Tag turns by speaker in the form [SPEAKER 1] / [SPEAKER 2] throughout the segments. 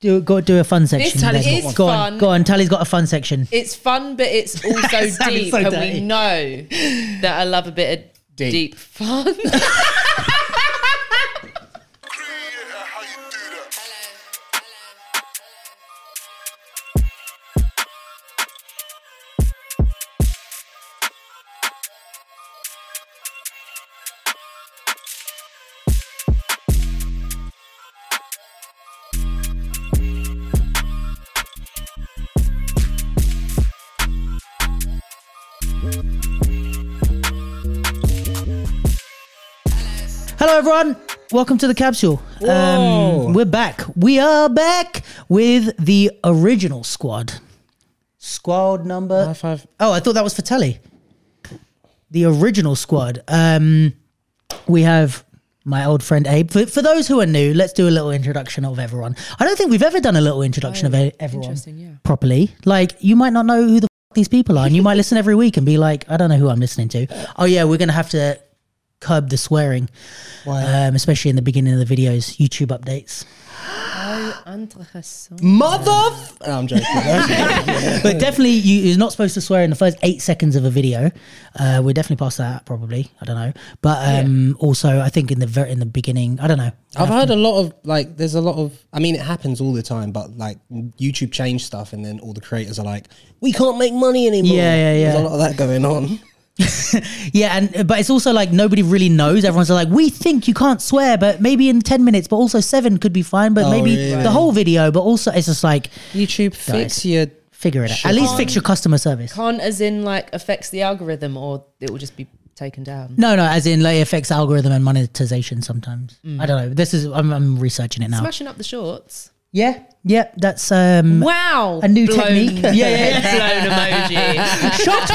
[SPEAKER 1] do go do a fun section.
[SPEAKER 2] Tally's
[SPEAKER 1] then.
[SPEAKER 2] got
[SPEAKER 1] go
[SPEAKER 2] one. fun.
[SPEAKER 1] on, go on. Tally's got a fun section.
[SPEAKER 2] It's fun, but it's also
[SPEAKER 1] It sounded
[SPEAKER 2] deep,
[SPEAKER 1] so
[SPEAKER 2] and
[SPEAKER 1] dirty.
[SPEAKER 2] we know that I love a bit of
[SPEAKER 3] Deep.
[SPEAKER 2] deep, fun.
[SPEAKER 4] how you do that?
[SPEAKER 1] Hello, everyone. Welcome to the capsule. Um,
[SPEAKER 3] Whoa.
[SPEAKER 1] we're back. We are back with the original squad. Squad number.
[SPEAKER 3] High five.
[SPEAKER 1] Oh, I thought that was for Telly. The original squad. Um, we have my old friend Abe. For, for those who are new, let's do a little introduction of everyone. I don't think we've ever done a little introduction of e- everyone
[SPEAKER 2] Oh, Interesting, yeah.
[SPEAKER 1] properly. Like, you might not know who the f- these people are, and you might listen every week and be like, I don't know who I'm listening to. Oh, yeah, we're going to have to curb the swearing, um, especially in the beginning of the videos, YouTube updates.
[SPEAKER 3] Mother. f- No, I'm joking.
[SPEAKER 1] but definitely, you, you're not supposed to swear in the first eight seconds of a video. Uh, we're definitely past that, probably. I don't know, but um, also I think in the ver- in the beginning, I don't know.
[SPEAKER 3] I've heard a lot of like. There's a lot of. I mean, it happens all the time, but like YouTube change stuff, and then all the creators are like, "We can't make money anymore."
[SPEAKER 1] Yeah, yeah, yeah.
[SPEAKER 3] There's a lot of that going on.
[SPEAKER 1] Yeah, and but it's also like nobody really knows. Everyone's like, we think you can't swear, but maybe in ten minutes, but also seven could be fine, but
[SPEAKER 3] Oh,
[SPEAKER 1] maybe
[SPEAKER 3] really?
[SPEAKER 1] the whole video, but also it's just like
[SPEAKER 3] YouTube, fix your.
[SPEAKER 1] figure it out.
[SPEAKER 3] Sure.
[SPEAKER 1] At least fix your customer service.
[SPEAKER 2] Can't as in like affects the algorithm, or it will just be taken down.
[SPEAKER 1] No, no, as in like it affects algorithm and monetization sometimes.
[SPEAKER 3] Mm.
[SPEAKER 1] I don't know. This is I'm, I'm researching it now.
[SPEAKER 2] Smashing up the shorts.
[SPEAKER 1] Yeah, yeah, that's um
[SPEAKER 2] Wow,
[SPEAKER 1] a new
[SPEAKER 2] Blown-
[SPEAKER 1] technique. Yeah, yeah,
[SPEAKER 2] blown emoji.
[SPEAKER 1] Shocked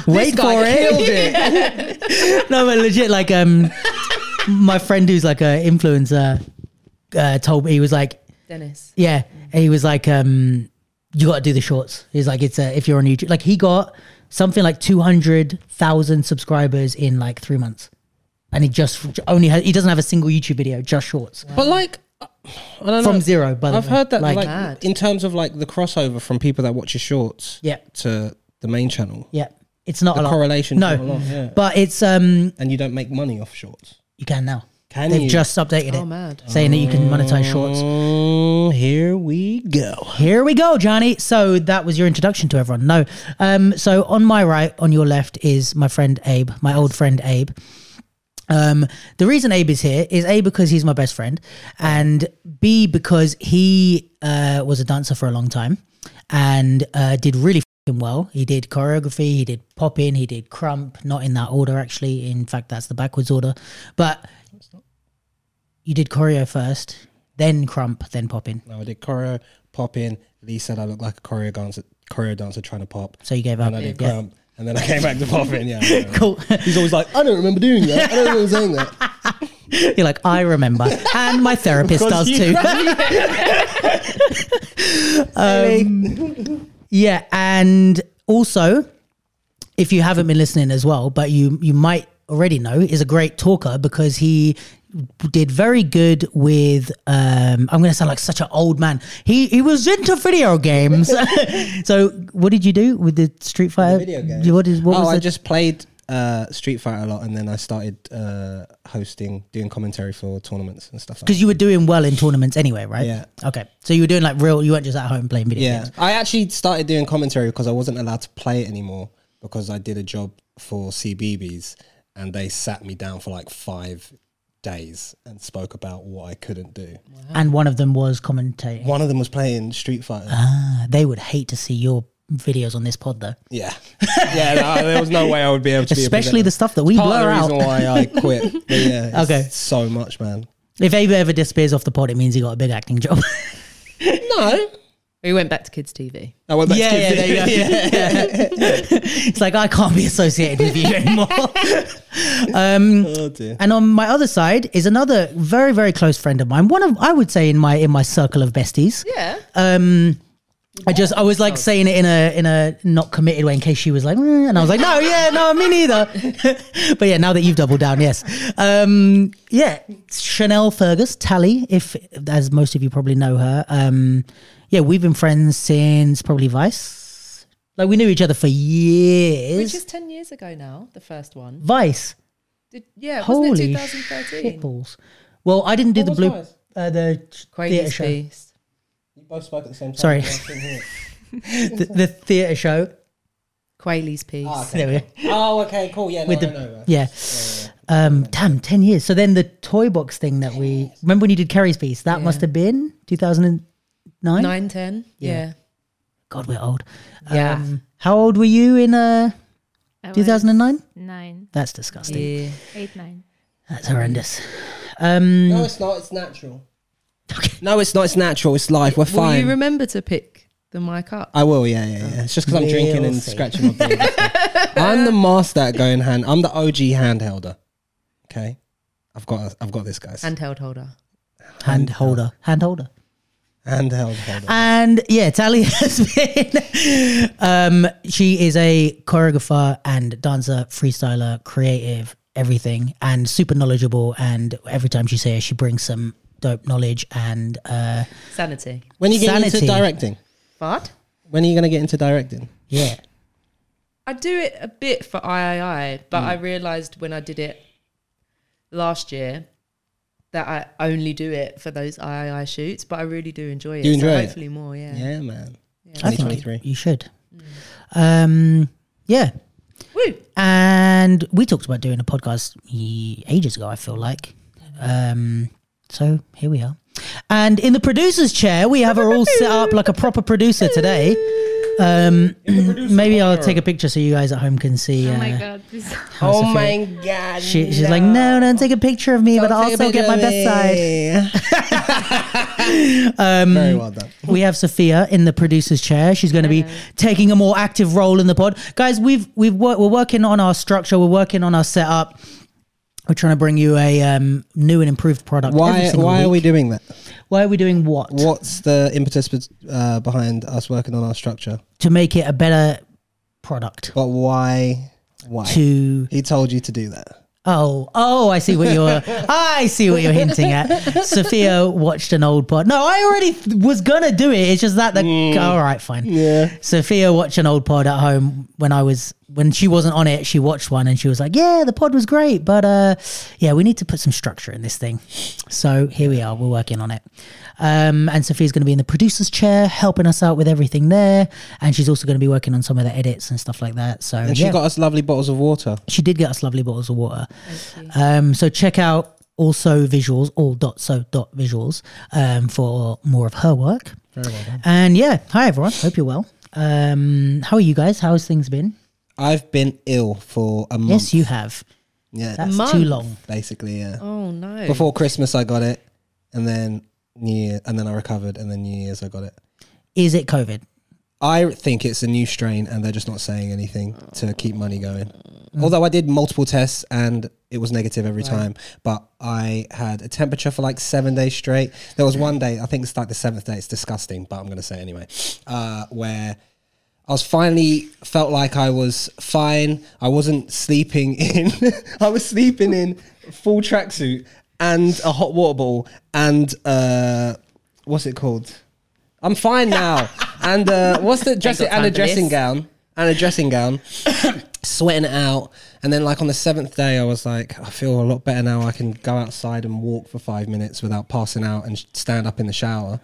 [SPEAKER 1] face. Wait
[SPEAKER 2] guy
[SPEAKER 1] for
[SPEAKER 2] killed
[SPEAKER 1] it. no, but legit, like um, my friend who's like a influencer uh, told me he was like,
[SPEAKER 2] Dennis.
[SPEAKER 1] yeah, he was like, um, you got to do the shorts. He's like, it's a, if you're on YouTube, like he got something like two hundred thousand subscribers in like three months, and he just only has, he doesn't have a single YouTube video, just shorts
[SPEAKER 3] But like, I don't
[SPEAKER 1] from
[SPEAKER 3] know.
[SPEAKER 1] zero. By the
[SPEAKER 3] I've
[SPEAKER 1] way.
[SPEAKER 3] heard that like,
[SPEAKER 2] Mad.
[SPEAKER 3] in terms of like the crossover from people that watch your shorts
[SPEAKER 1] Yeah.
[SPEAKER 3] to the main channel,
[SPEAKER 1] yeah, it's not a
[SPEAKER 3] the
[SPEAKER 1] lot.
[SPEAKER 3] correlation's
[SPEAKER 1] No.
[SPEAKER 3] not a lot, yeah.
[SPEAKER 1] but it's um,
[SPEAKER 3] and you don't make money off shorts.
[SPEAKER 1] you can now.
[SPEAKER 3] Can
[SPEAKER 1] They've
[SPEAKER 3] you?
[SPEAKER 1] just updated
[SPEAKER 2] Oh,
[SPEAKER 1] it,
[SPEAKER 2] mad.
[SPEAKER 1] saying that you can monetize shorts.
[SPEAKER 3] Oh, here we go.
[SPEAKER 1] Here we go, Johnny. So that was your introduction to everyone. No. Um, so on my right, on your left is my friend Abe, my old friend Abe. Um, the reason Abe is here is A, because he's my best friend, and B, because he uh, was a dancer for a long time and uh, did really fing well. He did choreography, he did pop in, he did crump, not in that order, actually. In fact, that's the backwards order. But you did choreo first, then crump, then pop in.
[SPEAKER 3] No, I did choreo, pop in. Lee said I look like a choreo dancer, choreo dancer trying to pop.
[SPEAKER 1] So you gave up.
[SPEAKER 3] and I did
[SPEAKER 1] Yeah.
[SPEAKER 3] cramp, and then I came back to pop in. Yeah, I know.
[SPEAKER 1] Cool.
[SPEAKER 3] he's always like, I don't remember doing that. I don't remember saying that.
[SPEAKER 1] You're like, I remember. And my therapist does
[SPEAKER 3] Because
[SPEAKER 1] too.
[SPEAKER 3] you-
[SPEAKER 1] Um, yeah. And also, if you haven't been listening as well, but you you might already know, is a great talker because he did very good with um I'm gonna sound like such an old man. He he was into video games. so what did you do with the Street Fighter?
[SPEAKER 3] video game.
[SPEAKER 1] You- What is what
[SPEAKER 3] oh,
[SPEAKER 1] was
[SPEAKER 3] I
[SPEAKER 1] the-
[SPEAKER 3] just played uh, Street Fighter a lot, and then I started uh, hosting, doing commentary for tournaments and stuff. like that.
[SPEAKER 1] because you were doing well in tournaments anyway, right?
[SPEAKER 3] Yeah.
[SPEAKER 1] Okay. So you were doing like real you weren't just at home playing video
[SPEAKER 3] Yeah,
[SPEAKER 1] games.
[SPEAKER 3] I actually started doing commentary because I wasn't allowed to play it anymore because I did a job for CBBS and they sat me down for like five days and spoke about what I couldn't do.
[SPEAKER 1] And one of them was commentating.
[SPEAKER 3] One of them was playing Street Fighter.
[SPEAKER 1] They would hate to see your videos on this pod though.
[SPEAKER 3] Yeah, yeah, no, there was no way I would be able to.
[SPEAKER 1] Especially
[SPEAKER 3] be a presenter.
[SPEAKER 1] the stuff that we
[SPEAKER 3] Part of
[SPEAKER 1] blur
[SPEAKER 3] the
[SPEAKER 1] out.
[SPEAKER 3] reason why I quit. But yeah, it's
[SPEAKER 1] Okay.
[SPEAKER 3] so much, man.
[SPEAKER 1] If Ava ever disappears off the pod, it means he got a big acting job.
[SPEAKER 3] No,
[SPEAKER 2] We went back to kids' TV.
[SPEAKER 3] I went back to kids.
[SPEAKER 1] it's like I can't be associated with you anymore.
[SPEAKER 3] Oh dear.
[SPEAKER 1] and on my other side is another very, very close friend of mine. One of I would say in my in my circle of besties.
[SPEAKER 2] Yeah.
[SPEAKER 1] I just I was
[SPEAKER 3] Oh.
[SPEAKER 1] like saying it in a in a not committed way in case she was like, "Mm," and I was like, no, yeah, no, me neither. but yeah, now that you've doubled down, yes, um, yeah, Chanel Fergus Tally, if as most of you probably know her, um, yeah, we've been friends since probably Vice. Like we knew each other for years.
[SPEAKER 2] Which is 10 years ago now, the first one.
[SPEAKER 1] Vice.
[SPEAKER 2] Did, yeah, wasn't
[SPEAKER 1] Holy
[SPEAKER 2] it 2013?
[SPEAKER 1] shitballs. Well, I didn't do
[SPEAKER 3] What
[SPEAKER 1] the
[SPEAKER 3] was
[SPEAKER 1] blue
[SPEAKER 3] Vice?
[SPEAKER 1] uh, the theater
[SPEAKER 2] Craigie's
[SPEAKER 1] show.
[SPEAKER 2] piece.
[SPEAKER 3] You both spoke at the same time.
[SPEAKER 1] Sorry.
[SPEAKER 3] I couldn't hear it.
[SPEAKER 1] The, the theater show.
[SPEAKER 2] Quayley's piece.
[SPEAKER 3] Ah, okay.
[SPEAKER 1] There we go.
[SPEAKER 3] Oh, okay, cool. Yeah, no,
[SPEAKER 1] With
[SPEAKER 3] I
[SPEAKER 1] the-
[SPEAKER 3] know her.
[SPEAKER 1] Yeah. Um, damn, 10 years. So then the toy box thing that we remember when you did Carrie's piece, that
[SPEAKER 2] Yeah.
[SPEAKER 1] must have been 2009.
[SPEAKER 2] 9, 10? Yeah.
[SPEAKER 1] God, we're old.
[SPEAKER 2] Yeah.
[SPEAKER 1] How old were you in uh,
[SPEAKER 5] I was
[SPEAKER 1] 2009?
[SPEAKER 5] Nine,
[SPEAKER 1] That's disgusting.
[SPEAKER 2] yeah.
[SPEAKER 5] eight, nine.
[SPEAKER 1] That's horrendous. Um,
[SPEAKER 3] No, it's not. It's natural. No, it's not. It's natural. It's life. We're
[SPEAKER 2] Will
[SPEAKER 3] fine.
[SPEAKER 2] you remember to pick the mic up?
[SPEAKER 3] I will. Yeah, yeah, yeah. It's just because I'm drinking
[SPEAKER 1] We'll
[SPEAKER 3] and
[SPEAKER 1] see.
[SPEAKER 3] scratching my beard. I'm the master at going hand. I'm the OG handhelder. Okay, I've got. I've got this, guys.
[SPEAKER 2] Handheld holder.
[SPEAKER 1] hand holder. Hand holder.
[SPEAKER 3] Handheld holder.
[SPEAKER 1] And yeah, Tally has been. Um, she is a choreographer and dancer, freestyler, creative, everything, and super knowledgeable. And every time she's here, she brings some dope knowledge. And uh,
[SPEAKER 2] Sanity.
[SPEAKER 3] when are you getting
[SPEAKER 1] Sanity.
[SPEAKER 3] into directing?
[SPEAKER 2] But
[SPEAKER 3] When are you going to get into directing?
[SPEAKER 1] yeah,
[SPEAKER 2] I do it a bit for III, but I realised when I did it last year that I only do it for those III shoots, but I really do enjoy it.
[SPEAKER 3] You enjoy
[SPEAKER 2] so
[SPEAKER 3] it?
[SPEAKER 2] hopefully more, yeah.
[SPEAKER 3] Yeah, man.
[SPEAKER 1] I think
[SPEAKER 3] 2023.
[SPEAKER 1] you should. Um, yeah.
[SPEAKER 2] Woo!
[SPEAKER 1] And we talked about doing a podcast ye- ages ago, I feel like. Um, so here we are. And in the producer's chair, we have her all set up like a proper producer today. Um, maybe I'll take a picture so you guys at home can see.
[SPEAKER 5] Oh my
[SPEAKER 1] Uh,
[SPEAKER 5] god, this
[SPEAKER 1] how Sophia-
[SPEAKER 3] god.
[SPEAKER 1] She, she's like, no, don't take a picture of me, but I'll also get my best side.
[SPEAKER 3] side. Very well done.
[SPEAKER 1] We have Sophia in the producer's chair. She's going to be taking a more active role in the pod, guys. We've we've wor- we're working on our structure. We're working on our setup. We're trying to bring you a um, new and improved product. every
[SPEAKER 3] Why?
[SPEAKER 1] single
[SPEAKER 3] Why are we
[SPEAKER 1] week.
[SPEAKER 3] doing that?
[SPEAKER 1] Why are we doing what?
[SPEAKER 3] What's the impetus be- uh, behind us working on our structure?
[SPEAKER 1] to make it a better product?
[SPEAKER 3] But why? Why?
[SPEAKER 1] To
[SPEAKER 3] He told you to do that.
[SPEAKER 1] oh oh, I see what you're I see what you're hinting at. Sophia watched an old pod. No, I already th- was gonna do it. It's just that the all right, fine.
[SPEAKER 3] Mm. Yeah.
[SPEAKER 1] Sophia watched an old pod at home when I was when she wasn't on it. She watched one and she was like, "Yeah, the pod was great, but uh, yeah, we need to put some structure in this thing." So here we are. We're working on it. Um, and Sophia's going to be in the producer's chair, helping us out with everything there, and she's also going to be working on some of the edits and stuff like that. So
[SPEAKER 3] And
[SPEAKER 1] yeah,
[SPEAKER 3] she got us lovely bottles of water.
[SPEAKER 1] she did get us lovely bottles of water. Um, so check out also visuals all dot so dot visuals um, for more of her work.
[SPEAKER 3] Very well done.
[SPEAKER 1] And yeah, hi everyone. Hope you're well. Um, how are you guys? How's things been?
[SPEAKER 3] I've been ill for a month.
[SPEAKER 1] Yes, you have.
[SPEAKER 3] yeah.
[SPEAKER 1] That's
[SPEAKER 2] Month.
[SPEAKER 1] too long.
[SPEAKER 3] basically, yeah.
[SPEAKER 2] Oh no.
[SPEAKER 3] Before Christmas, I got it, and then New Year, and then I recovered, and then New Year's, I got it.
[SPEAKER 1] Is it COVID?
[SPEAKER 3] I think it's a new strain, and they're just not saying anything to keep money going. Although I did multiple tests and it was negative every time, but I had a temperature for like seven days straight. There was one day, I think it's like the seventh day. It's disgusting, but I'm going to say it anyway, uh, where I was finally felt like I was fine. I wasn't sleeping in. I was sleeping in full tracksuit and a hot water bottle and uh, what's it called? I'm fine now. and uh, what's the dressing
[SPEAKER 2] got
[SPEAKER 3] and
[SPEAKER 2] time
[SPEAKER 3] a
[SPEAKER 2] for
[SPEAKER 3] dressing
[SPEAKER 2] this.
[SPEAKER 3] gown and a dressing gown, sweating it out. And then like on the seventh day, I was like, I feel a lot better now. I can go outside and walk for five minutes without passing out and sh- stand up in the shower.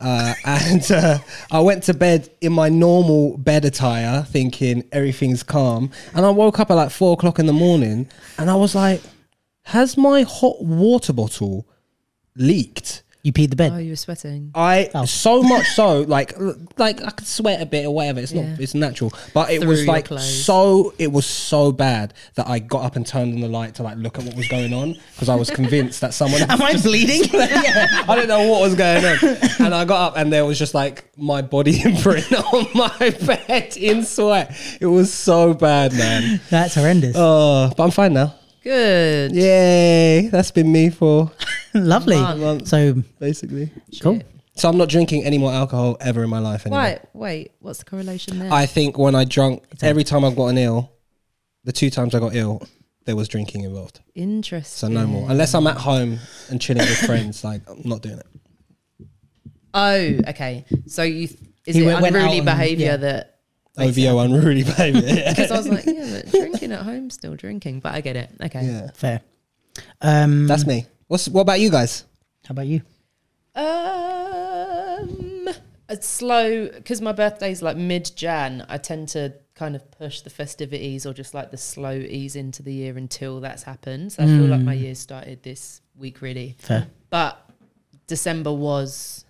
[SPEAKER 3] Uh, and uh, I went to bed in my normal bed attire, thinking everything's calm. And I woke up at like four o'clock in the morning, and I was like, Has my hot water bottle leaked?
[SPEAKER 1] You peed the bed.
[SPEAKER 2] oh, you were sweating.
[SPEAKER 3] I so much so like like I could sweat a bit or whatever. It's
[SPEAKER 2] Yeah.
[SPEAKER 3] not it's natural, but it
[SPEAKER 2] Through
[SPEAKER 3] was
[SPEAKER 2] your
[SPEAKER 3] like
[SPEAKER 2] clothes.
[SPEAKER 3] so it was so bad that I got up and turned on the light to like look at what was going on because I was convinced that someone.
[SPEAKER 1] Am I bleeding?
[SPEAKER 3] yeah, I didn't know what was going on, and I got up and there was just like my body imprint on my bed in sweat. It was so bad, man.
[SPEAKER 1] That's horrendous.
[SPEAKER 3] Oh, but I'm fine now.
[SPEAKER 2] Good.
[SPEAKER 3] Yay! That's been me for
[SPEAKER 1] Lovely.
[SPEAKER 2] Month.
[SPEAKER 1] So
[SPEAKER 3] basically.
[SPEAKER 1] cool.
[SPEAKER 3] So I'm not drinking any more alcohol ever in my life anymore.
[SPEAKER 2] Why? Wait, what's the correlation there?
[SPEAKER 3] I think when I drunk, every time I've gotten ill, the two times I got ill, there was drinking involved. So
[SPEAKER 2] Interesting.
[SPEAKER 3] no more. Unless I'm at home and chilling with friends, like I'm not doing it.
[SPEAKER 2] Oh, okay. So you is
[SPEAKER 1] He
[SPEAKER 2] it
[SPEAKER 1] went- went out
[SPEAKER 2] unruly
[SPEAKER 1] and-
[SPEAKER 2] behavior
[SPEAKER 1] yeah.
[SPEAKER 2] that?
[SPEAKER 3] OVO unruly behavior.
[SPEAKER 2] Because I was like, yeah, but drinking at home, still drinking. But I get it. Okay.
[SPEAKER 3] yeah,
[SPEAKER 1] Fair. Um,
[SPEAKER 3] that's me. What's what about you guys?
[SPEAKER 1] how about you?
[SPEAKER 2] Um, it's slow because my birthday's like mid Jan. I tend to kind of push the festivities or just like the slow ease into the year until that's happened. So I feel like my year started this week really.
[SPEAKER 1] Fair.
[SPEAKER 2] But December was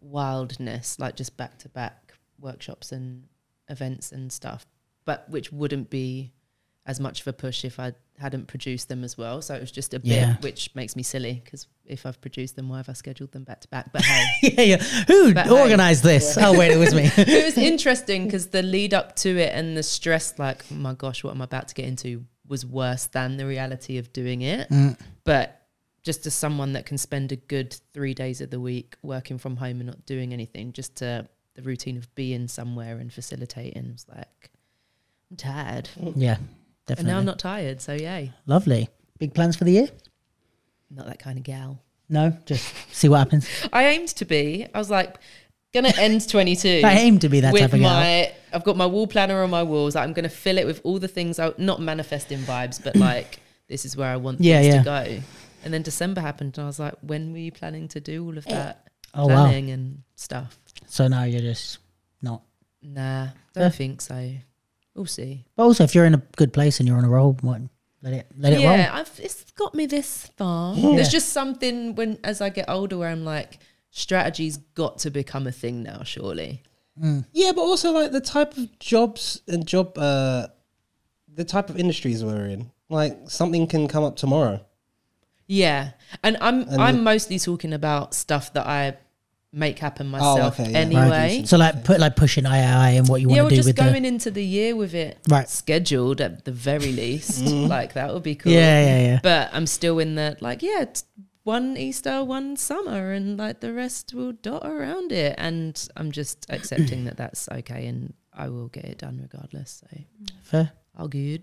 [SPEAKER 2] wildness, like just back to back workshops and events and stuff, but which wouldn't be as much of a push if I hadn't produced them as well. So it was just a
[SPEAKER 1] Yeah.
[SPEAKER 2] bit, which makes me silly because if I've produced them, why have I scheduled them back to back? But hey,
[SPEAKER 1] yeah, yeah. Who
[SPEAKER 2] But hey.
[SPEAKER 1] organized this? Oh wait, it was me.
[SPEAKER 2] it was interesting because the lead up to it and the stress, like, oh my gosh, what am I about to get into, was worse than the reality of doing it. But just as someone that can spend a good three days of the week working from home and not doing anything, just to the routine of being somewhere and facilitating was like, I'm tired.
[SPEAKER 1] yeah,
[SPEAKER 2] And
[SPEAKER 1] definitely.
[SPEAKER 2] now I'm not tired. So, yay.
[SPEAKER 1] Lovely. Big plans for the year?
[SPEAKER 2] I'm not that kind of gal.
[SPEAKER 1] No, just see what happens.
[SPEAKER 2] I aimed to be, I was like, gonna end 22.
[SPEAKER 1] I aim to be that type
[SPEAKER 2] with
[SPEAKER 1] of guy.
[SPEAKER 2] my I've got my wall planner on my walls. I'm going to fill it with all the things I not manifesting vibes, but like this is where I want
[SPEAKER 1] Mm. Yeah,
[SPEAKER 2] things
[SPEAKER 1] yeah.
[SPEAKER 2] to go. And then December happened, and I was like, when were you planning to do all of that
[SPEAKER 1] Oh wow!
[SPEAKER 2] planning and stuff?
[SPEAKER 1] So now you're just not.
[SPEAKER 2] Nah, don't
[SPEAKER 1] Yeah.
[SPEAKER 2] think so. We'll see.
[SPEAKER 1] But also, if you're in a good place and you're on a roll, what, let it let it roll.
[SPEAKER 2] yeah, I've, it's got me this far. There's just something when as I get older where I'm like, strategy's got to become a thing now. Surely,
[SPEAKER 3] Yeah, but also like the type of jobs and job, uh, the type of industries we're in. Like something can come up tomorrow.
[SPEAKER 2] Yeah, and I'm
[SPEAKER 3] And
[SPEAKER 2] I'm
[SPEAKER 3] the-
[SPEAKER 2] mostly talking about stuff that I make happen myself
[SPEAKER 3] Oh, okay, yeah.
[SPEAKER 2] anyway.
[SPEAKER 3] Right.
[SPEAKER 1] So like put like pushing III and what you want
[SPEAKER 2] Yeah,
[SPEAKER 1] to
[SPEAKER 2] we're
[SPEAKER 1] do
[SPEAKER 2] just
[SPEAKER 1] with
[SPEAKER 2] going
[SPEAKER 1] the
[SPEAKER 2] into the year with it
[SPEAKER 1] Right.
[SPEAKER 2] scheduled at the very least.
[SPEAKER 3] Mm-hmm.
[SPEAKER 2] like that would be cool.
[SPEAKER 1] yeah yeah yeah.
[SPEAKER 2] but I'm still in the like yeah, it's one Easter, one summer, and like the rest will dot around it, and I'm just accepting that that's okay, and I will get it done regardless. So
[SPEAKER 1] Fair
[SPEAKER 2] all good.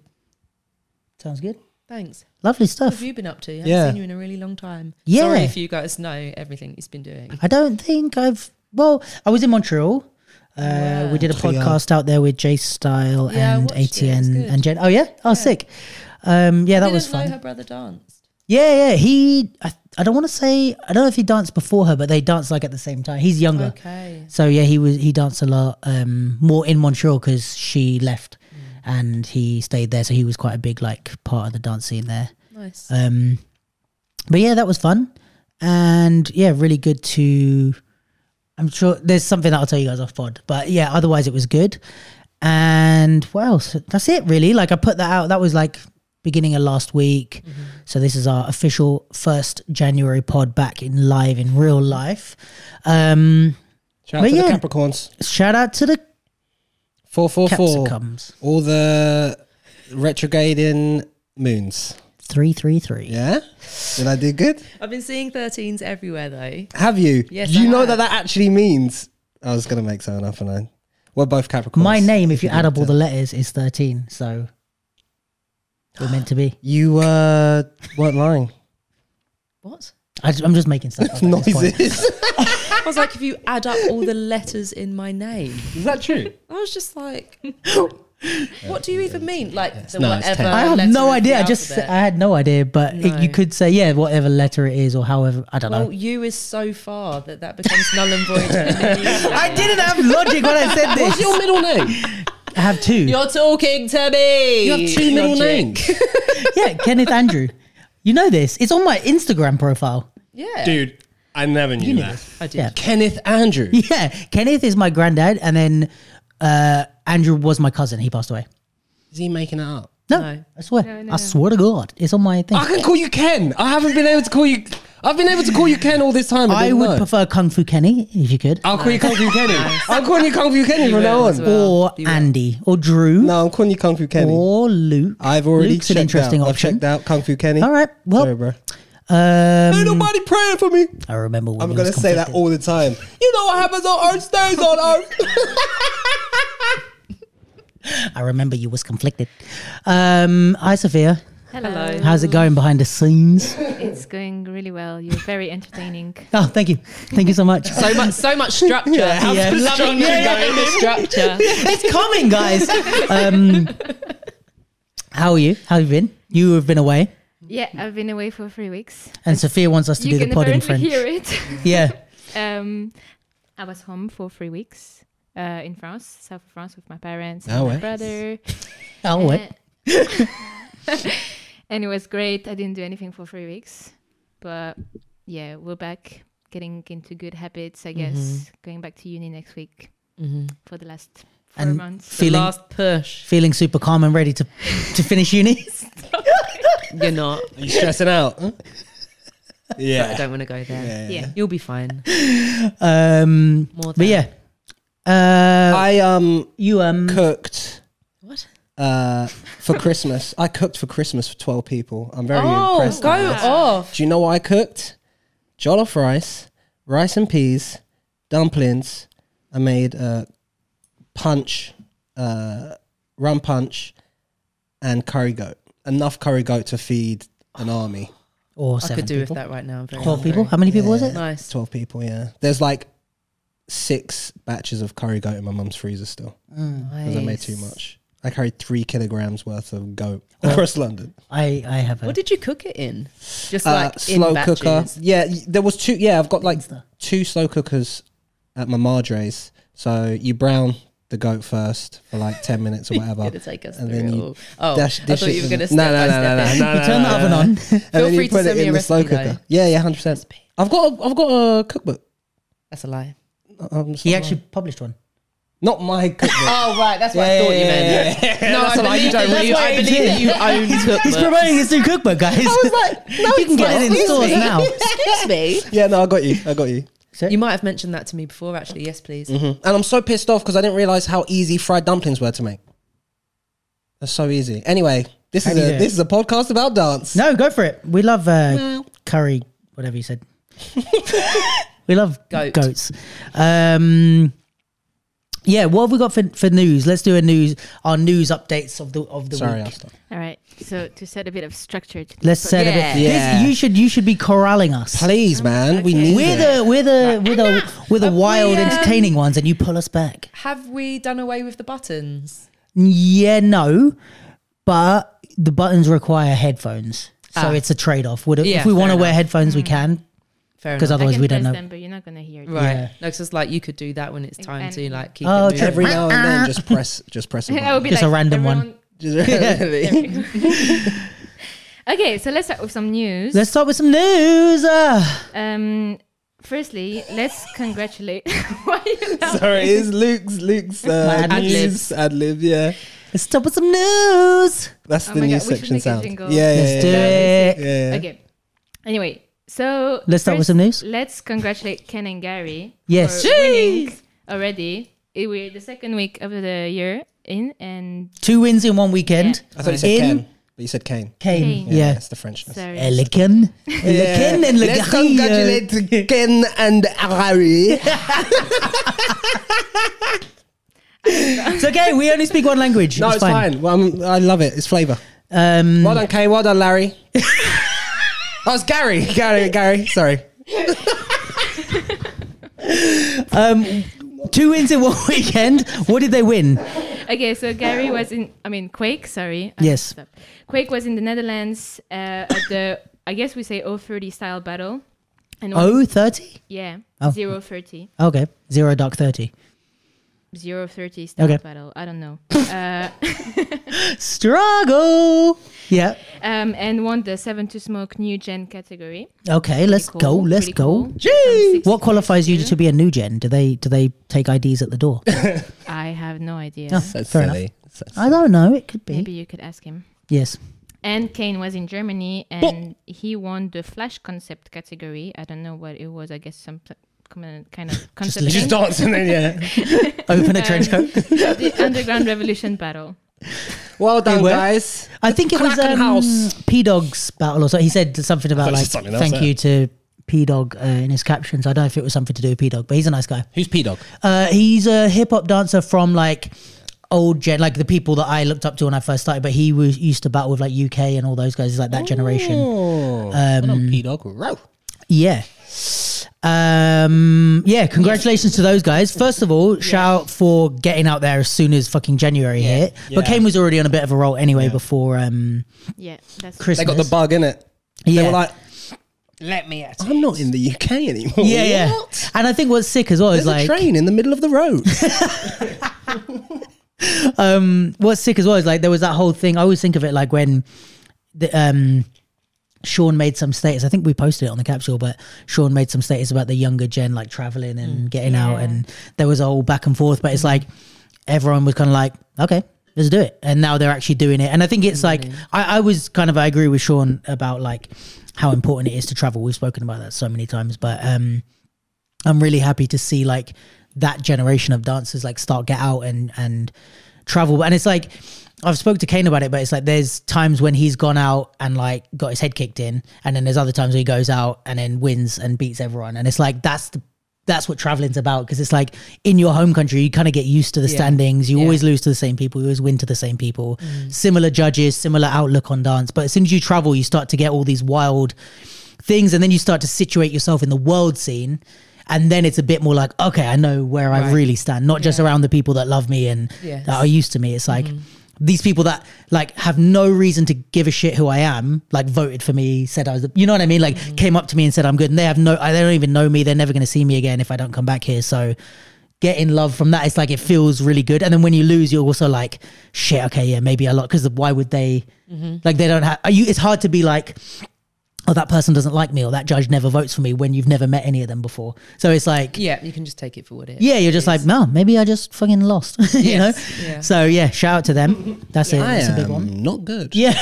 [SPEAKER 1] sounds good.
[SPEAKER 2] Thanks.
[SPEAKER 1] Lovely
[SPEAKER 2] What
[SPEAKER 1] stuff.
[SPEAKER 2] have you been up to? I haven't
[SPEAKER 3] Yeah.
[SPEAKER 2] seen you in a really long time.
[SPEAKER 1] Yeah.
[SPEAKER 2] Sorry if you guys know everything he's been doing.
[SPEAKER 1] I don't think I've. Well, I was in Montreal. Uh, We did a
[SPEAKER 3] Montreal.
[SPEAKER 1] podcast out there with Jay Style
[SPEAKER 2] Yeah, I
[SPEAKER 1] and
[SPEAKER 2] watched it. It was
[SPEAKER 1] ATN
[SPEAKER 2] good.
[SPEAKER 1] and Jen. Oh yeah, oh sick. Um, yeah, that
[SPEAKER 2] didn't
[SPEAKER 1] was
[SPEAKER 2] know
[SPEAKER 1] fun.
[SPEAKER 2] her brother danced.
[SPEAKER 1] Yeah, yeah. He, I, I don't want to say, I don't know if he danced before her, but they danced like at the same time. He's younger.
[SPEAKER 2] Okay.
[SPEAKER 1] So yeah, he was he danced a lot um, more in Montreal because she left and he stayed there. So he was quite a big like part of the dance scene there.
[SPEAKER 2] Nice.
[SPEAKER 1] Um, but yeah, that was fun and yeah, really good to. I'm sure there's something that I'll tell you guys off pod, but yeah, otherwise it was good. And what else? That's it really. Like I put that out. That was like beginning of last week.
[SPEAKER 3] Mm-hmm.
[SPEAKER 1] So this is our official first January pod back in live in real life. Um,
[SPEAKER 3] Shout out
[SPEAKER 1] But
[SPEAKER 3] to
[SPEAKER 1] yeah.
[SPEAKER 3] the Capricorns.
[SPEAKER 1] shout out to the
[SPEAKER 3] Four four four.
[SPEAKER 1] Capsicums.
[SPEAKER 3] All the retrograding moons.
[SPEAKER 1] Three three three.
[SPEAKER 3] Yeah. Did I do good?
[SPEAKER 2] I've been seeing 13s everywhere though.
[SPEAKER 3] Have you?
[SPEAKER 2] Yes,
[SPEAKER 3] Do you
[SPEAKER 2] I
[SPEAKER 3] know
[SPEAKER 2] have.
[SPEAKER 3] that that actually means? I was gonna make something up, and I. We're both Capricorns.
[SPEAKER 1] My name, if you add up all
[SPEAKER 3] didn't
[SPEAKER 1] the letters, is thirteen. So we're meant to be.
[SPEAKER 3] tell. You uh, weren't lying.
[SPEAKER 2] What?
[SPEAKER 1] I, am just making stuff up. at this point.
[SPEAKER 3] Noises.
[SPEAKER 2] I was like, if you add up all the letters in my name,
[SPEAKER 3] Is that true?
[SPEAKER 2] I was just like, what do you even mean? Like the
[SPEAKER 3] No, it's
[SPEAKER 2] whatever.
[SPEAKER 3] ten.
[SPEAKER 1] I have
[SPEAKER 2] Uh, letter
[SPEAKER 1] no
[SPEAKER 2] of the
[SPEAKER 1] idea. I just I
[SPEAKER 2] alphabet.
[SPEAKER 1] had no idea, but it, you
[SPEAKER 2] No.
[SPEAKER 1] could say yeah, whatever letter it is, or however I don't
[SPEAKER 2] well,
[SPEAKER 1] know.
[SPEAKER 2] you is so far that that becomes null and void. immediately.
[SPEAKER 1] I didn't have logic when I said
[SPEAKER 3] What's
[SPEAKER 1] this.
[SPEAKER 3] your middle name?
[SPEAKER 1] I have two.
[SPEAKER 2] You're talking to me.
[SPEAKER 3] You have two middle names,
[SPEAKER 1] yeah, Kenneth Andrew. You know this. It's on my Instagram profile.
[SPEAKER 2] Yeah.
[SPEAKER 3] dude. I never knew
[SPEAKER 1] knew this.
[SPEAKER 2] I did.
[SPEAKER 1] Yeah.
[SPEAKER 3] Kenneth Andrew.
[SPEAKER 1] Yeah, Kenneth is my granddad, and then uh, Andrew was my cousin. He passed away.
[SPEAKER 3] Is he making it up?
[SPEAKER 1] No,
[SPEAKER 2] No.
[SPEAKER 1] I swear. I swear to God, it's on my thing.
[SPEAKER 3] I can call you Ken. I haven't been able to call you. I've been able to call you Ken all this time. I,
[SPEAKER 1] I
[SPEAKER 3] didn't
[SPEAKER 1] would
[SPEAKER 3] know.
[SPEAKER 1] prefer Kung Fu Kenny if you could.
[SPEAKER 3] I'll call you Kung Fu Kenny. I'm calling you Kung Fu Kenny from now
[SPEAKER 2] will as
[SPEAKER 3] on.
[SPEAKER 2] well.
[SPEAKER 1] or
[SPEAKER 2] you will.
[SPEAKER 1] Andy or Drew
[SPEAKER 3] Oh, No, I'm calling you Kung Fu Kenny.
[SPEAKER 1] or Luke.
[SPEAKER 3] I've already
[SPEAKER 1] Luke's
[SPEAKER 3] checked
[SPEAKER 1] an interesting
[SPEAKER 3] out.
[SPEAKER 1] option.
[SPEAKER 3] I've checked out Kung Fu Kenny.
[SPEAKER 1] All right. Well,
[SPEAKER 3] Sorry, bro.
[SPEAKER 1] Um,
[SPEAKER 3] Ain't nobody praying for me.
[SPEAKER 1] I remember when
[SPEAKER 3] I'm
[SPEAKER 1] it
[SPEAKER 3] gonna
[SPEAKER 1] was
[SPEAKER 3] say that
[SPEAKER 1] conflicted.
[SPEAKER 3] all the time. You know what happens on Earth stays on Earth.
[SPEAKER 1] I remember you was conflicted. Um, hi, Sophia.
[SPEAKER 5] Hello.
[SPEAKER 1] How's it going behind the scenes?
[SPEAKER 5] It's going really well. You're very entertaining.
[SPEAKER 1] Oh, thank you. Thank you so much.
[SPEAKER 2] So much, so much structure. How's
[SPEAKER 1] yeah.
[SPEAKER 2] the loving you going with structure?
[SPEAKER 1] it's coming, guys. Um, how are you? How have you been? You have been away,
[SPEAKER 5] Yeah, I've been away for three weeks.
[SPEAKER 1] and Sophia wants us to
[SPEAKER 5] You
[SPEAKER 1] do
[SPEAKER 5] can
[SPEAKER 1] the pod in
[SPEAKER 5] apparently
[SPEAKER 1] French.
[SPEAKER 5] hear it.
[SPEAKER 1] Yeah.
[SPEAKER 5] Um, I was home for three weeks uh, in France, south of France, with my parents and
[SPEAKER 3] Ah
[SPEAKER 5] my
[SPEAKER 3] ouais.
[SPEAKER 5] brother.
[SPEAKER 1] Oh, wait.
[SPEAKER 5] Uh, and it was great. I didn't do anything for three weeks, but yeah, we're back, getting into good habits. I guess
[SPEAKER 1] Mm-hmm.
[SPEAKER 5] going back to uni next week for the last four
[SPEAKER 1] And
[SPEAKER 5] months.
[SPEAKER 2] The
[SPEAKER 1] Feeling-
[SPEAKER 2] last push.
[SPEAKER 1] Feeling super calm and ready to to finish uni.
[SPEAKER 2] You're not.
[SPEAKER 3] Are you stressing out? huh?
[SPEAKER 2] I
[SPEAKER 3] Yeah.
[SPEAKER 2] don't want to go there.
[SPEAKER 3] Yeah.
[SPEAKER 5] yeah.
[SPEAKER 2] You'll be fine.
[SPEAKER 1] Um,
[SPEAKER 2] More
[SPEAKER 1] but
[SPEAKER 2] than-
[SPEAKER 1] yeah, uh,
[SPEAKER 3] I um
[SPEAKER 1] you um
[SPEAKER 3] cooked
[SPEAKER 2] What?
[SPEAKER 3] uh for Christmas. I cooked for Christmas for twelve people. I'm very
[SPEAKER 2] Oh,
[SPEAKER 3] impressed.
[SPEAKER 2] go off.
[SPEAKER 3] Do you know what I cooked? Jollof rice, rice and peas, dumplings. I made uh, punch, uh, rum punch, and curry goat. Enough curry goat to feed an army.
[SPEAKER 1] or
[SPEAKER 2] I
[SPEAKER 1] seven
[SPEAKER 2] could do
[SPEAKER 1] people.
[SPEAKER 2] with that right now. I'm very
[SPEAKER 1] Twelve
[SPEAKER 2] hungry.
[SPEAKER 1] people. How many people was it?
[SPEAKER 2] Nice.
[SPEAKER 3] 12 people, yeah. There's like six batches of curry goat in my mum's freezer still
[SPEAKER 1] Mm.
[SPEAKER 3] because I made too
[SPEAKER 2] Nice.
[SPEAKER 3] much. I carried three kilograms worth of goat across London.
[SPEAKER 1] I I have. A,
[SPEAKER 2] What did you cook it in? Just
[SPEAKER 3] Uh,
[SPEAKER 2] like
[SPEAKER 3] slow
[SPEAKER 2] in batches.
[SPEAKER 3] cooker. Yeah, y- there was two. Yeah, I've got like two slow cookers at my madre's. So you brown the goat first for like ten minutes or whatever.
[SPEAKER 2] You're gonna take us
[SPEAKER 3] And
[SPEAKER 2] through
[SPEAKER 3] then
[SPEAKER 2] it
[SPEAKER 3] you
[SPEAKER 2] all. Oh,
[SPEAKER 3] dash-
[SPEAKER 2] I
[SPEAKER 3] dish
[SPEAKER 2] thought
[SPEAKER 3] it
[SPEAKER 2] you were
[SPEAKER 3] in-
[SPEAKER 2] going to step
[SPEAKER 3] no, no,
[SPEAKER 2] by
[SPEAKER 3] no, no,
[SPEAKER 2] step
[SPEAKER 3] no,
[SPEAKER 2] in.
[SPEAKER 3] no,
[SPEAKER 1] you
[SPEAKER 3] no,
[SPEAKER 1] turn
[SPEAKER 3] no,
[SPEAKER 1] the
[SPEAKER 3] no,
[SPEAKER 1] oven
[SPEAKER 3] no.
[SPEAKER 1] on.
[SPEAKER 3] And then
[SPEAKER 2] free
[SPEAKER 3] you
[SPEAKER 2] to
[SPEAKER 3] put
[SPEAKER 2] send
[SPEAKER 3] it
[SPEAKER 2] me
[SPEAKER 3] in
[SPEAKER 2] a
[SPEAKER 3] the slow
[SPEAKER 2] recipe, though.
[SPEAKER 3] cooker. Yeah, yeah, hundred percent. I've got a, I've got a cookbook.
[SPEAKER 2] That's a lie.
[SPEAKER 3] Um,
[SPEAKER 1] He actually published one.
[SPEAKER 3] not my cookbook.
[SPEAKER 2] Oh, right. That's what I
[SPEAKER 3] Yeah,
[SPEAKER 2] thought
[SPEAKER 3] yeah,
[SPEAKER 2] you meant.
[SPEAKER 3] yeah, yeah.
[SPEAKER 2] No,
[SPEAKER 3] That's
[SPEAKER 2] I
[SPEAKER 3] a lie, you
[SPEAKER 2] believe,
[SPEAKER 3] don't
[SPEAKER 2] that,
[SPEAKER 3] really-
[SPEAKER 2] you, I
[SPEAKER 1] That's
[SPEAKER 2] believe that
[SPEAKER 1] why
[SPEAKER 2] you own
[SPEAKER 1] He's
[SPEAKER 2] cookbooks.
[SPEAKER 1] promoting his new cookbook, guys. I was
[SPEAKER 3] like, no,
[SPEAKER 1] you can
[SPEAKER 3] it's
[SPEAKER 1] get it in
[SPEAKER 3] not.
[SPEAKER 1] stores now.
[SPEAKER 2] Excuse me.
[SPEAKER 3] yeah, no, I got you. I got you.
[SPEAKER 2] You might have mentioned that to me before, actually. Yes, please.
[SPEAKER 3] And I'm so pissed off because I didn't realize how easy fried dumplings were to make. They're so easy. Anyway, this
[SPEAKER 1] How
[SPEAKER 3] is
[SPEAKER 1] do you
[SPEAKER 3] a
[SPEAKER 1] do it?
[SPEAKER 3] this is a podcast about dance.
[SPEAKER 1] No, go for it. We love uh, curry, whatever you said. we love
[SPEAKER 2] Goat.
[SPEAKER 1] goats. Um, yeah, what have we got for, for news? Let's do a news our news updates of the of the
[SPEAKER 3] Sorry,
[SPEAKER 1] week.
[SPEAKER 3] I'll stop.
[SPEAKER 5] All right. So to set a bit of structure to
[SPEAKER 1] Let's
[SPEAKER 5] this
[SPEAKER 1] set
[SPEAKER 5] podcast-
[SPEAKER 1] a bit.
[SPEAKER 3] Yeah.
[SPEAKER 1] Liz, you should you should be corralling us.
[SPEAKER 3] Please, man, we
[SPEAKER 2] okay.
[SPEAKER 3] need
[SPEAKER 1] We're
[SPEAKER 3] it.
[SPEAKER 1] the we're the we're the we're the
[SPEAKER 2] have we,
[SPEAKER 1] wild,
[SPEAKER 2] um,
[SPEAKER 1] entertaining ones, and you pull us back.
[SPEAKER 2] Have we done away with the buttons?
[SPEAKER 1] Yeah, no, but the buttons require headphones, so
[SPEAKER 2] Ah.
[SPEAKER 1] it's a trade off. Would
[SPEAKER 2] Yeah,
[SPEAKER 1] if we
[SPEAKER 2] fair
[SPEAKER 1] want to wear
[SPEAKER 2] enough. Mm.
[SPEAKER 1] headphones, we can
[SPEAKER 2] Fair
[SPEAKER 1] because
[SPEAKER 2] enough.
[SPEAKER 5] I
[SPEAKER 1] otherwise
[SPEAKER 5] can
[SPEAKER 1] we don't
[SPEAKER 5] press
[SPEAKER 1] know.
[SPEAKER 5] them, but you're not gonna hear it.
[SPEAKER 2] Right.
[SPEAKER 1] Yeah.
[SPEAKER 2] No, 'cause it's like you could do that when it's time to
[SPEAKER 5] And-
[SPEAKER 2] like keep
[SPEAKER 1] Oh,
[SPEAKER 2] it moving.
[SPEAKER 1] okay.
[SPEAKER 3] every now and then just press just press a
[SPEAKER 5] I
[SPEAKER 3] button.
[SPEAKER 5] would be
[SPEAKER 1] Just a random one.
[SPEAKER 5] everyone-
[SPEAKER 3] Just-
[SPEAKER 5] Okay, so let's start with some news.
[SPEAKER 1] Let's start with some news. Ah.
[SPEAKER 5] um, firstly, let's congratulate. Why are you laughing?
[SPEAKER 3] Sorry, it's Luke's Luke's uh,
[SPEAKER 1] Ad
[SPEAKER 2] libs.
[SPEAKER 3] news ad lib. Yeah,
[SPEAKER 1] Let's start with some news.
[SPEAKER 3] that's
[SPEAKER 5] Oh
[SPEAKER 3] the
[SPEAKER 5] my
[SPEAKER 3] new
[SPEAKER 5] God, we should
[SPEAKER 3] section
[SPEAKER 5] make a
[SPEAKER 3] sound. Yeah,
[SPEAKER 5] jingle.
[SPEAKER 3] yeah,
[SPEAKER 1] Let's
[SPEAKER 3] yeah,
[SPEAKER 1] do
[SPEAKER 3] yeah.
[SPEAKER 1] it.
[SPEAKER 3] Yeah, yeah.
[SPEAKER 5] Okay. Anyway, so
[SPEAKER 1] Let's start with some news.
[SPEAKER 5] Let's congratulate Ken and Gary.
[SPEAKER 1] Yes.
[SPEAKER 5] for winning already. It- We're the second week of the year in, and
[SPEAKER 1] Two wins in one weekend.
[SPEAKER 3] I thought you said
[SPEAKER 1] In-
[SPEAKER 3] Ken, but you said Kane.
[SPEAKER 1] Kane.
[SPEAKER 5] Kane.
[SPEAKER 3] Yeah,
[SPEAKER 1] Yeah.
[SPEAKER 3] it's the Frenchness.
[SPEAKER 5] sorry.
[SPEAKER 1] Elican. Elican and
[SPEAKER 3] Let's
[SPEAKER 1] Legaria.
[SPEAKER 3] congratulate Ken and Harry.
[SPEAKER 1] It's okay. We only speak one language.
[SPEAKER 3] No, it's fine. Well, I'm, I love it. It's flavour.
[SPEAKER 1] Um,
[SPEAKER 3] Well done, Kay. Well done, Larry. oh, it's Gary. Gary. Gary. Sorry.
[SPEAKER 1] two wins in one weekend. What did they win?
[SPEAKER 5] Okay, so Gary was in. I mean, Quake. Sorry. I
[SPEAKER 1] Yes.
[SPEAKER 5] messed up. Quake was in the Netherlands uh, at the. I guess we say 030 style battle. And won-
[SPEAKER 1] Oh, 30?
[SPEAKER 5] yeah,
[SPEAKER 1] Oh.
[SPEAKER 5] zero thirty,
[SPEAKER 1] Okay. Zero dark 30.
[SPEAKER 5] zero thirty style
[SPEAKER 1] Okay.
[SPEAKER 5] battle. I don't know. uh,
[SPEAKER 1] Struggle. Yeah.
[SPEAKER 5] um, and won the seven to smoke new gen category.
[SPEAKER 1] Okay. Let's
[SPEAKER 5] Pretty
[SPEAKER 1] go.
[SPEAKER 5] cool,
[SPEAKER 1] Let's
[SPEAKER 5] pretty
[SPEAKER 1] go.
[SPEAKER 5] cool.
[SPEAKER 1] Gee.
[SPEAKER 5] Um,
[SPEAKER 1] What qualifies you
[SPEAKER 5] 62.
[SPEAKER 1] to be a new gen? Do they do they take IDs at the door?
[SPEAKER 5] I have no idea.
[SPEAKER 1] Oh,
[SPEAKER 3] That's
[SPEAKER 1] fair enough.
[SPEAKER 3] silly.
[SPEAKER 1] I don't know. It could be.
[SPEAKER 5] Maybe you could ask him.
[SPEAKER 1] Yes.
[SPEAKER 5] And Kane was in Germany and he won the flash concept category. I don't know what it was. I guess some pl- common kind of concept.
[SPEAKER 1] You
[SPEAKER 3] Just
[SPEAKER 5] thing.
[SPEAKER 3] dancing then, yeah.
[SPEAKER 1] Open a trench coat.
[SPEAKER 5] the underground revolution battle.
[SPEAKER 6] Well done,
[SPEAKER 1] were.
[SPEAKER 6] guys.
[SPEAKER 1] I think it was
[SPEAKER 6] Kraken House.
[SPEAKER 1] um, P Dog's battle or so. He said something
[SPEAKER 6] thought
[SPEAKER 1] about
[SPEAKER 6] it was
[SPEAKER 1] like
[SPEAKER 6] just something else,
[SPEAKER 1] thank
[SPEAKER 6] yeah.
[SPEAKER 1] you to P Dog uh, in his captions. I don't know if it was something to do with P Dog, but he's a nice guy.
[SPEAKER 6] Who's P Dog?
[SPEAKER 1] Uh, he's a hip hop dancer from like old gen, like the people that I looked up to when I first started. But he was used to battle with like UK and all those guys, like that generation.
[SPEAKER 6] Oh, um, P Dog. Row.
[SPEAKER 1] Yeah. Um yeah, congratulations to those guys. First of all, shout for getting out there as soon as fucking January hit. But
[SPEAKER 6] Yeah.
[SPEAKER 1] Kane was already on a bit of a roll anyway before um
[SPEAKER 5] Yeah, that's
[SPEAKER 1] Christmas.
[SPEAKER 6] They got the bug in it.
[SPEAKER 1] yeah.
[SPEAKER 6] They were like,
[SPEAKER 2] Let me at
[SPEAKER 6] I'm not in the UK anymore.
[SPEAKER 1] yeah, yeah.
[SPEAKER 6] What?
[SPEAKER 1] And I think what's sick as well
[SPEAKER 6] There's
[SPEAKER 1] is like
[SPEAKER 6] a train in the middle of the road.
[SPEAKER 1] what's sick as well is like there was that whole thing. I always think of it like when the um Sean made some status. I think we posted it on the capsule, but Sean made some status about the younger gen like traveling and getting out, and there was a whole back and forth. But it's like everyone was kind of like, okay, let's do it, and now they're actually doing it. And I think it's like I, I was kind of I agree with Sean about like how important it is to travel. We've spoken about that so many times, but um, I'm really happy to see like that generation of dancers like start get out and and travel. And it's like I've spoke to Kane about it, but it's like there's times when he's gone out and like got his head kicked in, and then there's other times where he goes out and then wins and beats everyone. And it's like that's the that's what traveling's about because it's like in your home country you kind of get used to the standings you always lose to the same people you always win to the same people similar judges similar outlook on dance but as soon as you travel you start to get all these wild things and then you start to situate yourself in the world scene and then it's a bit more like okay i know where i really stand not just around the people that love me and
[SPEAKER 2] Yes.
[SPEAKER 1] that are used to me it's like these people that like have no reason to give a shit who i am like voted for me said i was the- you know what i mean like came up to me and said i'm good and they have no I- they don't even know me they're never going to see me again if i don't come back here so getting love from that it's like it feels really good and then when you lose you're also like shit okay yeah maybe a lot because why would they like they don't have are you it's hard to be like oh, that person doesn't like me or that judge never votes for me when you've never met any of them before. So it's like, yeah,
[SPEAKER 2] Yeah, you can just take it for what it is.
[SPEAKER 1] you're just like, no, maybe I just fucking lost, you
[SPEAKER 2] Yes,
[SPEAKER 1] know?
[SPEAKER 2] yeah.
[SPEAKER 1] So yeah, shout out to them. That's it. That's a big one.
[SPEAKER 6] not good.
[SPEAKER 1] Yeah.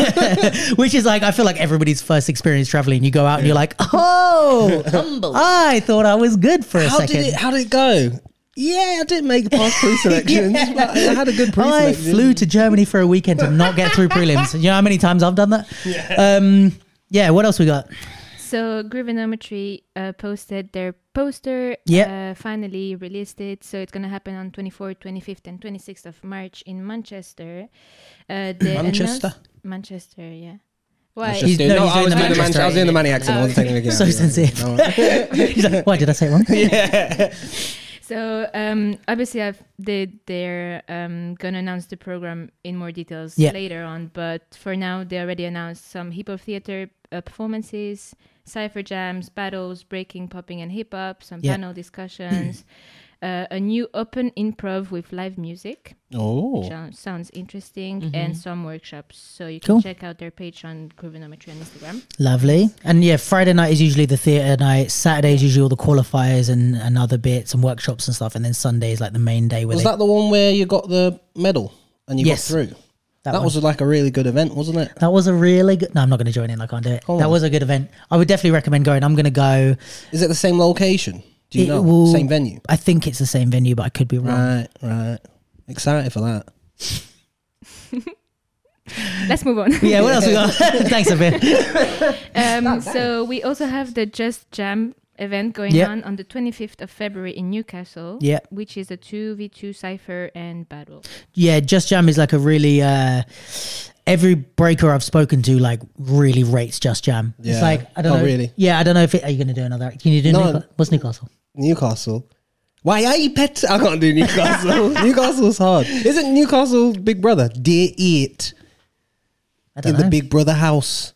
[SPEAKER 1] Which is like, I feel like everybody's first experience traveling. You go out and you're like, oh,
[SPEAKER 2] Humble.
[SPEAKER 1] I thought I was good for a
[SPEAKER 6] How
[SPEAKER 1] second.
[SPEAKER 6] did it? How did it go? Yeah, I didn't make it past pre-selections. but I had a good
[SPEAKER 1] I
[SPEAKER 6] pre-selection.
[SPEAKER 1] flew to Germany for a weekend to not get through prelims. You know how many times I've done that? Yeah. Um, yeah. What else we got?
[SPEAKER 5] So Groovonometry uh, posted their poster.
[SPEAKER 1] Yeah.
[SPEAKER 5] Uh, finally released it. So it's gonna happen on 24th, 25th, and 26th of March in Manchester. Uh, they
[SPEAKER 6] Manchester?
[SPEAKER 5] announced- Manchester, yeah. Why?
[SPEAKER 1] He's- no,
[SPEAKER 6] no,
[SPEAKER 1] he's doing
[SPEAKER 6] I was
[SPEAKER 1] the
[SPEAKER 6] doing the
[SPEAKER 1] Manchester
[SPEAKER 6] Manchester. I was doing the Manny accent. I wasn't taking it
[SPEAKER 1] So sensitive. He's like, why did I say it wrong?
[SPEAKER 5] So um, obviously, I've they they're um, gonna announce the program in more details
[SPEAKER 1] Yeah.
[SPEAKER 5] later on. But for now, they already announced some hip hop theater uh, performances, cipher jams, battles, breaking, popping, and hip hop. Some
[SPEAKER 1] Yeah.
[SPEAKER 5] panel discussions, uh, a new open improv with live music.
[SPEAKER 6] Oh,
[SPEAKER 5] Sounds, sounds interesting, and some workshops. So you can
[SPEAKER 1] Mm-hmm. Cool.
[SPEAKER 5] check out their page on Groovonometry on Instagram.
[SPEAKER 1] Lovely. And yeah, Friday night is usually the theatre night. Saturday is usually all the qualifiers and, and other bits and workshops and stuff. And then Sunday is like the main day where
[SPEAKER 6] was
[SPEAKER 1] they,
[SPEAKER 6] that the one where you got the medal and you
[SPEAKER 1] Yes.
[SPEAKER 6] got through? That,
[SPEAKER 1] one.
[SPEAKER 6] was like a really good event, wasn't it?
[SPEAKER 1] that was a really good. No, I'm not going to join in. I can't do it.
[SPEAKER 6] Hold
[SPEAKER 1] that
[SPEAKER 6] on.
[SPEAKER 1] was a good event. I would definitely recommend going. I'm going to go.
[SPEAKER 6] Is it the same location? Do you
[SPEAKER 1] It
[SPEAKER 6] know?
[SPEAKER 1] will-
[SPEAKER 6] Same venue.
[SPEAKER 1] I think it's the same venue, but I could be wrong.
[SPEAKER 6] Right, right. Excited for that.
[SPEAKER 5] Let's move on.
[SPEAKER 1] yeah, what else we got? Thanks, Sophia. Oh,
[SPEAKER 5] Um, so we also have the Just Jam event going
[SPEAKER 1] Yeah.
[SPEAKER 5] on on the 25th of February in Newcastle,
[SPEAKER 1] Yeah.
[SPEAKER 5] which is a 2v2 cipher and battle.
[SPEAKER 1] Yeah, Just Jam is like a really. uh Every breaker I've spoken to like really rates Just Jam. It's
[SPEAKER 6] Yeah.
[SPEAKER 1] like I don't
[SPEAKER 6] Oh,
[SPEAKER 1] know.
[SPEAKER 6] really?
[SPEAKER 1] Yeah, I don't know if it, are you going to do another. Can you do
[SPEAKER 6] No.
[SPEAKER 1] Newca- what's Newcastle?
[SPEAKER 6] Newcastle. Why are you pet? I can't do Newcastle. Newcastle's hard. Isn't Newcastle Big Brother? Dear it
[SPEAKER 1] I don't
[SPEAKER 6] in
[SPEAKER 1] know.
[SPEAKER 6] the Big Brother house.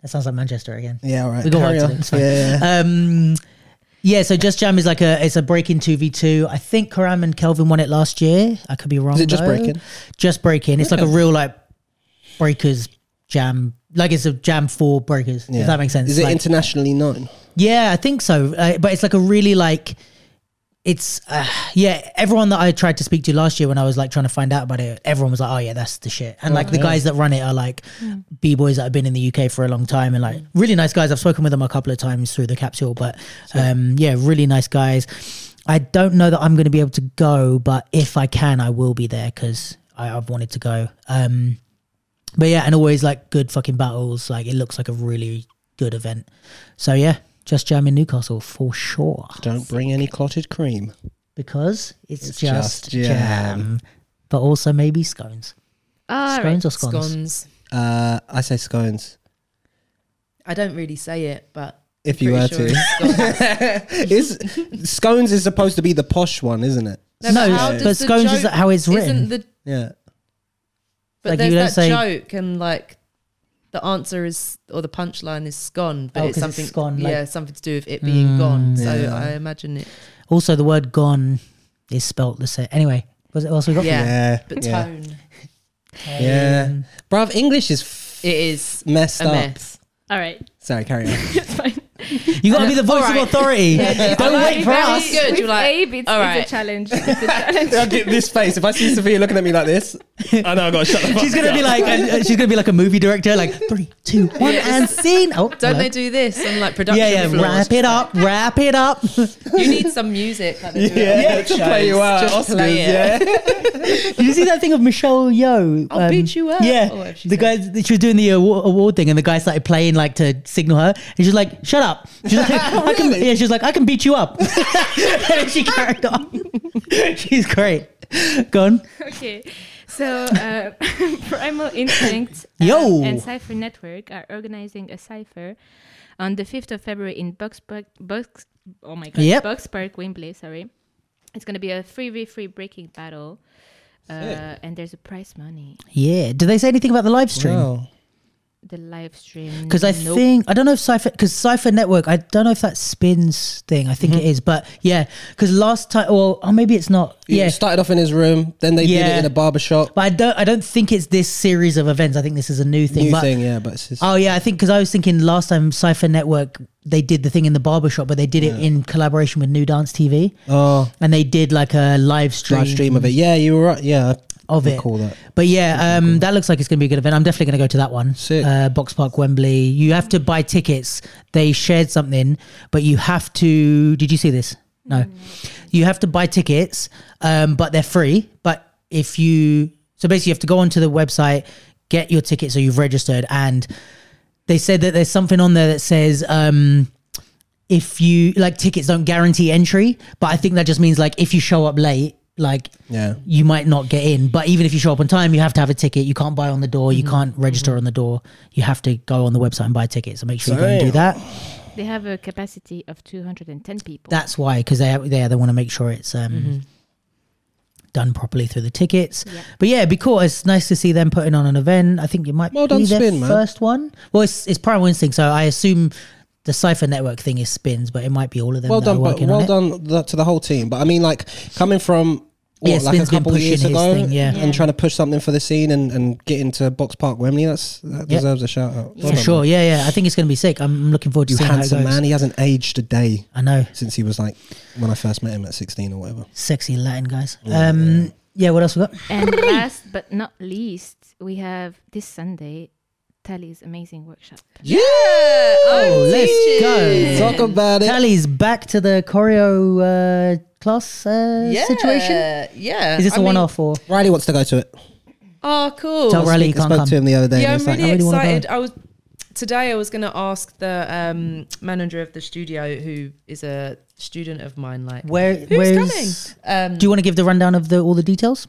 [SPEAKER 1] that sounds like Manchester again.
[SPEAKER 6] Yeah, all right.
[SPEAKER 1] We got
[SPEAKER 6] Carry
[SPEAKER 1] work to
[SPEAKER 6] on.
[SPEAKER 1] do, it's fine.
[SPEAKER 6] Yeah, yeah.
[SPEAKER 1] Um, yeah, so Just Jam is like a it's a breaking two v two. I think Karam and Kelvin won it last year. I could be wrong.
[SPEAKER 6] Is it just
[SPEAKER 1] though.
[SPEAKER 6] breaking?
[SPEAKER 1] Just breaking. It's like a real like breakers jam. Like it's a jam for breakers.
[SPEAKER 6] Yeah.
[SPEAKER 1] If that makes sense.
[SPEAKER 6] Is it
[SPEAKER 1] Like-
[SPEAKER 6] internationally known?
[SPEAKER 1] yeah, I think so. Uh, but it's like a really like it's uh, yeah. Everyone that I tried to speak to last year when I was like trying to find out about it, everyone was like, "Oh yeah, that's the shit." And like the guys that run it are like b boys that have been in the UK for a long time and like really nice guys. I've spoken with them a couple of times through the capsule, but um, yeah, really nice guys. I don't know that I'm going to be able to go, but if I can, I will be there because I've wanted to go. Um, But yeah, and always like good fucking battles. Like it looks like a really good event. So yeah, just jam in Newcastle for sure
[SPEAKER 6] Don't bring any clotted cream.
[SPEAKER 1] because it's,
[SPEAKER 6] It's
[SPEAKER 1] just,
[SPEAKER 6] just
[SPEAKER 1] jam.
[SPEAKER 6] jam.
[SPEAKER 1] But also maybe scones,
[SPEAKER 5] All right.
[SPEAKER 1] scones or scones.
[SPEAKER 2] Ah, Scones.
[SPEAKER 6] Uh, I say scones.
[SPEAKER 2] I don't really say it, but
[SPEAKER 6] If you were
[SPEAKER 2] pretty sure
[SPEAKER 6] to,
[SPEAKER 2] it's scones.
[SPEAKER 6] is scones is supposed to be the posh one, isn't it?
[SPEAKER 2] No,
[SPEAKER 1] No,
[SPEAKER 2] but how does
[SPEAKER 1] but
[SPEAKER 2] the
[SPEAKER 1] scones is
[SPEAKER 2] joke-
[SPEAKER 1] how it's written.
[SPEAKER 2] Isn't the
[SPEAKER 6] Yeah.
[SPEAKER 2] but
[SPEAKER 1] Like, you
[SPEAKER 2] there's
[SPEAKER 1] don't
[SPEAKER 2] that
[SPEAKER 1] say-
[SPEAKER 2] joke and like the answer is or the punchline is scone, but
[SPEAKER 1] Oh,
[SPEAKER 2] it's
[SPEAKER 1] 'cause it's
[SPEAKER 2] something
[SPEAKER 1] scone, like- Mm,
[SPEAKER 2] yeah, something to do with it being gone. So
[SPEAKER 6] yeah.
[SPEAKER 2] I imagine it.
[SPEAKER 1] also, the word "gone" is spelt the same. Anyway, was it what else we got?
[SPEAKER 2] Yeah.
[SPEAKER 6] Yeah.
[SPEAKER 2] But
[SPEAKER 6] yeah.
[SPEAKER 2] tone,
[SPEAKER 6] Yeah.
[SPEAKER 1] Um,
[SPEAKER 6] Bruv, English is f-
[SPEAKER 2] it is
[SPEAKER 6] messed
[SPEAKER 2] a
[SPEAKER 6] up.
[SPEAKER 2] mess.
[SPEAKER 5] All right.
[SPEAKER 6] Sorry, carry on.
[SPEAKER 5] It's fine.
[SPEAKER 1] You gotta be the voice of authority. Don't
[SPEAKER 2] Alright,
[SPEAKER 1] wait for
[SPEAKER 2] very
[SPEAKER 1] us.
[SPEAKER 2] good.
[SPEAKER 5] With
[SPEAKER 2] You're like,
[SPEAKER 5] Abe, it's,
[SPEAKER 2] all
[SPEAKER 5] it's
[SPEAKER 2] right.
[SPEAKER 5] a challenge. It's a challenge.
[SPEAKER 6] I get this face. If I see Sophia looking at me like this, I know I got to shut the fuck
[SPEAKER 1] She's gonna be like, and, uh, she's gonna be like a movie director, like three, two, one, and scene. Oh,
[SPEAKER 2] Don't
[SPEAKER 1] hello.
[SPEAKER 2] they do this on like production
[SPEAKER 1] Yeah, yeah.
[SPEAKER 2] floors?
[SPEAKER 1] Wrap it up. Wrap it up.
[SPEAKER 2] You need some music. Like they do it
[SPEAKER 6] Yeah,
[SPEAKER 2] on
[SPEAKER 6] yeah,
[SPEAKER 2] talk
[SPEAKER 6] to
[SPEAKER 2] shows.
[SPEAKER 6] play you out.
[SPEAKER 2] Just
[SPEAKER 6] Oscars,
[SPEAKER 2] play it.
[SPEAKER 6] yeah.
[SPEAKER 1] Did you see that thing of Michelle Yeoh? Um,
[SPEAKER 2] I'll beat you up,
[SPEAKER 1] Yeah,
[SPEAKER 2] or whatever she
[SPEAKER 1] the guy she was doing the award, award thing, and the guy started playing like to signal her, and she's like, "Shut up!" She's like, I can,
[SPEAKER 6] Really?
[SPEAKER 1] Yeah, she's like, "I can beat you up," and she carried on. she's great. Go on.
[SPEAKER 5] Okay, so uh, Primal Instinct uh,
[SPEAKER 1] Yo.
[SPEAKER 5] and Cypher Network are organizing a cypher on the 5th of February in Bucks Park, Bucks, oh my god,
[SPEAKER 1] Yep.
[SPEAKER 5] Bucks Park, Wembley, sorry. It's going to be a 3v3 breaking battle, uh, and there's a prize money.
[SPEAKER 1] Yeah. Did they say anything about the live stream?
[SPEAKER 5] The live stream.
[SPEAKER 1] because I
[SPEAKER 5] nope.
[SPEAKER 1] think I don't know if Cipher because Cipher Network I don't know if that spins thing I think it is but yeah because last time well or maybe it's not
[SPEAKER 6] Yeah.
[SPEAKER 1] yeah
[SPEAKER 6] started off in his room, then they did
[SPEAKER 1] Yeah.
[SPEAKER 6] it in a barber shop.
[SPEAKER 1] but I don't I don't think it's this series of events I think this is a new thing
[SPEAKER 6] New
[SPEAKER 1] but
[SPEAKER 6] thing, yeah, but it's just,
[SPEAKER 1] oh yeah I think because I was thinking last time Cipher Network they did the thing in the barbershop but they did it in collaboration with New Dance TV
[SPEAKER 6] oh,
[SPEAKER 1] and they did like a live stream,
[SPEAKER 6] live stream of it. Yeah, you were right. Yeah, I
[SPEAKER 1] of it.
[SPEAKER 6] recall that.
[SPEAKER 1] But yeah, um, that looks like it's going to be a good event. I'm definitely going to go to that one.
[SPEAKER 6] Sick.
[SPEAKER 1] Uh, Box Park, Wembley. You have to buy tickets. They shared something, but you have to. Did you see this? No. You have to buy tickets, um, but they're free. But if you. So basically, you have to go onto the website, get your ticket so you've registered. And they said that there's something on there that says. Um, if you like tickets don't guarantee entry, but I think that just means like if you show up late, like
[SPEAKER 6] Yeah.
[SPEAKER 1] you might not get in. But even if you show up on time, you have to have a ticket. You can't buy on the door.
[SPEAKER 6] Mm-hmm.
[SPEAKER 1] You can't register on the door. You have to go on the website and buy tickets. So make sure you go and do that.
[SPEAKER 5] They have a capacity of 210 people.
[SPEAKER 1] That's why, because they they, they want to make sure it's um,
[SPEAKER 6] Mm-hmm.
[SPEAKER 1] done properly through the tickets. But yeah, it'd be cool. It's nice to see them putting on an event. I think it might
[SPEAKER 6] Well
[SPEAKER 1] be
[SPEAKER 6] done,
[SPEAKER 1] their
[SPEAKER 6] Spin, man.
[SPEAKER 1] first one. Well, it's, it's Primal Instinct, so I assume the Cipher Network thing is Spins, but it might be all of them.
[SPEAKER 6] Well
[SPEAKER 1] that
[SPEAKER 6] done,
[SPEAKER 1] are
[SPEAKER 6] but
[SPEAKER 1] working
[SPEAKER 6] well
[SPEAKER 1] on it.
[SPEAKER 6] done th- to the whole team. But I mean, like coming from what,
[SPEAKER 1] Yeah,
[SPEAKER 6] like a
[SPEAKER 1] Spin's been
[SPEAKER 6] couple of years
[SPEAKER 1] pushing his
[SPEAKER 6] ago,
[SPEAKER 1] thing, yeah.
[SPEAKER 5] Yeah.
[SPEAKER 6] and trying to push something for the scene and, and get into Box Park Wembley. That's that
[SPEAKER 1] Yeah.
[SPEAKER 6] deserves a shout out. Well
[SPEAKER 1] For
[SPEAKER 6] done,
[SPEAKER 1] sure,
[SPEAKER 6] man.
[SPEAKER 1] yeah, yeah. I think it's going to be sick. I'm looking forward to
[SPEAKER 6] You
[SPEAKER 1] seeing how it
[SPEAKER 6] handsome
[SPEAKER 1] goes.
[SPEAKER 6] man. He hasn't aged a day
[SPEAKER 1] I know.
[SPEAKER 6] since he was like when I first met him at sixteen or whatever.
[SPEAKER 1] sexy Latin guys. Um, yeah, what else we got?
[SPEAKER 5] And last but not least, we have this Sunday, Tally's Amazing Workshop.
[SPEAKER 6] Yeah.
[SPEAKER 1] Oh, let's go.
[SPEAKER 6] Talk about it.
[SPEAKER 1] Tally's back to the choreo uh, class uh, situation.
[SPEAKER 2] Yeah.
[SPEAKER 1] Is this
[SPEAKER 2] I
[SPEAKER 1] a
[SPEAKER 2] mean-
[SPEAKER 1] one-off or
[SPEAKER 6] Riley wants to go to it.
[SPEAKER 2] Oh, cool.
[SPEAKER 1] Tell Riley you
[SPEAKER 6] I
[SPEAKER 1] can't
[SPEAKER 6] spoke
[SPEAKER 1] come?
[SPEAKER 6] to him the other day.
[SPEAKER 2] yeah,
[SPEAKER 6] and
[SPEAKER 2] I'm
[SPEAKER 6] it's like,
[SPEAKER 2] really,
[SPEAKER 1] I really wanna go.
[SPEAKER 2] excited. I was today. I was going to ask the um, manager of the studio, who is a student of mine, like
[SPEAKER 1] Where?
[SPEAKER 2] who's
[SPEAKER 1] where's,
[SPEAKER 2] coming. Um,
[SPEAKER 1] Do you want to give the rundown of the all the details?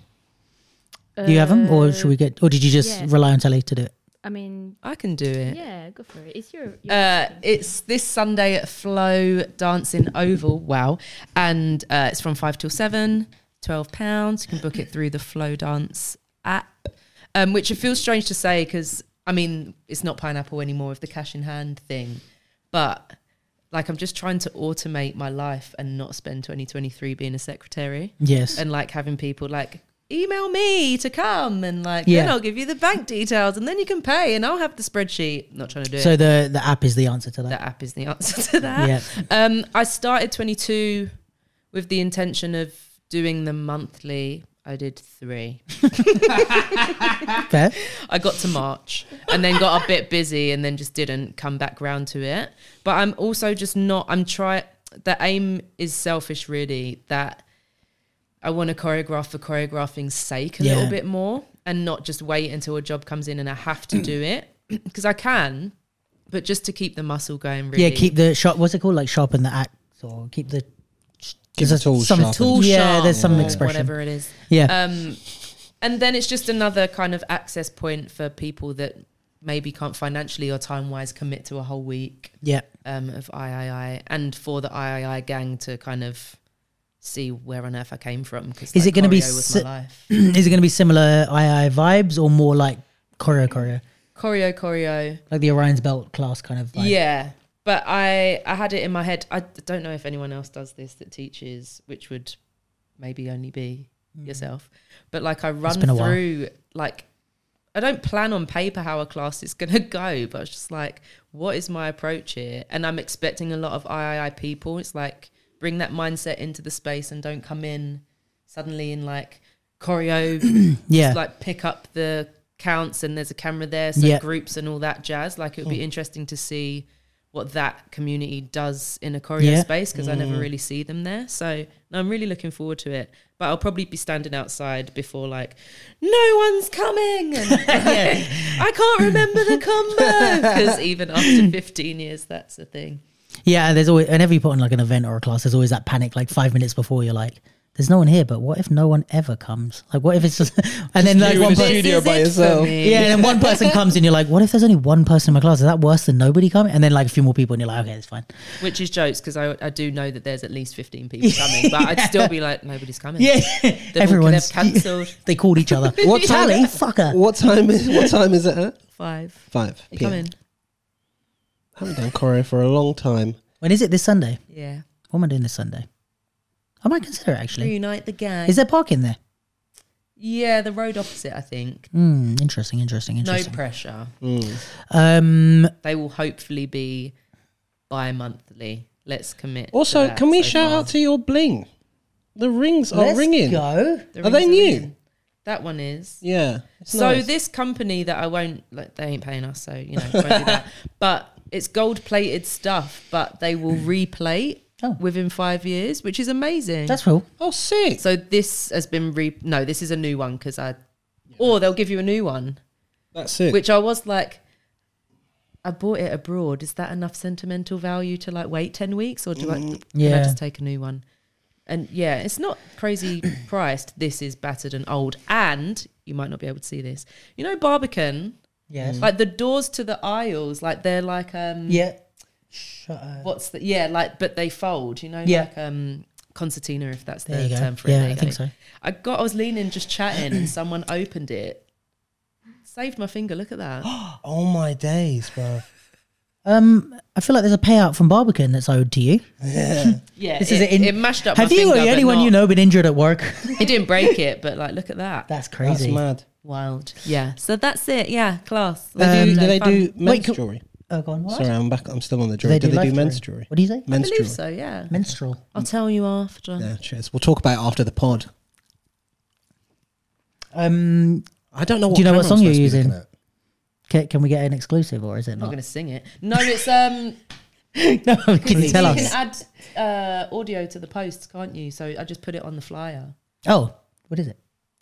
[SPEAKER 1] Do you have them, or should we get? Or did you just
[SPEAKER 5] yeah.
[SPEAKER 1] rely on Tally to do it?
[SPEAKER 5] Uh, I mean,
[SPEAKER 2] I can do it.
[SPEAKER 5] yeah, go for it. It's your. your
[SPEAKER 2] Uh, it's this Sunday at Flow Dancing Oval. Wow. And uh, it's from 5 till 7, 12 pounds. You can book it through the Flow Dance app, um, which it feels strange to say because, I mean, it's not pineapple anymore with the cash in hand thing. But like, I'm just trying to automate my life and not spend 2023 being a secretary
[SPEAKER 1] Yes.
[SPEAKER 2] and like having people like email me to come and like then
[SPEAKER 1] Yeah.
[SPEAKER 2] I'll give you the bank details and then you can pay and I'll have the spreadsheet. Not trying to do it
[SPEAKER 1] so the the app is the answer to that.
[SPEAKER 2] that app is the answer to that.
[SPEAKER 1] Yeah.
[SPEAKER 2] Um, I started 22 with the intention of doing them monthly. I did three.
[SPEAKER 1] Fair.
[SPEAKER 2] I got to March and then got a bit busy and then just didn't come back round to it. But I'm also just not, I'm trying, the aim is selfish, really, that I want to choreograph for choreographing's sake a
[SPEAKER 1] Yeah.
[SPEAKER 2] little bit more. and not just wait until a job comes in and I have to do it because I can, but just to keep the muscle going. Really.
[SPEAKER 1] Yeah, keep the sharp. What's it called? Like sharpen the axe, or keep the.
[SPEAKER 6] Keep
[SPEAKER 1] there's
[SPEAKER 6] the tools
[SPEAKER 1] some
[SPEAKER 6] sharpened.
[SPEAKER 2] tool
[SPEAKER 1] Yeah,
[SPEAKER 2] sharp
[SPEAKER 1] there's some
[SPEAKER 2] or
[SPEAKER 1] expression.
[SPEAKER 2] whatever it is.
[SPEAKER 1] Yeah,
[SPEAKER 2] Um, and then it's just another kind of access point for people that maybe can't financially or time wise commit to a whole week
[SPEAKER 1] yeah,
[SPEAKER 2] um, of III and for the III gang to kind of see where on earth I came from. Because
[SPEAKER 1] Is it gonna be
[SPEAKER 2] was
[SPEAKER 1] si-
[SPEAKER 2] my life?
[SPEAKER 1] is it going to be similar II vibes or more like choreo choreo,
[SPEAKER 2] choreo choreo?
[SPEAKER 1] like the Orion's Belt class kind of? Vibe?
[SPEAKER 2] Yeah. But I, I had it in my head. I d- don't know if anyone else does this that teaches, which would maybe only be yourself. But like I run
[SPEAKER 1] Hmm. been a while.
[SPEAKER 2] through like I don't plan on paper how a class is gonna go, but I was just like, what is my approach here? And I'm expecting a lot of III people. It's like bring that mindset into the space and don't come in suddenly in like choreo
[SPEAKER 1] yeah,
[SPEAKER 2] just, like pick up the counts and there's a camera there so
[SPEAKER 1] Yeah.
[SPEAKER 2] groups and all that jazz like it would be interesting to see what that community does in a choreo
[SPEAKER 1] Yeah.
[SPEAKER 2] space because i never really see them there so no, i'm really looking forward to it but i'll probably be standing outside before like no one's coming and i can't remember the combo because even after 15 years that's a thing
[SPEAKER 1] yeah. and There's always whenever you put on like an event or a class, there's always that panic. Like five minutes before, you're like. There's no one here, but what if no one ever comes? Like, what if it's just, and then like
[SPEAKER 6] you
[SPEAKER 1] one
[SPEAKER 6] in the
[SPEAKER 1] person,
[SPEAKER 6] studio
[SPEAKER 2] This is
[SPEAKER 6] by
[SPEAKER 2] it for
[SPEAKER 6] yourself.
[SPEAKER 2] me.
[SPEAKER 1] yeah, and then one person comes and you're like, what if there's only one person in my class? Is that worse than nobody coming? And then like a few more people, and you're like, okay, it's fine.
[SPEAKER 2] which is jokes because I, I do know that there's at least 15 people coming but i'd still be like nobody's coming
[SPEAKER 1] Yeah,
[SPEAKER 2] They've all-
[SPEAKER 1] everyone's
[SPEAKER 2] they've cancelled.
[SPEAKER 1] They called each other.
[SPEAKER 6] What time-
[SPEAKER 1] Charlie, fucker.
[SPEAKER 6] What time is what time is it at?
[SPEAKER 2] five
[SPEAKER 6] Five.
[SPEAKER 2] you
[SPEAKER 6] PM.
[SPEAKER 2] coming
[SPEAKER 6] I haven't done choreo for a long time.
[SPEAKER 1] When is it this Sunday?
[SPEAKER 2] yeah
[SPEAKER 1] What am I doing this Sunday? I might consider it actually.
[SPEAKER 2] Reunite the gang.
[SPEAKER 1] Is there parking there?
[SPEAKER 2] yeah, the road opposite, I think.
[SPEAKER 1] Hmm. interesting, interesting,
[SPEAKER 2] No
[SPEAKER 1] interesting.
[SPEAKER 2] pressure.
[SPEAKER 1] um,
[SPEAKER 2] They will hopefully be bi monthly. Let's commit. to
[SPEAKER 6] Also,
[SPEAKER 2] that
[SPEAKER 6] can we
[SPEAKER 2] so
[SPEAKER 6] shout
[SPEAKER 2] far.
[SPEAKER 6] out to your bling? The rings are
[SPEAKER 1] let's
[SPEAKER 6] ringing.
[SPEAKER 1] go.
[SPEAKER 2] The
[SPEAKER 6] Are
[SPEAKER 2] rings
[SPEAKER 6] they new?
[SPEAKER 2] in. That one is.
[SPEAKER 6] Yeah. it's
[SPEAKER 2] So
[SPEAKER 6] nice.
[SPEAKER 2] this company that I won't like, they ain't paying us, so you know, won't do that. But it's gold plated stuff, but they will replate
[SPEAKER 1] Oh.
[SPEAKER 2] within five years, which is amazing.
[SPEAKER 1] That's cool.
[SPEAKER 6] oh sick.
[SPEAKER 2] so this has been re. No, this is a new one because I. Or they'll give you a new one.
[SPEAKER 6] That's sick.
[SPEAKER 2] which I was like, I bought it abroad. Is that enough sentimental value to like wait ten weeks, or do I?
[SPEAKER 1] Mm.
[SPEAKER 2] Can I
[SPEAKER 1] Yeah.
[SPEAKER 2] just take a new one? And yeah, it's not crazy priced. This is battered and old, and you might not be able to see this. You know, Barbican,
[SPEAKER 1] Yes.
[SPEAKER 2] like the doors to the aisles, like they're like um,
[SPEAKER 1] Yeah. Shut up.
[SPEAKER 2] what's the yeah, like but they fold. You know,
[SPEAKER 1] Yeah.
[SPEAKER 2] like um, concertina if that's
[SPEAKER 1] There
[SPEAKER 2] the
[SPEAKER 1] you go.
[SPEAKER 2] term for it.
[SPEAKER 1] Yeah,
[SPEAKER 2] There
[SPEAKER 1] I
[SPEAKER 2] you
[SPEAKER 1] think
[SPEAKER 2] go.
[SPEAKER 1] so.
[SPEAKER 2] I got. I was leaning, just chatting, and someone opened it. Saved my finger. Look at that.
[SPEAKER 6] oh my days, bro.
[SPEAKER 1] Um, I feel like there's a payout from Barbican that's owed to you.
[SPEAKER 2] Yeah,
[SPEAKER 1] This
[SPEAKER 2] it,
[SPEAKER 1] is it in-
[SPEAKER 2] it mashed up.
[SPEAKER 1] Have
[SPEAKER 2] my
[SPEAKER 1] you or
[SPEAKER 2] finger,
[SPEAKER 1] the
[SPEAKER 2] but
[SPEAKER 1] only one
[SPEAKER 2] not-
[SPEAKER 1] you know been injured at work?
[SPEAKER 2] It didn't break it, but like, look at that.
[SPEAKER 1] That's
[SPEAKER 6] That's
[SPEAKER 1] crazy.
[SPEAKER 6] mad.
[SPEAKER 2] Wild. Yeah. So that's it. Yeah, class.
[SPEAKER 1] Um,
[SPEAKER 6] They do, do they
[SPEAKER 2] Fun.
[SPEAKER 6] do
[SPEAKER 1] Wait,
[SPEAKER 6] men's
[SPEAKER 1] can-
[SPEAKER 6] jewelry?
[SPEAKER 1] oh, go on. What?
[SPEAKER 6] Sorry, I'm back. I'm still on the jewelry. Do they
[SPEAKER 1] life
[SPEAKER 6] do men's
[SPEAKER 1] drawing?
[SPEAKER 6] jewelry?
[SPEAKER 1] What do you say?
[SPEAKER 2] I
[SPEAKER 6] Men's
[SPEAKER 2] believe
[SPEAKER 6] jewelry.
[SPEAKER 2] so. Yeah.
[SPEAKER 1] Menstrual.
[SPEAKER 2] I'll tell you after.
[SPEAKER 6] Yeah, cheers. We'll talk about it after the pod.
[SPEAKER 1] Um,
[SPEAKER 6] I don't know what
[SPEAKER 1] Do you know what
[SPEAKER 6] camera I'm
[SPEAKER 1] song you're
[SPEAKER 6] supposed to be
[SPEAKER 1] using?
[SPEAKER 6] looking at.
[SPEAKER 1] can, can we get an exclusive or is it
[SPEAKER 2] I'm not
[SPEAKER 1] not?
[SPEAKER 2] gonna sing it. No, it's um.
[SPEAKER 1] No, can you tell
[SPEAKER 2] you
[SPEAKER 1] us?
[SPEAKER 2] can add uh, audio to the posts, can't you? So I just put it on the flyer.
[SPEAKER 1] Oh, what is it?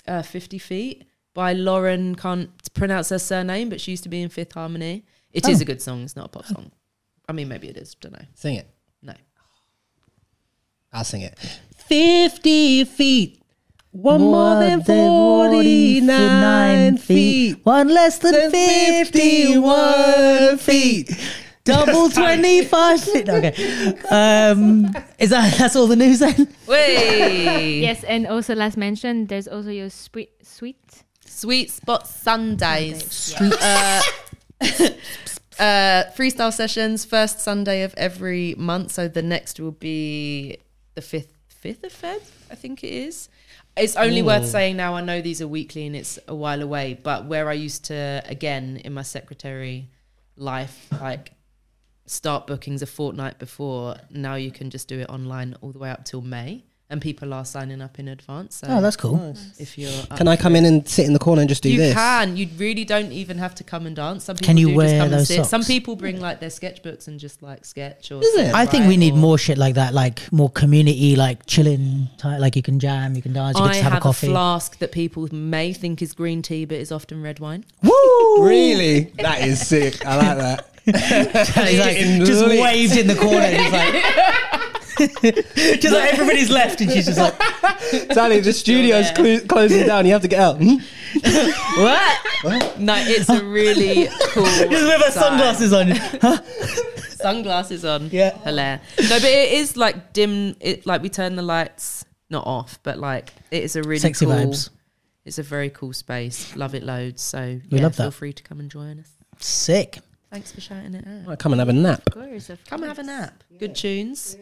[SPEAKER 2] Uh, Fifty feet by Lauren. Can't pronounce her surname, but she used to be in Fifth Harmony. It is
[SPEAKER 1] Oh.
[SPEAKER 2] a good song. It's not a pop song. I mean, maybe it is. Don't know.
[SPEAKER 6] Sing it.
[SPEAKER 2] No.
[SPEAKER 6] I'll sing it. 50 feet. One more, than 49 feet.
[SPEAKER 1] One less than,
[SPEAKER 6] Than 51 feet.
[SPEAKER 1] Double 25 feet. Okay. Um, is that that's all the news then?
[SPEAKER 2] Way.
[SPEAKER 5] Yes, and also last mention, there's also your sweet sweet.
[SPEAKER 2] Sweet Spot Sundays. Uh, uh, freestyle sessions, first Sunday of every month. So the next will be the 5th, 5th of Feb, I think it is. It's only worth saying now, I know these are weekly and it's a while away, but where I used to, again, in my secretary life, like start bookings a fortnight before, now you can just do it online all the way up till May. and people are signing up in advance. So
[SPEAKER 1] Oh, that's cool.
[SPEAKER 2] if you're up
[SPEAKER 6] Can I come in and sit in the corner and just do
[SPEAKER 2] you
[SPEAKER 6] this?
[SPEAKER 2] can. You really don't even have to come and dance. Some people
[SPEAKER 1] Can you
[SPEAKER 2] do
[SPEAKER 1] wear
[SPEAKER 2] just come
[SPEAKER 1] those
[SPEAKER 2] and sit. Some
[SPEAKER 1] socks?
[SPEAKER 2] people bring like their sketchbooks and just like sketch or.
[SPEAKER 6] Is it?
[SPEAKER 1] I think we need
[SPEAKER 2] or-
[SPEAKER 1] more shit like that, like more community, like chilling, ty- like you can jam, you can dance, you
[SPEAKER 2] I
[SPEAKER 1] can just have, a
[SPEAKER 2] have a
[SPEAKER 1] coffee.
[SPEAKER 2] flask that people may think is green tea, but is often red wine.
[SPEAKER 1] Woo!
[SPEAKER 6] Really? That is sick. I like that.
[SPEAKER 1] He's like,
[SPEAKER 6] Getting
[SPEAKER 1] just
[SPEAKER 6] lit.
[SPEAKER 1] waved in the corner. He's like, just like everybody's left, and she's just like,
[SPEAKER 6] Sally, the studio's clo- closing down. You have to get out. Hmm?
[SPEAKER 2] What? No, it's a really cool. Just
[SPEAKER 1] just with her sunglasses on.
[SPEAKER 2] Sunglasses on.
[SPEAKER 1] Yeah.
[SPEAKER 2] Hilaire. No, but it is like dim. It like we turn the lights not off, but like it is a really
[SPEAKER 1] Sexy
[SPEAKER 2] cool.
[SPEAKER 1] vibes.
[SPEAKER 2] It's a very cool space. Love it loads. So
[SPEAKER 1] We
[SPEAKER 2] yeah,
[SPEAKER 1] love
[SPEAKER 2] Feel
[SPEAKER 1] that.
[SPEAKER 2] free to come and join us.
[SPEAKER 1] Sick.
[SPEAKER 2] Thanks for shouting it out.
[SPEAKER 6] Might come and have a nap.
[SPEAKER 5] Of course, of
[SPEAKER 2] Come
[SPEAKER 5] course.
[SPEAKER 2] have a nap. Good tunes.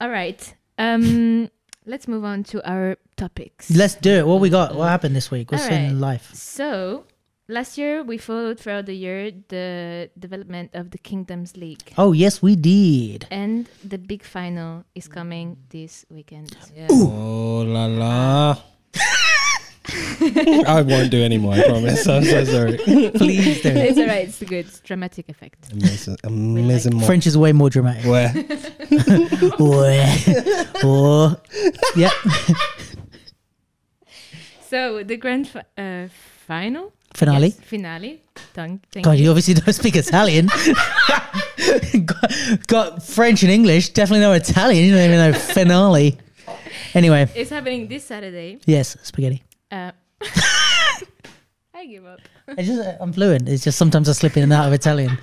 [SPEAKER 5] All right. Um, let's move on to our topics.
[SPEAKER 1] Let's do it. What we got? What happened this week? What's in
[SPEAKER 5] Alright.
[SPEAKER 1] life?
[SPEAKER 5] so last year we followed throughout the year the development of the Kingdoms League.
[SPEAKER 1] Oh yes, we did.
[SPEAKER 5] And the big final is coming this weekend.
[SPEAKER 6] Oh la la. I won't do anymore, I promise. I'm so sorry.
[SPEAKER 1] Please do.
[SPEAKER 5] it's all right. It's good. It's dramatic effect.
[SPEAKER 6] Amazing. Amazing. more.
[SPEAKER 1] French is way more dramatic.
[SPEAKER 6] Where?
[SPEAKER 1] oh, yeah.
[SPEAKER 5] So the grand fi- uh, final
[SPEAKER 1] Finale.
[SPEAKER 5] Yes, finale. Tongue. Thank
[SPEAKER 1] God,
[SPEAKER 5] you.
[SPEAKER 1] you obviously don't speak Italian. got, got French and English. Definitely no Italian. You don't even know finale. Anyway,
[SPEAKER 5] It's happening this Saturday.
[SPEAKER 1] yes, spaghetti.
[SPEAKER 5] Uh, I give up.
[SPEAKER 1] I just, uh, I'm fluent. It's just sometimes I slip in and out of Italian.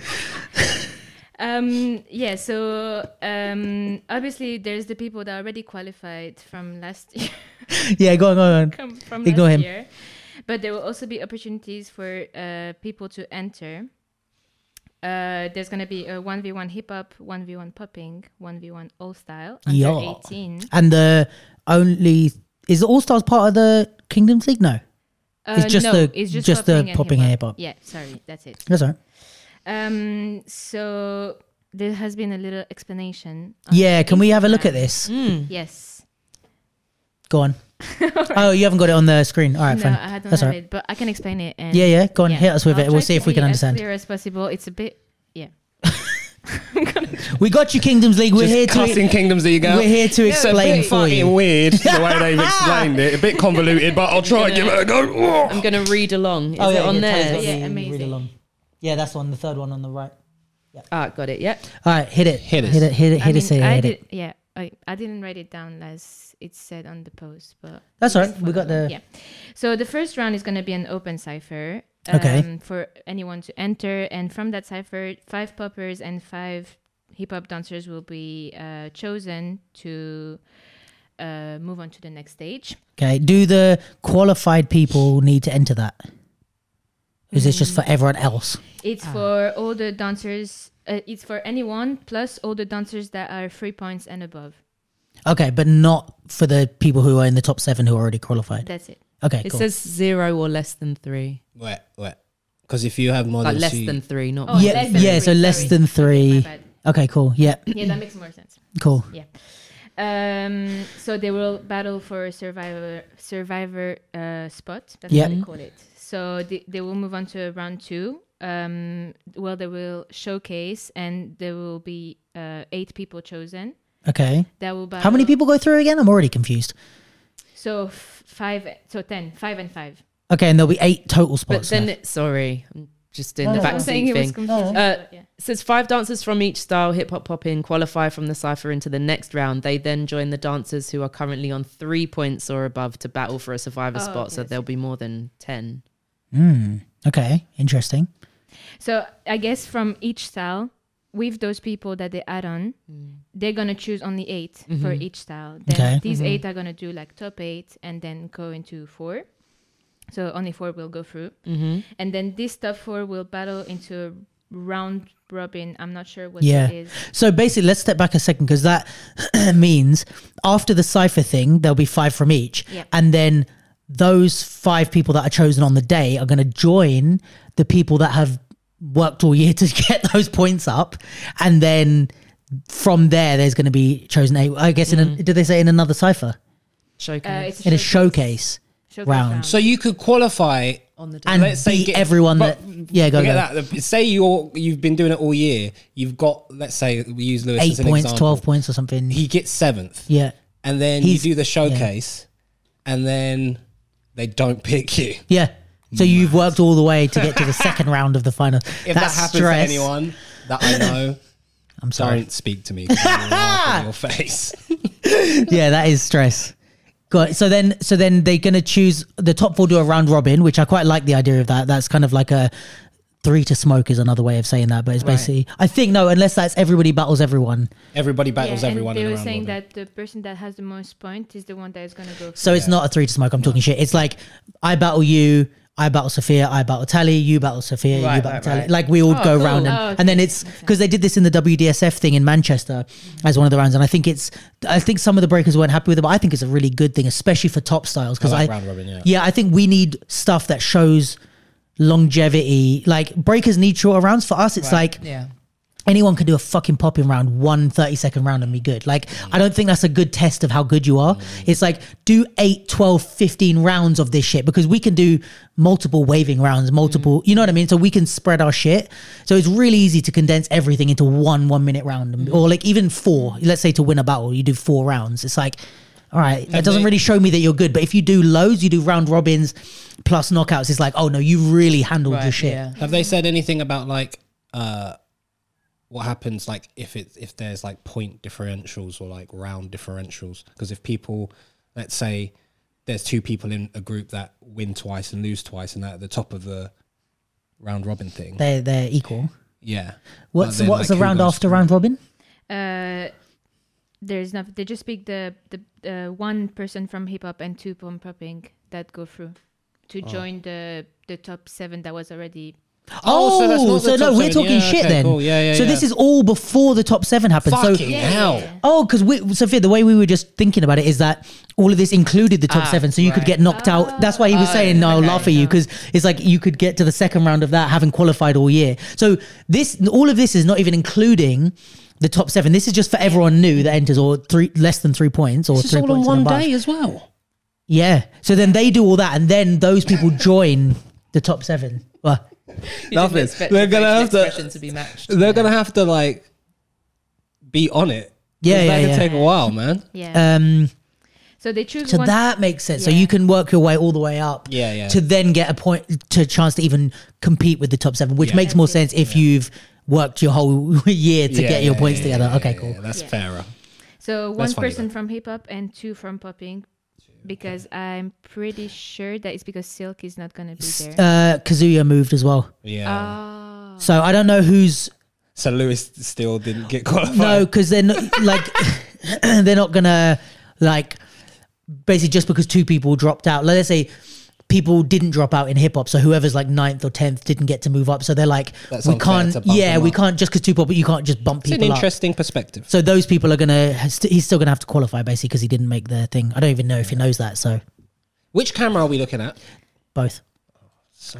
[SPEAKER 5] Um, yeah. So um, obviously there's the people that already qualified from last year.
[SPEAKER 1] Yeah, go on, go on.
[SPEAKER 5] come from
[SPEAKER 1] Ignore
[SPEAKER 5] last
[SPEAKER 1] him.
[SPEAKER 5] year. But there will also be opportunities for uh, people to enter. Uh, there's going to be a 1v1 hip hop, 1v1 popping, 1v1 all style under
[SPEAKER 1] Yeah.
[SPEAKER 5] 18.
[SPEAKER 1] And the only is All Stars part of the Kingdoms League? No,
[SPEAKER 5] Uh,
[SPEAKER 1] It's just
[SPEAKER 5] no,
[SPEAKER 1] the-
[SPEAKER 5] it's just,
[SPEAKER 1] just the
[SPEAKER 5] popping and
[SPEAKER 1] popping and hip-hop.
[SPEAKER 5] Yeah, sorry, that's it.
[SPEAKER 1] that's all right.
[SPEAKER 5] Um, so there has been a little explanation. on
[SPEAKER 1] Yeah, can we have a look at
[SPEAKER 5] Instagram.
[SPEAKER 1] this?
[SPEAKER 5] Yes.
[SPEAKER 1] Go on. Oh, you haven't got it on the screen. All right,
[SPEAKER 5] No,
[SPEAKER 1] fine.
[SPEAKER 5] I don't
[SPEAKER 1] That's all
[SPEAKER 5] have
[SPEAKER 1] right.
[SPEAKER 5] it, but I can explain it. And
[SPEAKER 1] Yeah, yeah. Go on,
[SPEAKER 5] yeah,
[SPEAKER 1] hit us with
[SPEAKER 5] I'll
[SPEAKER 1] it. We'll
[SPEAKER 5] try
[SPEAKER 1] see
[SPEAKER 5] to
[SPEAKER 1] if we
[SPEAKER 5] be
[SPEAKER 1] can
[SPEAKER 5] as
[SPEAKER 1] understand.
[SPEAKER 5] clear as possible. It's a bit, yeah.
[SPEAKER 1] We got you, Kingdoms League. We're
[SPEAKER 6] Just
[SPEAKER 1] here to
[SPEAKER 6] cussing Kingdoms Ego.
[SPEAKER 1] we're here to
[SPEAKER 6] a
[SPEAKER 1] explain
[SPEAKER 6] bit
[SPEAKER 1] for
[SPEAKER 6] fucking
[SPEAKER 1] you.
[SPEAKER 6] weird the way they've explained it. A bit convoluted, but I'll try and give it a go.
[SPEAKER 2] I'm going to read along. Is
[SPEAKER 1] Oh,
[SPEAKER 2] it on there?
[SPEAKER 5] Oh, Yeah, amazing.
[SPEAKER 1] Yeah, that's one. The third one on the right.
[SPEAKER 2] Ah, got it. Yep.
[SPEAKER 1] All right, hit it. Hit it. Hit it. Hit it.
[SPEAKER 5] I
[SPEAKER 1] Hit
[SPEAKER 5] mean,
[SPEAKER 1] it. Hit
[SPEAKER 5] I
[SPEAKER 1] it.
[SPEAKER 5] did, Yeah, I, I didn't write it down as it said on the post, but
[SPEAKER 1] That's
[SPEAKER 5] you
[SPEAKER 1] all
[SPEAKER 5] can
[SPEAKER 1] right, we
[SPEAKER 5] follow
[SPEAKER 1] got the-
[SPEAKER 5] along. yeah. So the first round is going to be an open cipher.
[SPEAKER 1] Okay.
[SPEAKER 5] um, For anyone to enter, and from that cipher, five poppers and five hip hop dancers will be uh, chosen to uh, move on to the next stage.
[SPEAKER 1] Okay. Do the qualified people need to enter that? Or Is this just
[SPEAKER 5] Mm.
[SPEAKER 1] for everyone else?
[SPEAKER 5] It's
[SPEAKER 1] Ah.
[SPEAKER 5] for all the dancers. Uh, it's for anyone plus all the dancers that are three points and above.
[SPEAKER 1] Okay, but not for the people who are in the top seven who are already qualified.
[SPEAKER 5] That's it.
[SPEAKER 1] Okay,
[SPEAKER 2] It
[SPEAKER 1] cool.
[SPEAKER 2] says zero or less than three.
[SPEAKER 6] Wait, wait. Because if you have
[SPEAKER 3] Oh,
[SPEAKER 6] more
[SPEAKER 2] Like
[SPEAKER 6] than
[SPEAKER 2] less
[SPEAKER 6] two-
[SPEAKER 2] than three, not
[SPEAKER 5] Oh,
[SPEAKER 2] more.
[SPEAKER 1] yeah,
[SPEAKER 5] less than
[SPEAKER 1] yeah.
[SPEAKER 5] three,
[SPEAKER 1] so less
[SPEAKER 5] sorry.
[SPEAKER 1] than
[SPEAKER 5] My
[SPEAKER 1] three.
[SPEAKER 5] bad.
[SPEAKER 1] Okay, cool. Yeah,
[SPEAKER 5] Yeah, that makes more sense.
[SPEAKER 1] cool.
[SPEAKER 5] Um, so they will battle for a survivor survivor uh, spot. That's
[SPEAKER 1] Yeah.
[SPEAKER 5] what they call it. So they, they will move on to round two. Um, well, they will showcase, and there will be uh, eight people chosen.
[SPEAKER 1] Okay.
[SPEAKER 5] That will battle.
[SPEAKER 1] How many people go through again? I'm already confused.
[SPEAKER 5] So f- five, so ten, five and five.
[SPEAKER 1] Okay, and there'll be eight total
[SPEAKER 2] But
[SPEAKER 1] spots.
[SPEAKER 2] then,
[SPEAKER 1] left.
[SPEAKER 2] it, sorry, I'm just in the
[SPEAKER 1] that's
[SPEAKER 5] I'm
[SPEAKER 2] backseat
[SPEAKER 5] saying it was
[SPEAKER 2] thing.
[SPEAKER 5] confusing.
[SPEAKER 2] Uh,
[SPEAKER 5] but yeah.
[SPEAKER 2] It says five dancers from each style hip hop pop in qualify from the cipher into the next round. They then join the dancers who are currently on three points or above to battle for a survivor
[SPEAKER 5] Oh,
[SPEAKER 2] spot.
[SPEAKER 5] okay,
[SPEAKER 2] so
[SPEAKER 5] I see.
[SPEAKER 2] there'll be more than ten.
[SPEAKER 1] okay, interesting.
[SPEAKER 5] So I guess from each style, with those people that they add on,
[SPEAKER 3] Mm.
[SPEAKER 5] they're gonna choose only 8 for
[SPEAKER 3] Mm-hmm.
[SPEAKER 5] each style. Then
[SPEAKER 1] Okay.
[SPEAKER 5] these eight are gonna do like top eight and then go into four. So only four will go through,
[SPEAKER 3] Mm-hmm.
[SPEAKER 5] and then this top four will battle into round robin. I'm not sure what
[SPEAKER 1] Yeah.
[SPEAKER 5] it is.
[SPEAKER 1] So basically, let's step back a second because that means after the cipher thing, there'll be five from each,
[SPEAKER 5] Yeah.
[SPEAKER 1] and then those five people that are chosen on the day are going to join the people that have worked all year to get those points up, and then from there, there's going to be chosen eight. I guess in a, did they say in another cipher
[SPEAKER 5] Uh,
[SPEAKER 2] Showcase.
[SPEAKER 5] it's
[SPEAKER 1] in a
[SPEAKER 5] showcase-
[SPEAKER 1] showcase?
[SPEAKER 5] showcase
[SPEAKER 1] round.
[SPEAKER 5] round.
[SPEAKER 3] So you could qualify
[SPEAKER 2] on the day.
[SPEAKER 1] And
[SPEAKER 3] Let's say
[SPEAKER 1] beat
[SPEAKER 3] get-
[SPEAKER 1] everyone
[SPEAKER 3] but-
[SPEAKER 1] that yeah go,
[SPEAKER 3] Forget
[SPEAKER 1] go.
[SPEAKER 3] that. The- Say you're you've been doing it all year. You've got let's say we use Lewis
[SPEAKER 1] eight
[SPEAKER 3] as an
[SPEAKER 1] points,
[SPEAKER 3] example.
[SPEAKER 1] twelve points or something.
[SPEAKER 3] He gets seventh,
[SPEAKER 1] yeah,
[SPEAKER 3] and then
[SPEAKER 1] He's-
[SPEAKER 3] you do the showcase, and then they don't pick you.
[SPEAKER 1] yeah. So you've worked all the way to get to the second round of the final.
[SPEAKER 3] If that
[SPEAKER 1] That's
[SPEAKER 3] happens
[SPEAKER 1] stress.
[SPEAKER 3] to anyone that I know,
[SPEAKER 1] I'm sorry.
[SPEAKER 3] don't speak to me. 'cause I'm gonna laugh in your face.
[SPEAKER 1] yeah, that is stress. Got so then so then they're gonna choose the top four do a round robin, which I quite like the idea of that. That's kind of like a three to smoke is another way of saying that, but it's basically I think no, unless that's everybody battles everyone.
[SPEAKER 3] Everybody
[SPEAKER 5] Yeah,
[SPEAKER 3] battles
[SPEAKER 5] and
[SPEAKER 3] everyone
[SPEAKER 5] they
[SPEAKER 3] in a
[SPEAKER 5] were
[SPEAKER 3] round.
[SPEAKER 5] saying
[SPEAKER 3] robin.
[SPEAKER 5] that the person that has the most points is the one that is gonna go.
[SPEAKER 1] So it's not a three to smoke. I'm talking shit. It's like I battle you, I battle Sophia, I battle Tally, you battle Sophia, you
[SPEAKER 2] Right,
[SPEAKER 1] battle
[SPEAKER 2] right,
[SPEAKER 1] Tally.
[SPEAKER 2] right.
[SPEAKER 1] Like we all
[SPEAKER 5] Oh,
[SPEAKER 1] go
[SPEAKER 5] cool.
[SPEAKER 1] round and,
[SPEAKER 5] Oh, okay.
[SPEAKER 1] and then it's because they did this in the WDSF thing in Manchester as one of the rounds, and I think it's I think some of the breakers weren't happy with it, but I think it's a really good thing, especially for top styles because
[SPEAKER 3] I
[SPEAKER 1] I,
[SPEAKER 3] like round robin, yeah.
[SPEAKER 1] I think we need stuff that shows longevity. Like breakers need shorter rounds. For us, it's like
[SPEAKER 2] yeah.
[SPEAKER 1] anyone could do a fucking popping round, one 30 second round and be good. Like, I don't think that's a good test of how good you are.
[SPEAKER 3] Mm.
[SPEAKER 1] It's like, do 8, 12, 15 rounds of this shit because we can do multiple waving rounds,
[SPEAKER 3] Mm.
[SPEAKER 1] multiple, you know what I mean? So we can spread our shit. So it's really easy to condense everything into one one minute round and- or like even four.
[SPEAKER 3] Mm.
[SPEAKER 1] Let's say to win a battle, you do four rounds. It's like, all right, that doesn't
[SPEAKER 3] they-
[SPEAKER 1] really show me that you're good. But if you do loads, you do round robins plus knockouts, it's like, oh no, you really handled your
[SPEAKER 2] Right,
[SPEAKER 1] shit.
[SPEAKER 2] yeah.
[SPEAKER 3] Have they said anything about like uh what happens like if it's if there's like point differentials or like round differentials? Because if people let's say there's two people in a group that win twice and lose twice and they're at the top of the round robin thing.
[SPEAKER 1] They're, they're equal.
[SPEAKER 3] yeah.
[SPEAKER 1] What's,
[SPEAKER 3] But then,
[SPEAKER 1] what's
[SPEAKER 3] like,
[SPEAKER 1] the
[SPEAKER 3] who
[SPEAKER 1] round
[SPEAKER 3] goes
[SPEAKER 1] after
[SPEAKER 3] through?
[SPEAKER 1] round robin?
[SPEAKER 5] Uh, there's nothing. They just pick the the uh, one person from hip hop and two from popping that go through to join the the top seven that was already.
[SPEAKER 1] Oh, so,
[SPEAKER 3] Oh, so that's
[SPEAKER 1] no,
[SPEAKER 3] not the top
[SPEAKER 1] we're
[SPEAKER 3] seven.
[SPEAKER 1] talking
[SPEAKER 3] Yeah,
[SPEAKER 1] shit
[SPEAKER 3] okay,
[SPEAKER 1] then.
[SPEAKER 3] cool. Yeah, yeah,
[SPEAKER 1] so
[SPEAKER 3] yeah.
[SPEAKER 1] this is all before the top seven happened.
[SPEAKER 3] Fucking
[SPEAKER 1] So
[SPEAKER 3] hell.
[SPEAKER 1] oh, because we Sophia, the way we were just thinking about it is that all of this included the top
[SPEAKER 2] Ah,
[SPEAKER 1] seven, so you could
[SPEAKER 2] right.
[SPEAKER 1] get knocked out. That's why he was
[SPEAKER 3] Ah,
[SPEAKER 2] Oh,
[SPEAKER 1] saying, "No, I'll
[SPEAKER 2] okay.
[SPEAKER 1] laugh at you," because it's like you could get to the second round of that having qualified all year. So this, all of this is not even including. The top seven. This is just for everyone new that enters, or three less than three points, or
[SPEAKER 3] It's
[SPEAKER 1] three
[SPEAKER 3] all on
[SPEAKER 1] points
[SPEAKER 3] one
[SPEAKER 1] and above.
[SPEAKER 3] day as well.
[SPEAKER 1] Yeah. So then they do all that, and then those people join the top seven. Well,
[SPEAKER 2] You didn't
[SPEAKER 3] Nothing.
[SPEAKER 2] expect
[SPEAKER 3] They're
[SPEAKER 2] the
[SPEAKER 3] gonna
[SPEAKER 2] facial
[SPEAKER 3] have to-
[SPEAKER 2] expression to be matched.
[SPEAKER 3] They're gonna have to like be on it.
[SPEAKER 1] Yeah,
[SPEAKER 3] That
[SPEAKER 1] yeah,
[SPEAKER 3] can
[SPEAKER 1] yeah.
[SPEAKER 3] take a while, man.
[SPEAKER 5] Yeah.
[SPEAKER 1] um,
[SPEAKER 5] so they choose
[SPEAKER 1] So
[SPEAKER 5] one.
[SPEAKER 1] that makes sense. So
[SPEAKER 5] Yeah.
[SPEAKER 1] you can work your way all the way up.
[SPEAKER 3] Yeah, yeah.
[SPEAKER 1] To then get a point to a chance to even compete with the top seven, which
[SPEAKER 3] Yeah.
[SPEAKER 1] makes more sense if you've worked your whole year to
[SPEAKER 3] Yeah,
[SPEAKER 1] get your
[SPEAKER 3] yeah,
[SPEAKER 1] points
[SPEAKER 3] yeah,
[SPEAKER 1] together.
[SPEAKER 3] yeah,
[SPEAKER 1] okay,
[SPEAKER 3] yeah,
[SPEAKER 1] cool.
[SPEAKER 3] yeah, that's
[SPEAKER 5] Yeah.
[SPEAKER 3] fairer.
[SPEAKER 5] So one
[SPEAKER 3] That's funny,
[SPEAKER 5] person
[SPEAKER 3] though.
[SPEAKER 5] from hip hop and two from popping, because I'm pretty sure that it's because Silk is not gonna be there.
[SPEAKER 1] Uh, Kazuya moved as well.
[SPEAKER 3] Yeah.
[SPEAKER 5] oh.
[SPEAKER 1] So I don't know who's
[SPEAKER 3] so Lewis still didn't get qualified.
[SPEAKER 1] no because they're not like they're not gonna like basically just because two people dropped out. Let's say people didn't drop out in hip hop, so whoever's like ninth or tenth didn't get to move up. So they're like,
[SPEAKER 3] That's
[SPEAKER 1] we
[SPEAKER 3] unfair
[SPEAKER 1] can't,
[SPEAKER 3] to bump
[SPEAKER 1] yeah,
[SPEAKER 3] them
[SPEAKER 1] we
[SPEAKER 3] up.
[SPEAKER 1] can't just because two people, you can't just bump
[SPEAKER 3] It's an
[SPEAKER 1] people up.
[SPEAKER 3] interesting perspective.
[SPEAKER 1] So those people are gonna. has to- He's still gonna have to qualify basically because he didn't make the thing. I don't even know if he knows that. So
[SPEAKER 3] Which camera are we looking at?
[SPEAKER 1] both.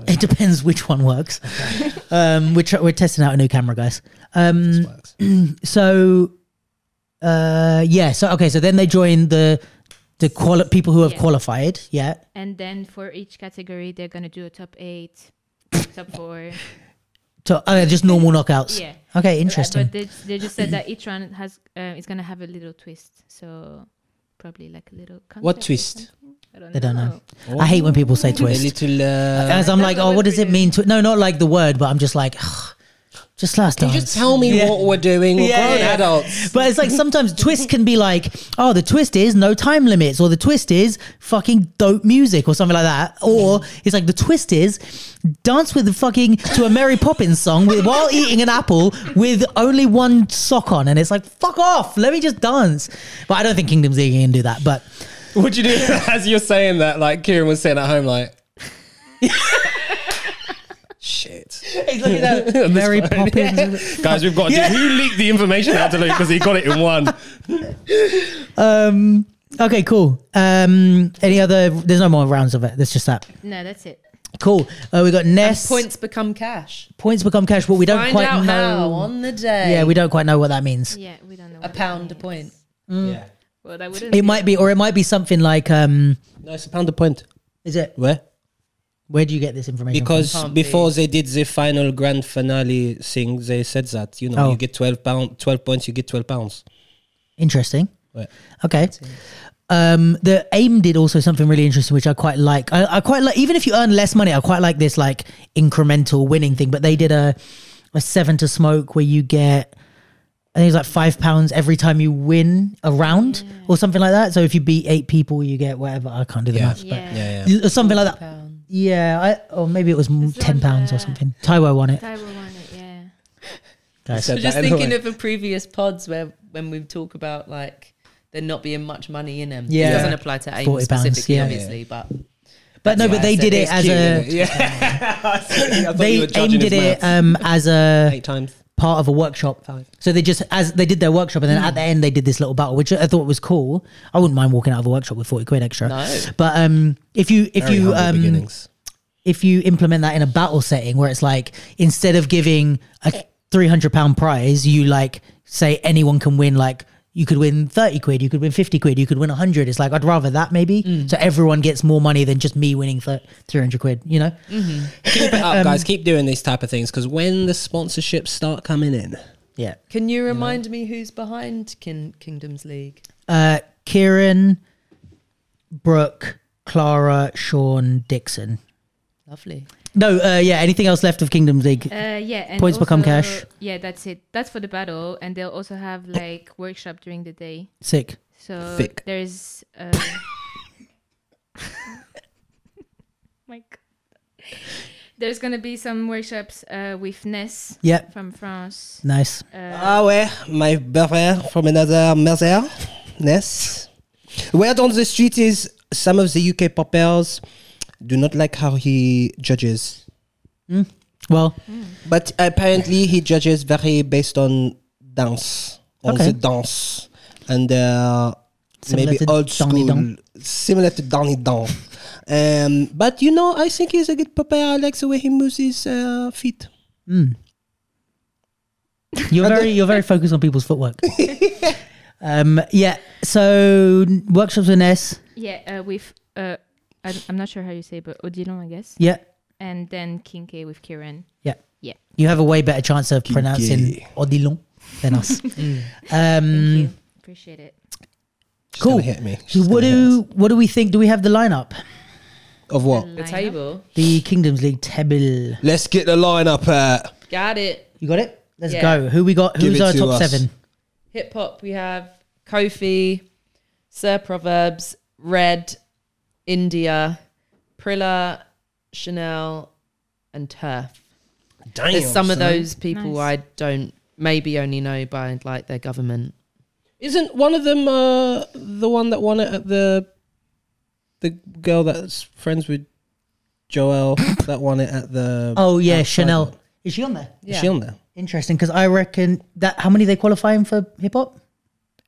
[SPEAKER 1] It depends which one works. um, we're tr- we're testing out a new camera, guys. Um,
[SPEAKER 3] This works.
[SPEAKER 1] So, uh, yeah. So okay. So then they join the the quali- people who have
[SPEAKER 5] Yeah.
[SPEAKER 1] qualified. Yeah.
[SPEAKER 5] And then for each category, they're gonna do a top eight, top four.
[SPEAKER 1] To, oh, they're just normal knockouts.
[SPEAKER 5] Yeah.
[SPEAKER 1] Okay. Interesting.
[SPEAKER 5] Uh, But they, they just said that each round has uh, is gonna have a little twist. So probably like a little.
[SPEAKER 3] What
[SPEAKER 5] contest or
[SPEAKER 3] twist?
[SPEAKER 5] something? I don't
[SPEAKER 1] They don't know.
[SPEAKER 5] know.
[SPEAKER 1] I hate when people say
[SPEAKER 3] A
[SPEAKER 1] twist.
[SPEAKER 3] little. Uh,
[SPEAKER 1] As I'm
[SPEAKER 5] oh. That's
[SPEAKER 1] like,
[SPEAKER 5] what
[SPEAKER 1] oh,
[SPEAKER 5] we're
[SPEAKER 1] what does it
[SPEAKER 5] doing.
[SPEAKER 1] mean? Twi- no, not like the word, but I'm just like, just last
[SPEAKER 3] can
[SPEAKER 1] time.
[SPEAKER 3] you just tell me
[SPEAKER 1] Yeah.
[SPEAKER 3] what we're doing? We're
[SPEAKER 1] Yeah,
[SPEAKER 3] grown
[SPEAKER 1] yeah.
[SPEAKER 3] adults.
[SPEAKER 1] But it's like sometimes twist can be like, oh, the twist is no time limits, or the twist is fucking dope music, or something like that. Or it's like the twist is dance with the fucking to a Mary Poppins song with, while eating an apple with only one sock on, and it's like fuck off, let me just dance. But I don't think Kingdom Ziggy can do that. But
[SPEAKER 3] What do you do as you're saying that? Like Kieran was saying at home, like. Shit.
[SPEAKER 1] Mary Poppins.
[SPEAKER 3] Guys, we've got to do. Who leaked the information out to Luke because he got it in one?
[SPEAKER 1] Um, okay, cool. Um, any other? There's no more rounds of it. There's just that.
[SPEAKER 5] No, that's it.
[SPEAKER 1] Cool. Uh, we got Ness.
[SPEAKER 2] Points become cash.
[SPEAKER 1] Points become cash, but we don't
[SPEAKER 2] Find
[SPEAKER 1] quite
[SPEAKER 2] out
[SPEAKER 1] know.
[SPEAKER 2] how on the day.
[SPEAKER 1] yeah, we don't quite know what that means.
[SPEAKER 5] Yeah, we don't know.
[SPEAKER 2] A
[SPEAKER 5] what that
[SPEAKER 2] pound a
[SPEAKER 5] means.
[SPEAKER 2] point.
[SPEAKER 3] Yeah.
[SPEAKER 5] Well, that wouldn't.
[SPEAKER 1] It might be, or it might be something like, um,
[SPEAKER 3] No, it's a pound a point.
[SPEAKER 1] is it?
[SPEAKER 3] Where?
[SPEAKER 1] Where do you get this information? from?
[SPEAKER 3] Because
[SPEAKER 2] Can't
[SPEAKER 3] before they did the final grand finale thing, they said that you know
[SPEAKER 1] Oh.
[SPEAKER 3] you get twelve pound, twelve points, you get twelve pounds.
[SPEAKER 1] interesting.
[SPEAKER 3] Right.
[SPEAKER 1] Okay. Um, the aim did also something really interesting, which I quite like. I, I quite like, even if you earn less money, I quite like this like incremental winning thing. But they did a a seven to smoke where you get, I think it's like five pounds every time you win a round or something like that. So if you beat eight people, you get whatever. I can't do the
[SPEAKER 3] Yeah.
[SPEAKER 1] maths,
[SPEAKER 5] Yeah.
[SPEAKER 3] Yeah,
[SPEAKER 1] but
[SPEAKER 3] yeah.
[SPEAKER 1] or something like that.
[SPEAKER 2] Pound.
[SPEAKER 1] Yeah, I, or maybe it was
[SPEAKER 5] It's
[SPEAKER 1] ten
[SPEAKER 5] not
[SPEAKER 1] pounds or
[SPEAKER 5] bad.
[SPEAKER 1] something. Taiwo won it.
[SPEAKER 5] Taiwan won it, yeah.
[SPEAKER 1] Guys.
[SPEAKER 2] I'm
[SPEAKER 3] Said
[SPEAKER 2] just
[SPEAKER 3] that
[SPEAKER 2] thinking
[SPEAKER 3] anyway.
[SPEAKER 2] of the previous pods where when we talk about like there not being much money in them.
[SPEAKER 1] Yeah.
[SPEAKER 2] It doesn't apply to AIM
[SPEAKER 1] 40 pounds,
[SPEAKER 2] specifically,
[SPEAKER 1] yeah.
[SPEAKER 2] obviously, but
[SPEAKER 1] But no,
[SPEAKER 2] Yeah,
[SPEAKER 1] but they
[SPEAKER 2] so
[SPEAKER 1] did it
[SPEAKER 2] it's
[SPEAKER 1] as
[SPEAKER 2] cute,
[SPEAKER 1] a
[SPEAKER 3] yeah.
[SPEAKER 1] they aimed did it um, as a
[SPEAKER 3] eight times.
[SPEAKER 1] part of a workshop. So they just as they did their workshop, and then at the end they did this little battle, which I thought was cool. I wouldn't mind walking out of a workshop with forty quid extra.
[SPEAKER 2] No.
[SPEAKER 1] But um, if you if
[SPEAKER 3] Very
[SPEAKER 1] you
[SPEAKER 3] humble
[SPEAKER 1] um,
[SPEAKER 3] beginnings.
[SPEAKER 1] if you implement that in a battle setting where it's like instead of giving a three hundred pound prize, you like say anyone can win like. You could win 30 quid, you could win 50 quid, you could win 100. It's like, I'd rather that maybe. So everyone gets more money than just me winning thir- 300 quid, you know?
[SPEAKER 3] Keep it up,
[SPEAKER 1] um,
[SPEAKER 3] guys. Keep doing these type of things because when the sponsorships start coming in,
[SPEAKER 1] Yeah.
[SPEAKER 2] can you remind me who's behind Kin- Kingdoms League?
[SPEAKER 1] Uh, Kieran, Brooke, Clara, Sean, Dixon.
[SPEAKER 2] Lovely.
[SPEAKER 1] No, uh, yeah. Anything else left of Kingdoms League?
[SPEAKER 5] Uh, yeah, and
[SPEAKER 1] Points become
[SPEAKER 5] also-
[SPEAKER 1] cash.
[SPEAKER 5] Yeah, that's it. That's for the battle, and they'll also have like workshop during the day.
[SPEAKER 1] Sick.
[SPEAKER 5] So
[SPEAKER 3] Thick.
[SPEAKER 5] there's. Uh, my God. There's gonna be some workshops uh, with Ness
[SPEAKER 1] Yep.
[SPEAKER 5] from France.
[SPEAKER 1] Nice.
[SPEAKER 3] ah ouais, my brother from another mother, yes. Word on the street is some of the UK poppers do not like how he judges.
[SPEAKER 1] Well,
[SPEAKER 3] But apparently, he judges very based on dance, on
[SPEAKER 1] Okay.
[SPEAKER 3] the dance, and uh,
[SPEAKER 1] Similar
[SPEAKER 3] maybe
[SPEAKER 1] to
[SPEAKER 3] old
[SPEAKER 1] Donny
[SPEAKER 3] school,
[SPEAKER 1] Don?
[SPEAKER 3] similar to Donny Don. um, but you know, I think he's a good popper. I like the way he moves his uh, feet.
[SPEAKER 1] hmm. you're very you're very focused on people's footwork. um, yeah. So n- workshops with Ness.
[SPEAKER 5] Yeah, uh, with uh, I'm, I'm not sure how you say, it, but Odilon, I guess,
[SPEAKER 1] Yeah.
[SPEAKER 5] and then Kinke with Kieran.
[SPEAKER 1] Yeah.
[SPEAKER 5] Yeah.
[SPEAKER 1] You have a way better chance of pronouncing Odilon than us.
[SPEAKER 5] Thank
[SPEAKER 1] um,
[SPEAKER 5] you. Appreciate it.
[SPEAKER 3] She's gonna
[SPEAKER 1] Cool.
[SPEAKER 3] hit me.
[SPEAKER 1] so
[SPEAKER 3] She's
[SPEAKER 1] what
[SPEAKER 3] gonna
[SPEAKER 1] do
[SPEAKER 3] hit
[SPEAKER 1] what do we think? Do we have the lineup?
[SPEAKER 3] us. of what?
[SPEAKER 2] The
[SPEAKER 5] Lineup.
[SPEAKER 2] table.
[SPEAKER 1] The Kingdoms League table.
[SPEAKER 3] Let's get the lineup uh. out.
[SPEAKER 2] Got it.
[SPEAKER 1] You got it. Let's
[SPEAKER 2] Yeah.
[SPEAKER 1] go. Who we got?
[SPEAKER 3] Give
[SPEAKER 1] Who's
[SPEAKER 3] it
[SPEAKER 1] our
[SPEAKER 3] to
[SPEAKER 1] top
[SPEAKER 3] us.
[SPEAKER 1] seven?
[SPEAKER 2] Hip hop, we have Kofi, Sir Proverbs, Red, India, Prilla, Chanel, and Turf.
[SPEAKER 3] Damn,
[SPEAKER 2] There's some of
[SPEAKER 3] son.
[SPEAKER 2] those people
[SPEAKER 5] Nice.
[SPEAKER 2] I don't maybe only know by like their government.
[SPEAKER 3] Isn't one of them uh, the one that won it at the the girl that's friends with Joel that won it at the?
[SPEAKER 1] Oh yeah,
[SPEAKER 3] outside
[SPEAKER 1] Chanel.
[SPEAKER 3] one?
[SPEAKER 1] Is she on there?
[SPEAKER 3] Is she on there?
[SPEAKER 1] Interesting, because I reckon that how many they qualifying for hip hop?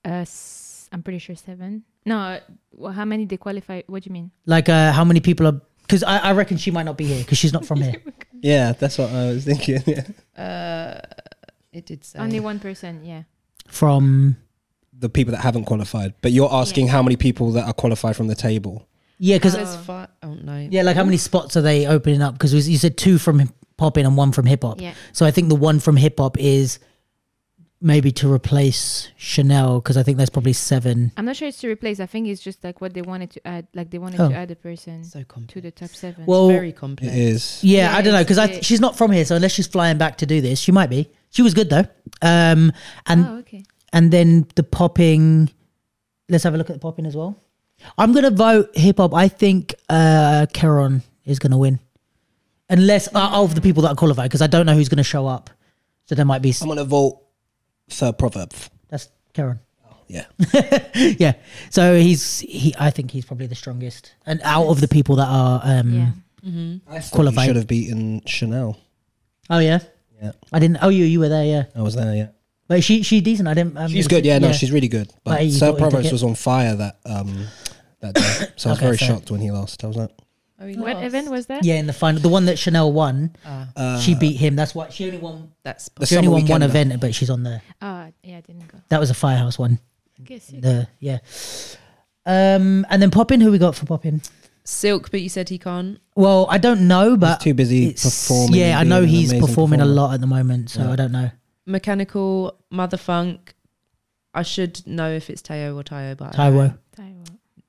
[SPEAKER 5] Uh, s- I'm pretty sure seven. No, uh, well, how many they qualify? What do you mean?
[SPEAKER 1] Like, uh, how many people are? Because I, I reckon she might not be here because she's not from here.
[SPEAKER 3] Yeah, that's what I was thinking. Yeah.
[SPEAKER 2] It did say.
[SPEAKER 5] Only one person. Yeah.
[SPEAKER 1] From
[SPEAKER 3] The people that haven't qualified, but you're asking how many people that are qualified from the table.
[SPEAKER 1] yeah, because
[SPEAKER 2] There's five. Oh no.
[SPEAKER 1] yeah, like how many spots are they opening up? Because you said two from pop in and one from hip hop.
[SPEAKER 5] Yeah.
[SPEAKER 1] So I think the one from hip hop is maybe to replace Chanel because I think there's probably seven.
[SPEAKER 5] I'm not sure it's to replace. I think it's just like what they wanted to add. Like they wanted
[SPEAKER 1] Oh.
[SPEAKER 5] to add a person
[SPEAKER 2] So complex.
[SPEAKER 5] to the top seven.
[SPEAKER 1] Well,
[SPEAKER 2] Very
[SPEAKER 3] It
[SPEAKER 2] complex.
[SPEAKER 3] is.
[SPEAKER 1] Yeah,
[SPEAKER 5] Yeah,
[SPEAKER 1] I don't know
[SPEAKER 5] it's
[SPEAKER 1] because
[SPEAKER 5] the-
[SPEAKER 1] she's not from here, so unless she's flying back to do this, she might be. She was good though. Um, and
[SPEAKER 5] oh, okay.
[SPEAKER 1] and then the popping. Let's have a look at the popping as well. I'm gonna vote hip hop. I think uh Keron is gonna win, unless uh, of the people that are qualified, because I don't know who's gonna show up. So there might be
[SPEAKER 3] I'm gonna vote for proverb.
[SPEAKER 1] that's Keron.
[SPEAKER 3] Yeah,
[SPEAKER 1] Yeah. So he's he. I think he's probably the strongest, and out of the people that are um.
[SPEAKER 5] Yeah.
[SPEAKER 3] I thought you
[SPEAKER 1] Qualified.
[SPEAKER 3] should have beaten Chanel.
[SPEAKER 1] Oh yeah.
[SPEAKER 3] Yeah.
[SPEAKER 1] I didn't. Oh, you you were there. Yeah.
[SPEAKER 3] I was there. Yeah,
[SPEAKER 1] But she she decent. I didn't. Um,
[SPEAKER 3] she's good. Yeah, no, she's really good. But,
[SPEAKER 1] But you thought
[SPEAKER 3] Sir
[SPEAKER 1] he took
[SPEAKER 3] Proverbs
[SPEAKER 1] it?
[SPEAKER 3] was on fire that um that day, so I was
[SPEAKER 1] Okay,
[SPEAKER 3] very
[SPEAKER 1] fair.
[SPEAKER 3] shocked when he lost. I was like,
[SPEAKER 2] Oh, he
[SPEAKER 5] What
[SPEAKER 2] lost.
[SPEAKER 5] event was that?
[SPEAKER 1] Yeah, in the final, the one that Chanel won,
[SPEAKER 2] Ah,
[SPEAKER 3] Uh,
[SPEAKER 1] she beat him. That's why she only won.
[SPEAKER 2] that's
[SPEAKER 6] The
[SPEAKER 1] She only
[SPEAKER 6] summer
[SPEAKER 1] won one
[SPEAKER 6] weekend,
[SPEAKER 1] event, but she's on the.
[SPEAKER 5] Oh, yeah, I didn't go.
[SPEAKER 1] That was a firehouse one.
[SPEAKER 5] Guess you.
[SPEAKER 1] The yeah. Um, and then Poppin, who we got for Poppin?
[SPEAKER 2] Silk, but you said he can't.
[SPEAKER 1] Well, I don't know, but
[SPEAKER 6] too busy
[SPEAKER 1] it's-
[SPEAKER 6] performing
[SPEAKER 1] Yeah,
[SPEAKER 6] and
[SPEAKER 1] I know
[SPEAKER 6] being an
[SPEAKER 1] he's
[SPEAKER 6] amazing
[SPEAKER 1] performing a
[SPEAKER 6] performer.
[SPEAKER 1] lot at the moment, so I don't know.
[SPEAKER 2] Mechanical, Mother Funk. I should know if it's Teo or Tayo, but I
[SPEAKER 1] Taiwo.
[SPEAKER 2] don't.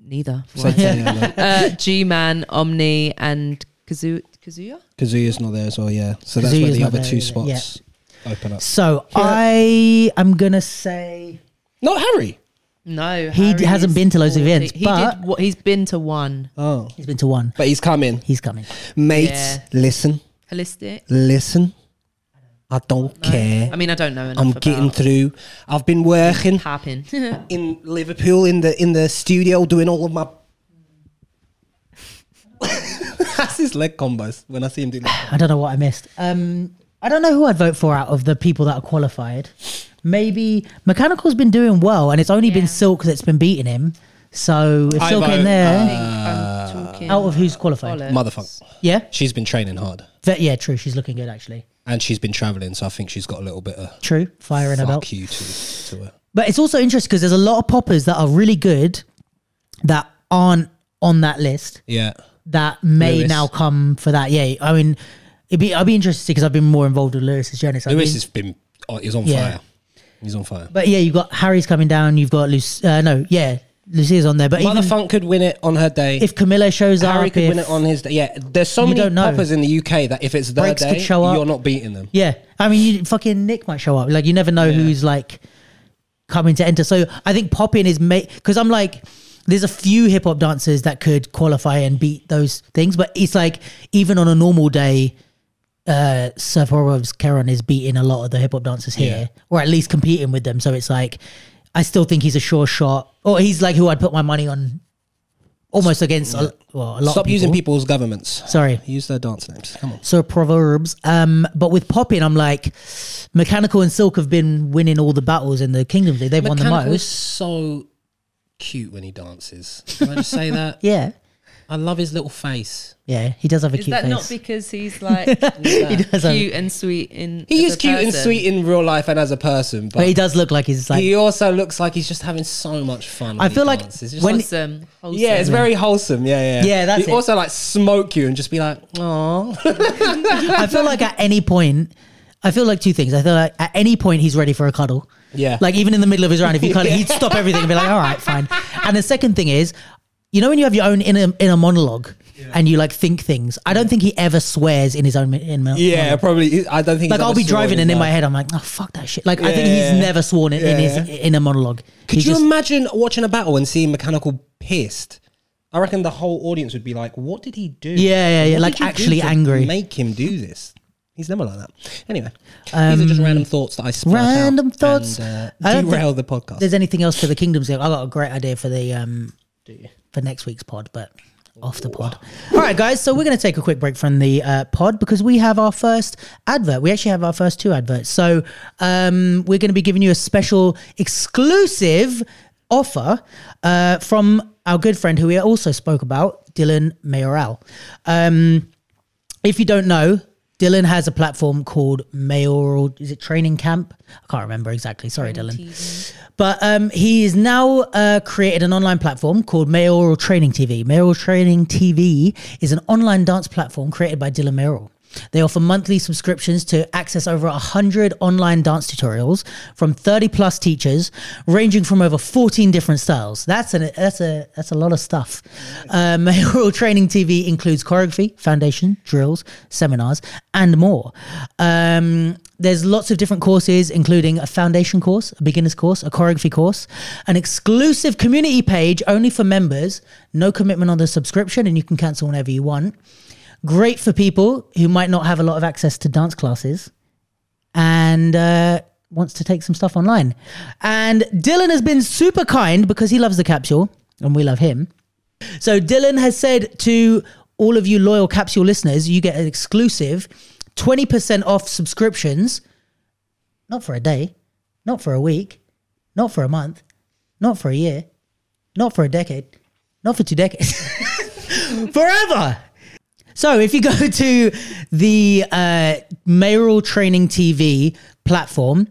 [SPEAKER 2] neither.
[SPEAKER 6] So, yeah, like,
[SPEAKER 2] uh, G Man, Omni, and Kazu- Kazuya.
[SPEAKER 3] Kazuya's not there as well, yeah. So that's where
[SPEAKER 1] Kazuya's
[SPEAKER 3] the
[SPEAKER 1] not
[SPEAKER 3] other
[SPEAKER 1] there
[SPEAKER 3] two
[SPEAKER 1] either, yeah.
[SPEAKER 3] spots open up.
[SPEAKER 1] So I am gonna say
[SPEAKER 6] not Harry.
[SPEAKER 2] No,
[SPEAKER 1] He
[SPEAKER 2] Harry
[SPEAKER 1] hasn't
[SPEAKER 2] is
[SPEAKER 1] been to loads of
[SPEAKER 2] awful.
[SPEAKER 1] events,
[SPEAKER 2] He
[SPEAKER 1] but-
[SPEAKER 2] did, wha- he's been to one.
[SPEAKER 6] Oh,
[SPEAKER 1] he's been to one.
[SPEAKER 6] but he's coming,
[SPEAKER 1] He's coming.
[SPEAKER 6] mate.
[SPEAKER 2] Yeah.
[SPEAKER 6] Listen,
[SPEAKER 2] Holistic.
[SPEAKER 6] listen. I don't care.
[SPEAKER 2] I mean, I don't know enough.
[SPEAKER 6] I'm
[SPEAKER 2] about
[SPEAKER 6] getting through. I've been working
[SPEAKER 2] happen.
[SPEAKER 6] in Liverpool in the in the studio doing all of my. That's his leg combos. When I see him do that,
[SPEAKER 1] I don't know what I missed. Um, I don't know who I'd vote for out of the people that are qualified. Maybe Mechanical's been doing well, and it's only been
[SPEAKER 5] Yeah.
[SPEAKER 1] Silk that's been beating him. So if
[SPEAKER 3] I
[SPEAKER 1] Silk
[SPEAKER 3] vote,
[SPEAKER 1] ain't
[SPEAKER 2] I uh,
[SPEAKER 1] there,
[SPEAKER 2] think I'm talking
[SPEAKER 1] Uh, out of who's qualified?
[SPEAKER 2] bollocks.
[SPEAKER 3] Motherfucker.
[SPEAKER 1] Yeah,
[SPEAKER 3] She's been training hard
[SPEAKER 1] Ve- yeah, true. She's looking good actually.
[SPEAKER 3] and she's been traveling, so I think she's got a little bit of
[SPEAKER 1] True, fire in her belt.
[SPEAKER 3] fuck you to, to her.
[SPEAKER 1] But it's also interesting because there's a lot of poppers that are really good that aren't on that list
[SPEAKER 3] Yeah.
[SPEAKER 1] that may
[SPEAKER 3] Lewis.
[SPEAKER 1] now come for that. Yeah, I mean, it'd be I'd be interested because I've been more involved with Lewis's journey. So I've
[SPEAKER 3] Lewis
[SPEAKER 1] been-
[SPEAKER 3] has been, oh, he's on
[SPEAKER 1] Yeah.
[SPEAKER 3] fire. He's on fire.
[SPEAKER 1] but yeah, you've got Harry's coming down. You've got Lucy. Uh, no, yeah, Lucia's on there. But even
[SPEAKER 3] Motherfunk could win it on her day.
[SPEAKER 1] if Camilla shows
[SPEAKER 3] Harry
[SPEAKER 1] up,
[SPEAKER 3] could
[SPEAKER 1] if-
[SPEAKER 3] win it on his day. Yeah, there's so
[SPEAKER 1] You
[SPEAKER 3] many
[SPEAKER 1] don't know.
[SPEAKER 3] poppers in the UK that if it's their
[SPEAKER 1] Breaks could
[SPEAKER 3] day,
[SPEAKER 1] show up.
[SPEAKER 3] you're not beating them.
[SPEAKER 1] yeah, I mean, you, fucking Nick might show up. Like you never know who's like coming to enter. So I think popping is mate because I'm like. There's a few hip hop dancers that could qualify and beat those things, but it's like even on a normal day, uh, Sephorov's Keron is beating a lot of the hip hop dancers here, or at least competing with them. So it's like, I still think he's a sure shot, or he's like who I'd put my money on, almost against a, well, a lot.
[SPEAKER 3] Stop
[SPEAKER 1] of people.
[SPEAKER 3] using people's governments.
[SPEAKER 1] Sorry,
[SPEAKER 3] Use their dance names. Come on.
[SPEAKER 1] so proverbs um but with poppin i'm like mechanical and silk have been winning all the battles in the kingdoms League. they've won the
[SPEAKER 3] Mechanical is
[SPEAKER 1] most
[SPEAKER 3] so cute when he dances. Can I just say that?
[SPEAKER 1] yeah
[SPEAKER 3] I love his little face.
[SPEAKER 1] yeah he does have a
[SPEAKER 2] Is
[SPEAKER 1] cute
[SPEAKER 2] that
[SPEAKER 1] face
[SPEAKER 2] not because he's like
[SPEAKER 1] he does have-
[SPEAKER 2] cute and sweet in?
[SPEAKER 3] He
[SPEAKER 2] as
[SPEAKER 3] is
[SPEAKER 2] a
[SPEAKER 3] cute and
[SPEAKER 2] person?
[SPEAKER 3] sweet in real life and as a person, but,
[SPEAKER 1] but he
[SPEAKER 3] he,
[SPEAKER 1] does look like he's like
[SPEAKER 3] also looks like he's just having so much fun.
[SPEAKER 1] I
[SPEAKER 3] when he
[SPEAKER 1] feel like
[SPEAKER 3] dances. Just
[SPEAKER 1] when-
[SPEAKER 2] Wholesome, wholesome.
[SPEAKER 3] yeah, it's very wholesome. Yeah, yeah,
[SPEAKER 1] Yeah, that's
[SPEAKER 3] He
[SPEAKER 1] it.
[SPEAKER 3] also like smoke you and just be like, "Oh,
[SPEAKER 1] i feel like at any point i feel like two things i feel like at any point he's ready for a cuddle
[SPEAKER 3] yeah."
[SPEAKER 1] like even in the middle of his round if you cuddle he'd stop everything and be like all right fine and the second thing is you know when you have your own inner inner monologue and you like think things i don't think he ever swears in his own in,
[SPEAKER 3] yeah, probably. I don't think
[SPEAKER 1] like I'll be driving and in my head I'm like, oh fuck that shit. Like I think he's
[SPEAKER 3] Yeah.
[SPEAKER 1] never sworn in, in his
[SPEAKER 3] Yeah.
[SPEAKER 1] in a monologue.
[SPEAKER 3] Could
[SPEAKER 1] He's
[SPEAKER 3] you
[SPEAKER 1] just-
[SPEAKER 3] imagine watching a battle and seeing Mechanical pissed? I reckon the whole audience would be like, "What did he do?
[SPEAKER 1] Yeah, yeah, yeah,
[SPEAKER 3] What
[SPEAKER 1] like
[SPEAKER 3] did you do
[SPEAKER 1] actually
[SPEAKER 3] to
[SPEAKER 1] angry.
[SPEAKER 3] Make him do this. He's never like that. Anyway, these are just random thoughts that I sprout out
[SPEAKER 1] Um, random
[SPEAKER 3] and,
[SPEAKER 1] thoughts.
[SPEAKER 3] uh,
[SPEAKER 1] I don't
[SPEAKER 3] derail
[SPEAKER 1] think
[SPEAKER 3] the podcast.
[SPEAKER 1] There's anything else for the kingdoms? I got a great idea for the um for next week's pod, but off the pod. All right, guys. So we're going to take a quick break from the uh, pod because we have our first advert. We actually have our first two adverts. So um, we're going to be giving you a special exclusive offer uh, from our good friend who we also spoke about, Dylan Mayoral. Um, if you don't know, Dylan has a platform called Mayoral. Is it Training Camp? I can't remember exactly. Sorry, Dylan. But um, he has now uh, created an online platform called Mayoral Training TV. Mayoral Training TV is an online dance platform created by Dylan Mayoral. They offer monthly subscriptions to access over 100 online dance tutorials from 30 plus teachers, ranging from over 14 different styles. That's, an, that's, a, that's a lot of stuff. Um, Mayoral Training TV includes choreography, foundation, drills, seminars, and more. Um, there's lots of different courses, including a foundation course, a beginner's course, a choreography course, an exclusive community page only for members, no commitment on the subscription, and you can cancel whenever you want. Great for people who might not have a lot of access to dance classes and uh, wants to take some stuff online. And Dylan has been super kind because he loves the capsule and we love him. So Dylan has said to all of you loyal capsule listeners, you get an exclusive 20% off subscriptions, not for a day, not for a week, not for a month, not for a year, not for a decade, not for two decades, forever. So if you go to the uh, mayoral training TV platform,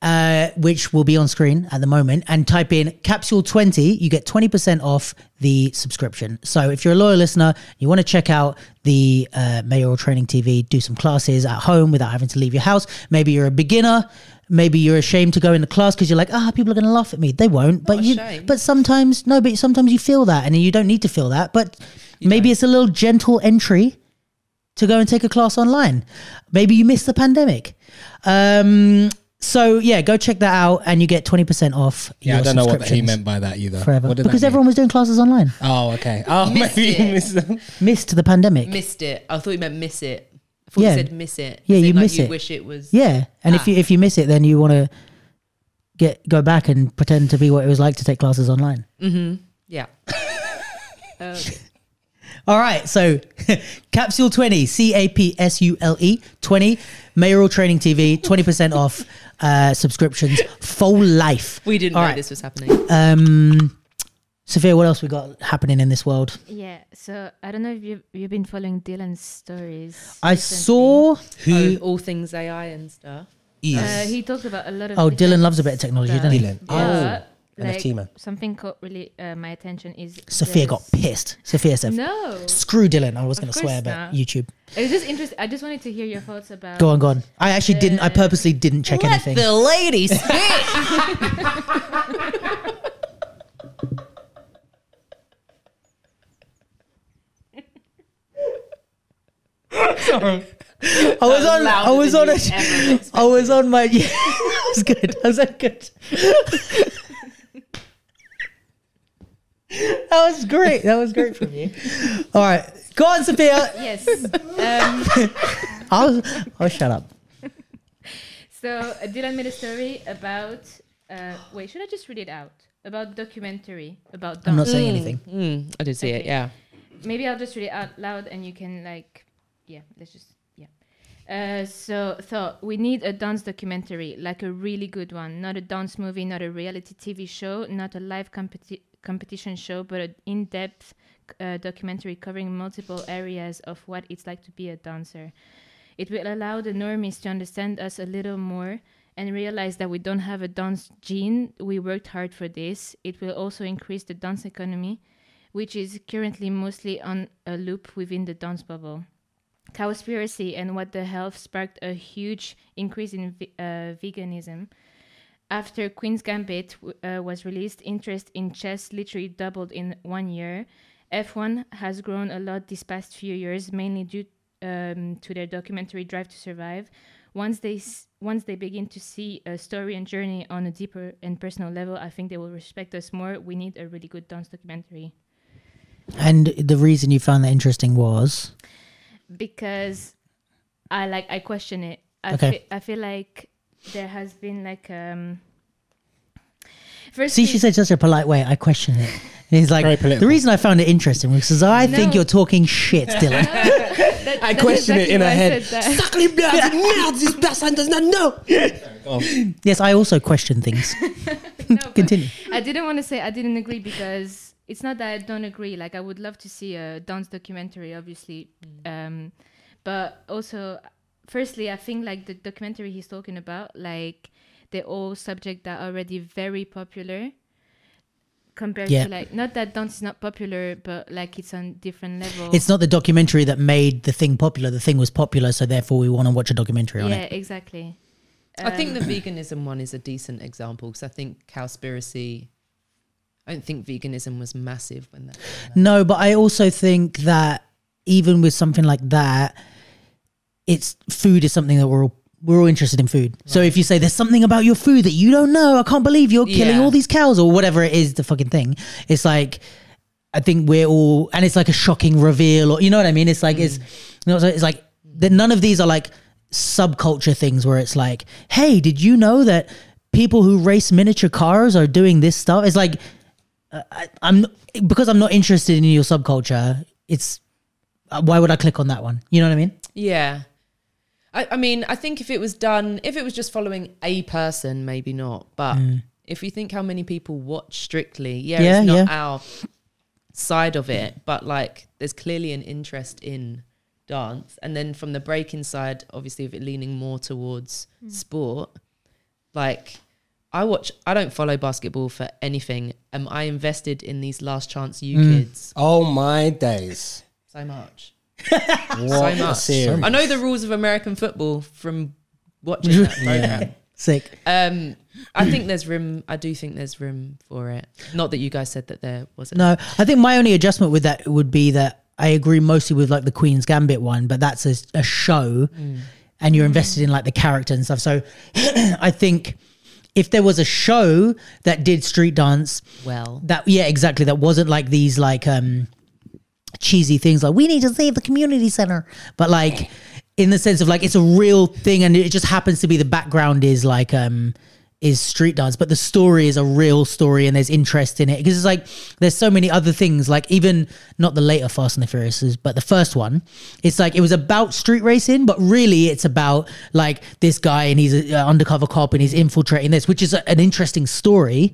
[SPEAKER 1] uh, which will be on screen at the moment, and type in capsule 20, you get 20% off the subscription. So if you're a loyal listener, you want to check out the uh, mayoral training TV, do some classes at home without having to leave your house. Maybe you're a beginner. Maybe you're ashamed to go into class because you're like, ah, people are going to laugh at me. They won't, but you,
[SPEAKER 2] ashamed.
[SPEAKER 1] but sometimes no, but sometimes you feel that, and you don't need to feel that. But maybe it's a little gentle entry to go and take a class online. Maybe you missed the pandemic. Um, so yeah, go check that out, and you get twenty percent off.
[SPEAKER 3] Yeah,
[SPEAKER 1] your
[SPEAKER 3] I don't know what he
[SPEAKER 1] subscriptions
[SPEAKER 3] meant by that either.
[SPEAKER 1] Forever,
[SPEAKER 3] What did that
[SPEAKER 1] because
[SPEAKER 3] mean?
[SPEAKER 1] everyone was doing classes online.
[SPEAKER 3] Oh, okay. Oh,
[SPEAKER 2] Missed
[SPEAKER 3] maybe you
[SPEAKER 2] it.
[SPEAKER 3] missed them.
[SPEAKER 1] Missed the pandemic.
[SPEAKER 2] Missed it. I thought you meant miss it. I thought
[SPEAKER 1] Yeah.
[SPEAKER 2] you said miss it.
[SPEAKER 1] Yeah,
[SPEAKER 2] As
[SPEAKER 1] you
[SPEAKER 2] in, like,
[SPEAKER 1] miss
[SPEAKER 2] you
[SPEAKER 1] it.
[SPEAKER 2] wish it was.
[SPEAKER 1] Yeah, and if you if you miss it, then you want to get go back and pretend to be what it was like to take classes online.
[SPEAKER 2] Yeah.
[SPEAKER 1] All right, so Capsule 20, C A P S U L E 20, Mayoral Training TV, 20% off uh, subscriptions for life.
[SPEAKER 2] We didn't
[SPEAKER 1] All
[SPEAKER 2] know
[SPEAKER 1] right.
[SPEAKER 2] this was happening.
[SPEAKER 1] Um, Sophia, what else we got happening in this world?
[SPEAKER 5] Yeah, so I don't know if you've, you've been following Dylan's stories.
[SPEAKER 1] I
[SPEAKER 5] recently.
[SPEAKER 1] saw.
[SPEAKER 2] Oh, all things AI and stuff.
[SPEAKER 5] Uh, he talked about a lot of.
[SPEAKER 1] Oh, Dylan
[SPEAKER 5] different
[SPEAKER 1] loves a bit of technology,
[SPEAKER 5] stuff,
[SPEAKER 1] doesn't he?
[SPEAKER 3] Dylan.
[SPEAKER 5] but,
[SPEAKER 3] Oh,
[SPEAKER 5] like,
[SPEAKER 3] NFT man.
[SPEAKER 5] Something caught really uh, my attention is.
[SPEAKER 1] Sophia
[SPEAKER 5] there's-
[SPEAKER 1] got pissed. Sophia said,
[SPEAKER 5] No,
[SPEAKER 1] screw Dylan. I was
[SPEAKER 5] Of
[SPEAKER 1] going to
[SPEAKER 5] course
[SPEAKER 1] swear, but
[SPEAKER 5] not.
[SPEAKER 1] YouTube.
[SPEAKER 5] it was just interesting. I just wanted to hear your thoughts about.
[SPEAKER 1] Go on, go on. I actually didn't,
[SPEAKER 5] Uh,
[SPEAKER 1] I purposely didn't check anything.
[SPEAKER 2] ladies.
[SPEAKER 1] I was on, I was on a.
[SPEAKER 2] it.
[SPEAKER 1] I was on my. Yeah, that was good. That was that good. that was great. That was great from you. All right, go on, Sophia.
[SPEAKER 5] Yes. Um,
[SPEAKER 1] I'll, I'll shut up.
[SPEAKER 5] So uh, Dylan made a story about. Uh, wait, should I just read it out? About documentary about
[SPEAKER 1] I'm
[SPEAKER 5] dogs.
[SPEAKER 1] not saying anything.
[SPEAKER 2] Mm, I did see it.
[SPEAKER 5] Okay.
[SPEAKER 2] Yeah.
[SPEAKER 5] Maybe I'll just read it out loud, and you can like, yeah, let's just yeah. Uh, so thought we need a dance documentary, like a really good one, not a dance movie, not a reality TV show, not a live competi- competition show, but an in-depth uh, documentary covering multiple areas of what it's like to be a dancer. It will allow the normies to understand us a little more and realize that we don't have a dance gene. We worked hard for this. It will also increase the dance economy, which is currently mostly on a loop within the dance bubble. Cowspiracy and what the health sparked a huge increase in ve- uh, veganism. After Queen's Gambit w- uh, was released, interest in chess literally doubled in one year. F1 has grown a lot these past few years, mainly due um, to their documentary Drive to Survive. Once they s- once they begin to see a story and journey on a deeper and personal level, I think they will respect us more. We need a really good dance documentary.
[SPEAKER 1] And the reason you found that interesting was
[SPEAKER 5] because I like I question it. I
[SPEAKER 1] Okay.
[SPEAKER 5] fe- I feel like there has been like um. First,
[SPEAKER 1] see, she said such a polite way. I question it. And he's
[SPEAKER 3] Very
[SPEAKER 1] like,
[SPEAKER 3] political.
[SPEAKER 1] the reason I found it interesting was because I think
[SPEAKER 5] No.
[SPEAKER 1] you're talking shit, Dylan.
[SPEAKER 5] I question it in her head.
[SPEAKER 1] yes, I also question things. Continue.
[SPEAKER 5] I didn't want to say I didn't agree because it's not that I don't agree. Like I would love to see a dance documentary, obviously, um, but also, firstly, I think like the documentary he's talking about, like they're all subject that are already very popular. Compared
[SPEAKER 1] Yeah.
[SPEAKER 5] to like, not that dance is not popular, but like it's on different level.
[SPEAKER 1] It's not the documentary that made the thing popular. The thing was popular, so therefore we want to watch a documentary on
[SPEAKER 5] yeah,
[SPEAKER 1] it.
[SPEAKER 5] exactly.
[SPEAKER 2] I think the veganism one is a decent example because I think cowspiracy. I don't think veganism was massive when that.
[SPEAKER 1] No, but I also think that even with something like that, it's food is something that we're all we're all interested in food. So if you say there's something about your food that you don't know, I can't believe you're killing
[SPEAKER 2] Yeah.
[SPEAKER 1] all these cows or whatever it is, the fucking thing. It's like I think we're all, and it's like a shocking reveal, or you know what I mean? It's like it's, you know, so it's like that. None of these are like subculture things where it's like, hey, did you know that people who race miniature cars are doing this stuff? It's like I, I'm because I'm not interested in your subculture. It's uh, why would I click on that one? You know what I mean?
[SPEAKER 2] Yeah. I, I mean, I think if it was done, if it was just following a person, maybe not. But if you think how many people watch Strictly, yeah,
[SPEAKER 1] Hmm. Yeah,
[SPEAKER 2] it's not
[SPEAKER 1] yeah.
[SPEAKER 2] our side of it, but like there's clearly an interest in dance. And then from the breaking side, obviously, of it leaning more towards sport, like I watch, I don't follow basketball for anything. Am I invested in these last chance you
[SPEAKER 1] Hmm.
[SPEAKER 2] kids
[SPEAKER 6] Oh my days!
[SPEAKER 2] so much?
[SPEAKER 6] What
[SPEAKER 2] so
[SPEAKER 6] a
[SPEAKER 2] much.
[SPEAKER 6] series.
[SPEAKER 2] I know the rules of American football from watching that program.
[SPEAKER 1] Sick.
[SPEAKER 2] Um, I think there's room. I do think there's room for it. Not that you guys said that there wasn't.
[SPEAKER 1] No, I think my only adjustment with that would be that I agree mostly with like the Queen's Gambit one, but that's a, a show and you're invested in like the character and stuff. So I think if there was a show that did street dance,
[SPEAKER 2] Well,
[SPEAKER 1] that yeah, exactly, that wasn't like these like um cheesy things like we need to save the community center, but like in the sense of like it's a real thing and it just happens to be the background is like um is street dance, but the story is a real story and there's interest in it because it's like there's so many other things. Like even not the later Fast and the Furiouses, but the first one, it's like it was about street racing, but really it's about like this guy and he's an undercover cop and he's infiltrating this, which is a- an interesting story.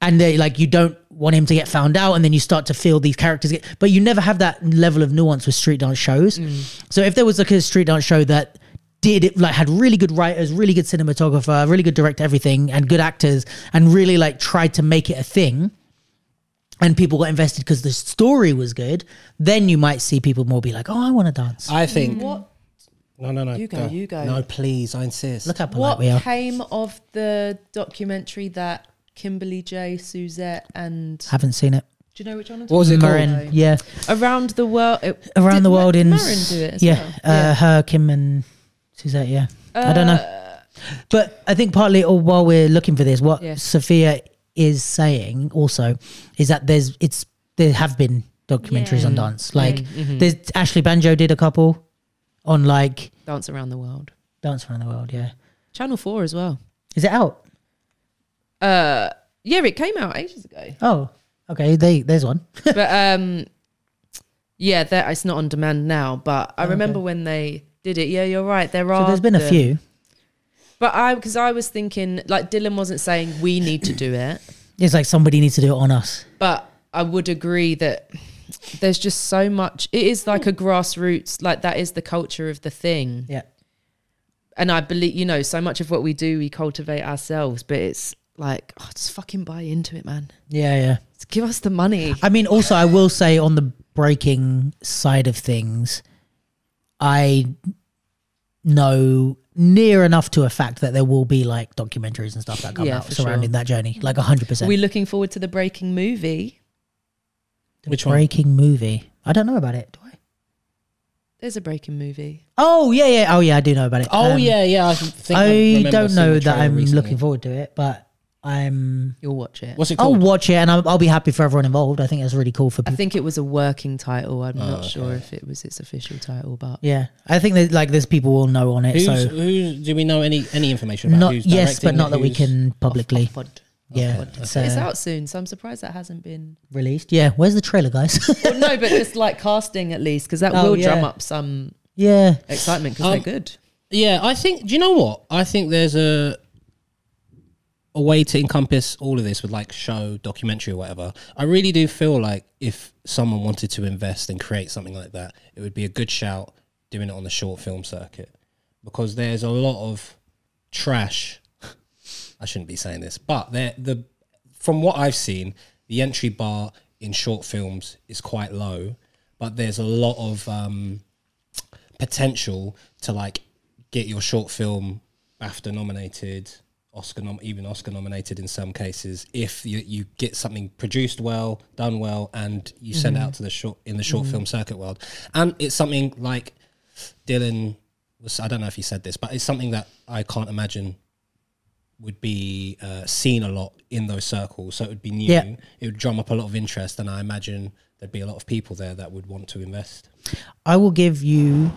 [SPEAKER 1] And they like you don't want him to get found out, and then you start to feel these characters get, but you never have that level of nuance with street dance shows.
[SPEAKER 2] Mm.
[SPEAKER 1] So if there was like a street dance show that did it like had really good writers, really good cinematographer, really good director, everything, and good actors, and really like tried to make it a thing. And people got invested because the story was good. Then you might see people more be like, "Oh, I want to dance."
[SPEAKER 2] Uh,
[SPEAKER 6] I think
[SPEAKER 2] what
[SPEAKER 3] No, no, no.
[SPEAKER 2] you go, you go.
[SPEAKER 6] no, please, I insist.
[SPEAKER 1] Look how polite
[SPEAKER 2] what
[SPEAKER 1] we are.
[SPEAKER 2] came of the documentary that Kimberly J, Suzette, and do
[SPEAKER 1] Haven't seen it.
[SPEAKER 2] you know which one? I'm
[SPEAKER 6] What was it
[SPEAKER 2] talking
[SPEAKER 1] Marin,
[SPEAKER 2] about?
[SPEAKER 1] yeah,
[SPEAKER 2] Around the world. it-
[SPEAKER 1] around
[SPEAKER 2] did
[SPEAKER 1] the
[SPEAKER 2] Ma-
[SPEAKER 1] world in
[SPEAKER 2] Marin do it as
[SPEAKER 1] yeah,
[SPEAKER 2] well?
[SPEAKER 1] uh, her, Kim, and Suzette. Yeah, I don't know,
[SPEAKER 2] uh,
[SPEAKER 1] but I think partly, or while we're looking for this, what
[SPEAKER 2] Yeah.
[SPEAKER 1] Sophia is saying also is that there's it's there have been documentaries
[SPEAKER 2] um,
[SPEAKER 5] Yeah.
[SPEAKER 1] on dance. Like
[SPEAKER 2] mm-hmm.
[SPEAKER 1] there's Ashley Banjo did a couple on like
[SPEAKER 2] Dance around the world.
[SPEAKER 1] Dance Around the World. Yeah,
[SPEAKER 2] Channel Four as well.
[SPEAKER 1] is it out?
[SPEAKER 2] Uh, yeah, it came out ages ago.
[SPEAKER 1] Oh, okay. They there's one.
[SPEAKER 2] but um yeah that it's not on demand now but i remember when they did it yeah you're right there are
[SPEAKER 1] Oh, So there's been a
[SPEAKER 2] the-
[SPEAKER 1] few.
[SPEAKER 2] but i because i was thinking like dylan wasn't saying we need to do it
[SPEAKER 1] It's like somebody needs to do it on us.
[SPEAKER 2] but i would agree that there's just so much it is like a grassroots like that is the culture of the thing
[SPEAKER 1] Yeah.
[SPEAKER 2] and i believe you know so much of what we do we cultivate ourselves but it's like oh, just fucking buy into it man
[SPEAKER 1] Yeah, yeah.
[SPEAKER 2] just give us the money
[SPEAKER 1] I mean, also, I will say on the breaking side of things, I know near enough to a fact that there will be like documentaries and stuff that come
[SPEAKER 2] Yeah,
[SPEAKER 1] out
[SPEAKER 2] for
[SPEAKER 1] surrounding
[SPEAKER 2] sure.
[SPEAKER 1] that journey, like hundred
[SPEAKER 2] are
[SPEAKER 1] percent.
[SPEAKER 2] we looking forward to the breaking movie
[SPEAKER 3] Which one?
[SPEAKER 1] breaking movie? I don't know about it. Do I?
[SPEAKER 2] there's a breaking movie
[SPEAKER 1] Oh yeah, yeah. Oh yeah, I do know about it.
[SPEAKER 3] Oh
[SPEAKER 1] Um,
[SPEAKER 3] yeah, yeah. I, think
[SPEAKER 1] I
[SPEAKER 3] remember
[SPEAKER 1] don't
[SPEAKER 3] seeing
[SPEAKER 1] know
[SPEAKER 3] the
[SPEAKER 1] that
[SPEAKER 3] trailer
[SPEAKER 1] I'm
[SPEAKER 3] recently.
[SPEAKER 1] looking Oh, forward to it, but I'm.
[SPEAKER 2] you'll watch it
[SPEAKER 3] What's it
[SPEAKER 1] I'll
[SPEAKER 3] called?
[SPEAKER 1] watch it, and I'll, I'll be happy for everyone involved. I think that's really cool for
[SPEAKER 2] I
[SPEAKER 1] people.
[SPEAKER 2] think it was a working title. I'm not sure if it was its official title, but
[SPEAKER 1] yeah, I think that like there's people will know on it.
[SPEAKER 3] Who's,
[SPEAKER 1] so
[SPEAKER 3] who do we know any any information about?
[SPEAKER 1] not
[SPEAKER 3] who's
[SPEAKER 1] yes, but
[SPEAKER 3] directing
[SPEAKER 1] not
[SPEAKER 3] it,
[SPEAKER 1] that we
[SPEAKER 3] who's-
[SPEAKER 1] can publicly.
[SPEAKER 2] Off pod.
[SPEAKER 1] Yeah, it's, uh,
[SPEAKER 2] it's out soon, so I'm surprised that hasn't been.
[SPEAKER 1] released. Yeah, where's the trailer, guys?
[SPEAKER 2] Well, no, but it's like casting at least, because that
[SPEAKER 1] Oh,
[SPEAKER 2] will drum
[SPEAKER 1] yeah. Oh,
[SPEAKER 2] up some
[SPEAKER 1] yeah,
[SPEAKER 2] excitement because
[SPEAKER 3] Um,
[SPEAKER 2] they're good.
[SPEAKER 3] Yeah, I think. Do you know what? I think there's a a way to encompass all of this with like show, documentary, or whatever. I really do feel like if someone wanted to invest and create something like that, it would be a good shout doing it on the short film circuit because there's a lot of trash. I shouldn't be saying this, but there the from what I've seen, the entry bar in short films is quite low, but there's a lot of um, potential to like get your short film BAFTA nominated, Oscar nom- even Oscar nominated in some cases if you, you get something produced well, done well, and you send it out to the short in the short film circuit world. And it's something like Dylan was. I don't know if he said this, but it's something that I can't imagine would be uh, seen a lot in those circles. So it would be new.
[SPEAKER 1] Yeah.
[SPEAKER 3] It would drum up a lot of interest, and I imagine there'd be a lot of people there that would want to invest.
[SPEAKER 1] I will give you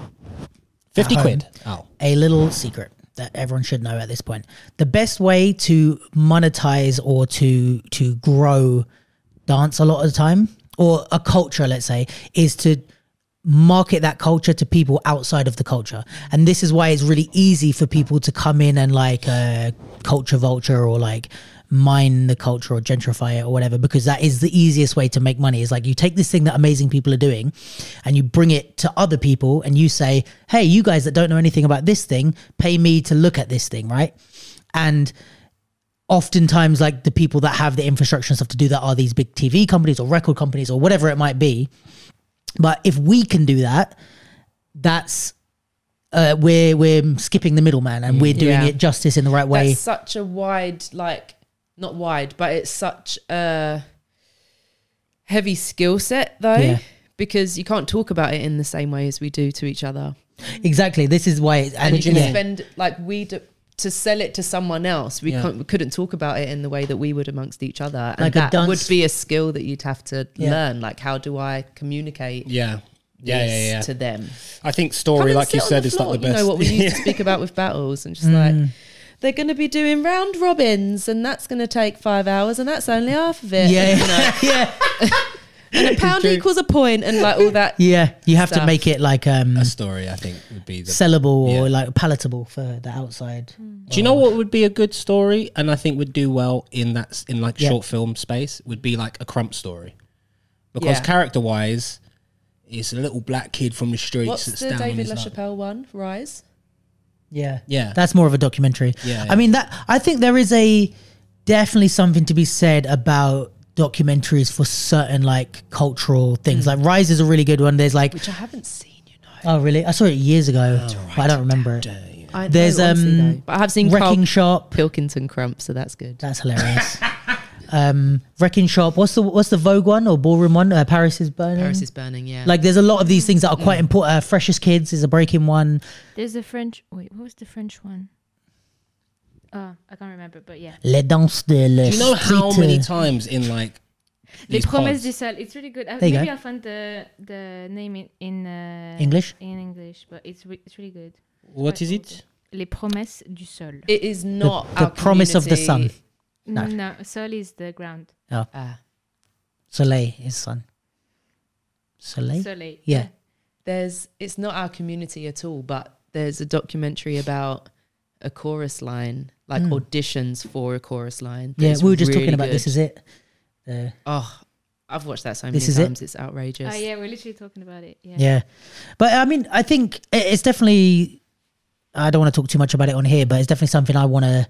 [SPEAKER 3] 50
[SPEAKER 1] home.
[SPEAKER 3] quid. Oh.
[SPEAKER 1] a little secret that everyone should know at this point. The best way to monetize or to to grow dance a lot of the time or a culture, let's say, is to market that culture to people outside of the culture. And this is why it's really easy for people to come in and like uh, culture vulture or like mine the culture or gentrify it or whatever, because that is the easiest way to make money. Is like you take this thing that amazing people are doing and you bring it to other people and you say, hey, you guys that don't know anything about this thing, pay me to look at this thing, right? And oftentimes like the people that have the infrastructure and stuff to do that are these big TV companies or record companies or whatever it might be. But if we can do that, that's uh, we're we're skipping the middleman and we're doing
[SPEAKER 2] Yeah.
[SPEAKER 1] it justice in the right way.
[SPEAKER 2] That's such a wide, like, not wide, but it's such a heavy skill set, though,
[SPEAKER 1] Yeah.
[SPEAKER 2] because you can't talk about it in the same way as we do to each other.
[SPEAKER 1] exactly. This is why. It's,
[SPEAKER 2] And
[SPEAKER 1] and
[SPEAKER 2] you can
[SPEAKER 1] yeah.
[SPEAKER 2] spend, like, we do, to sell it to someone else, we,
[SPEAKER 3] Yeah.
[SPEAKER 2] can't, we couldn't talk about it in the way that we would amongst each other. And
[SPEAKER 1] Like a
[SPEAKER 2] that would
[SPEAKER 1] dance-
[SPEAKER 2] be a skill that you'd have to
[SPEAKER 1] Yeah.
[SPEAKER 2] learn. Like, how do I communicate
[SPEAKER 3] Yeah. Yeah,
[SPEAKER 2] this
[SPEAKER 3] yeah, yeah.
[SPEAKER 2] to them?
[SPEAKER 3] I think
[SPEAKER 2] Come
[SPEAKER 3] story,
[SPEAKER 2] and
[SPEAKER 3] like you
[SPEAKER 2] sit on
[SPEAKER 3] said,
[SPEAKER 2] the
[SPEAKER 3] is like the
[SPEAKER 2] floor. You
[SPEAKER 3] best.
[SPEAKER 2] know what we used to speak about with battles, and just
[SPEAKER 1] Mm.
[SPEAKER 2] like they're going to be doing round robins, and that's going to take five hours, and that's only half of it.
[SPEAKER 1] yeah,
[SPEAKER 2] and, you know,
[SPEAKER 1] yeah,
[SPEAKER 2] and a pound equals a point, and like all that.
[SPEAKER 1] yeah. You have to
[SPEAKER 2] Stuff.
[SPEAKER 1] make it like um
[SPEAKER 3] a story, I think, would be the
[SPEAKER 1] sellable or
[SPEAKER 3] Yeah.
[SPEAKER 1] like palatable for the outside.
[SPEAKER 3] Do you know what would be a good story, and I think would do well in that s- in like
[SPEAKER 1] Yeah.
[SPEAKER 3] short film space? Would be like a crump story, because
[SPEAKER 2] Yeah.
[SPEAKER 3] character wise, it's a little black kid from the streets
[SPEAKER 2] What's
[SPEAKER 3] that's
[SPEAKER 2] the
[SPEAKER 3] down on
[SPEAKER 2] David
[SPEAKER 3] his luck.
[SPEAKER 2] LaChapelle one? Rise.
[SPEAKER 1] Yeah.
[SPEAKER 3] Yeah.
[SPEAKER 1] That's more of a documentary.
[SPEAKER 3] Yeah,
[SPEAKER 1] I mean that I think there is a definitely something to be said about documentaries for certain like cultural things.
[SPEAKER 3] Hmm.
[SPEAKER 1] Like Rise is a really good one. There's like
[SPEAKER 2] Which I haven't seen, you know.
[SPEAKER 1] oh really? I saw it years ago.
[SPEAKER 3] Oh,
[SPEAKER 1] but I don't remember it.
[SPEAKER 2] I
[SPEAKER 1] There's,
[SPEAKER 2] honestly,
[SPEAKER 1] um,
[SPEAKER 2] though. but I have seen
[SPEAKER 1] Wrecking
[SPEAKER 2] Carl
[SPEAKER 1] Shop.
[SPEAKER 2] Pilkington Crump, so that's good.
[SPEAKER 1] That's hilarious. um Wrecking Shop. What's the what's the Vogue one or Ballroom one? Uh, Paris is burning.
[SPEAKER 2] Paris is burning. Yeah.
[SPEAKER 1] like there's a lot of these things that are
[SPEAKER 3] Hmm.
[SPEAKER 1] quite important. Uh, Freshest Kids is a breaking one.
[SPEAKER 5] There's a French. Wait, what was the French one? Oh, I can't remember, but yeah.
[SPEAKER 1] Les Danses de la
[SPEAKER 3] Do you know how many
[SPEAKER 1] Street. uh,
[SPEAKER 3] times in like
[SPEAKER 5] Les
[SPEAKER 3] these
[SPEAKER 5] Promesses du
[SPEAKER 3] pods-
[SPEAKER 5] Sol. uh, It's really good. I,
[SPEAKER 1] There you
[SPEAKER 5] maybe
[SPEAKER 1] go.
[SPEAKER 5] I'll find the the name in in uh,
[SPEAKER 1] English?
[SPEAKER 5] In English, but it's re- it's really good.
[SPEAKER 3] What is it?
[SPEAKER 5] Les Promesses du Sol.
[SPEAKER 2] it is not
[SPEAKER 1] the
[SPEAKER 2] our
[SPEAKER 1] promise of the sun.
[SPEAKER 2] community-
[SPEAKER 1] No.
[SPEAKER 5] No. Sol is the ground.
[SPEAKER 2] Ah,
[SPEAKER 1] Soleil is sun. Soleil?
[SPEAKER 5] Soleil. Oh,
[SPEAKER 1] Yeah.
[SPEAKER 2] there's it's not our community at all, but there's a documentary about a chorus line, like auditions for a chorus line. that
[SPEAKER 1] Hmm. Yeah,
[SPEAKER 2] is
[SPEAKER 1] we were just
[SPEAKER 2] really
[SPEAKER 1] talking about
[SPEAKER 2] good.
[SPEAKER 1] this is it. Uh,
[SPEAKER 2] oh, I've watched that so many
[SPEAKER 1] This is it?
[SPEAKER 2] times. It's outrageous.
[SPEAKER 5] Oh yeah, we're literally talking about it. Yeah.
[SPEAKER 1] yeah. But I mean, I think i- it's definitely, I don't want to talk too much about it on here, but it's definitely something I want to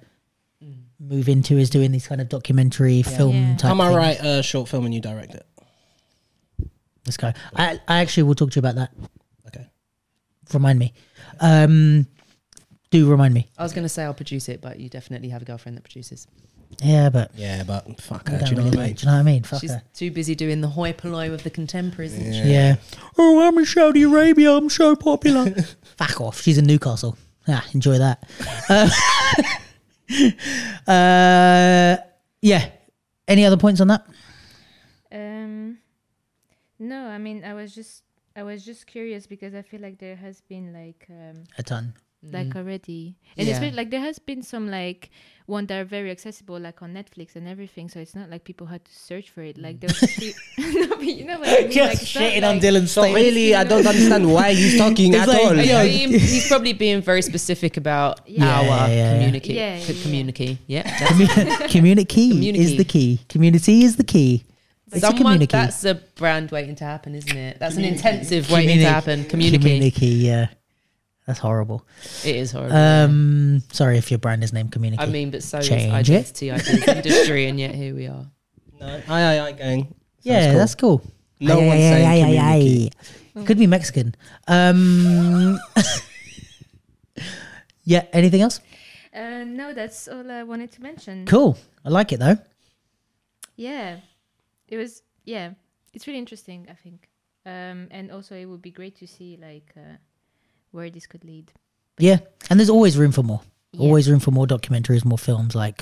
[SPEAKER 1] move into is doing these kind of documentary film
[SPEAKER 5] Yeah.
[SPEAKER 1] type
[SPEAKER 3] Am I
[SPEAKER 1] things.
[SPEAKER 3] right? A short film and you direct it.
[SPEAKER 1] Let's go. I, I actually will talk to you about that.
[SPEAKER 3] Okay.
[SPEAKER 1] Remind me. Um, do remind me.
[SPEAKER 2] I was going to say I'll produce it, but you definitely have a girlfriend that produces.
[SPEAKER 1] Yeah, but.
[SPEAKER 3] Yeah, but fuck
[SPEAKER 1] I
[SPEAKER 3] her.
[SPEAKER 1] don't
[SPEAKER 3] Do you know
[SPEAKER 1] really
[SPEAKER 3] what I
[SPEAKER 1] like-
[SPEAKER 3] mean?
[SPEAKER 1] do you know what I mean? Fuck
[SPEAKER 2] She's
[SPEAKER 1] her.
[SPEAKER 2] too busy doing the hoi polloi with the contemporaries. Isn't she?
[SPEAKER 1] Yeah. Oh, I'm in Saudi Arabia. I'm so popular. Fuck off. She's in Newcastle. Ah, enjoy that. Uh, uh, yeah. Any other points on that?
[SPEAKER 5] Um, no, I mean, I was just I was just curious because I feel like there has been like um
[SPEAKER 1] A ton.
[SPEAKER 5] like already and it's
[SPEAKER 2] Yeah.
[SPEAKER 5] been like there has been some like one that are very accessible like on netflix and everything so it's not like people had to search for it like there was a few no but you know what I mean? like, it's not like-
[SPEAKER 1] Dylan's
[SPEAKER 3] So really, I don't understand why you're talking
[SPEAKER 1] It's
[SPEAKER 3] at
[SPEAKER 1] like-
[SPEAKER 3] all.
[SPEAKER 1] Yeah.
[SPEAKER 2] He's being- Oh, he's probably being very specific about
[SPEAKER 5] Yeah.
[SPEAKER 2] our
[SPEAKER 1] Yeah, yeah, yeah.
[SPEAKER 2] communicate.
[SPEAKER 5] Yeah, yeah, yeah.
[SPEAKER 2] communicate. Yeah,
[SPEAKER 1] Community key is
[SPEAKER 2] Community.
[SPEAKER 1] the key. Community is the key. It's a
[SPEAKER 2] Someone,
[SPEAKER 1] community.
[SPEAKER 2] that's a brand waiting to happen, isn't it? That's an intensive waiting
[SPEAKER 1] Communi-
[SPEAKER 2] to happen. Communicate.
[SPEAKER 1] Community, yeah. That's horrible.
[SPEAKER 2] It is horrible.
[SPEAKER 1] Um, sorry if your brand is named Community.
[SPEAKER 2] I mean, but so
[SPEAKER 1] Change
[SPEAKER 2] is
[SPEAKER 1] it.
[SPEAKER 2] identity, identity industry, and yet here we are.
[SPEAKER 3] No, aye, aye, aye, gang.
[SPEAKER 1] yeah, that's cool.
[SPEAKER 3] No one's saying community.
[SPEAKER 1] aye. Could be Mexican. Um, yeah. Anything else?
[SPEAKER 5] uh, no that's all i wanted to mention
[SPEAKER 1] Cool. I like it though.
[SPEAKER 5] yeah it was yeah it's really interesting i think um and also it would be great to see like uh, where this could lead
[SPEAKER 1] Yeah, and there's always room for more.
[SPEAKER 5] Yeah.
[SPEAKER 1] Always room for more documentaries, more films, like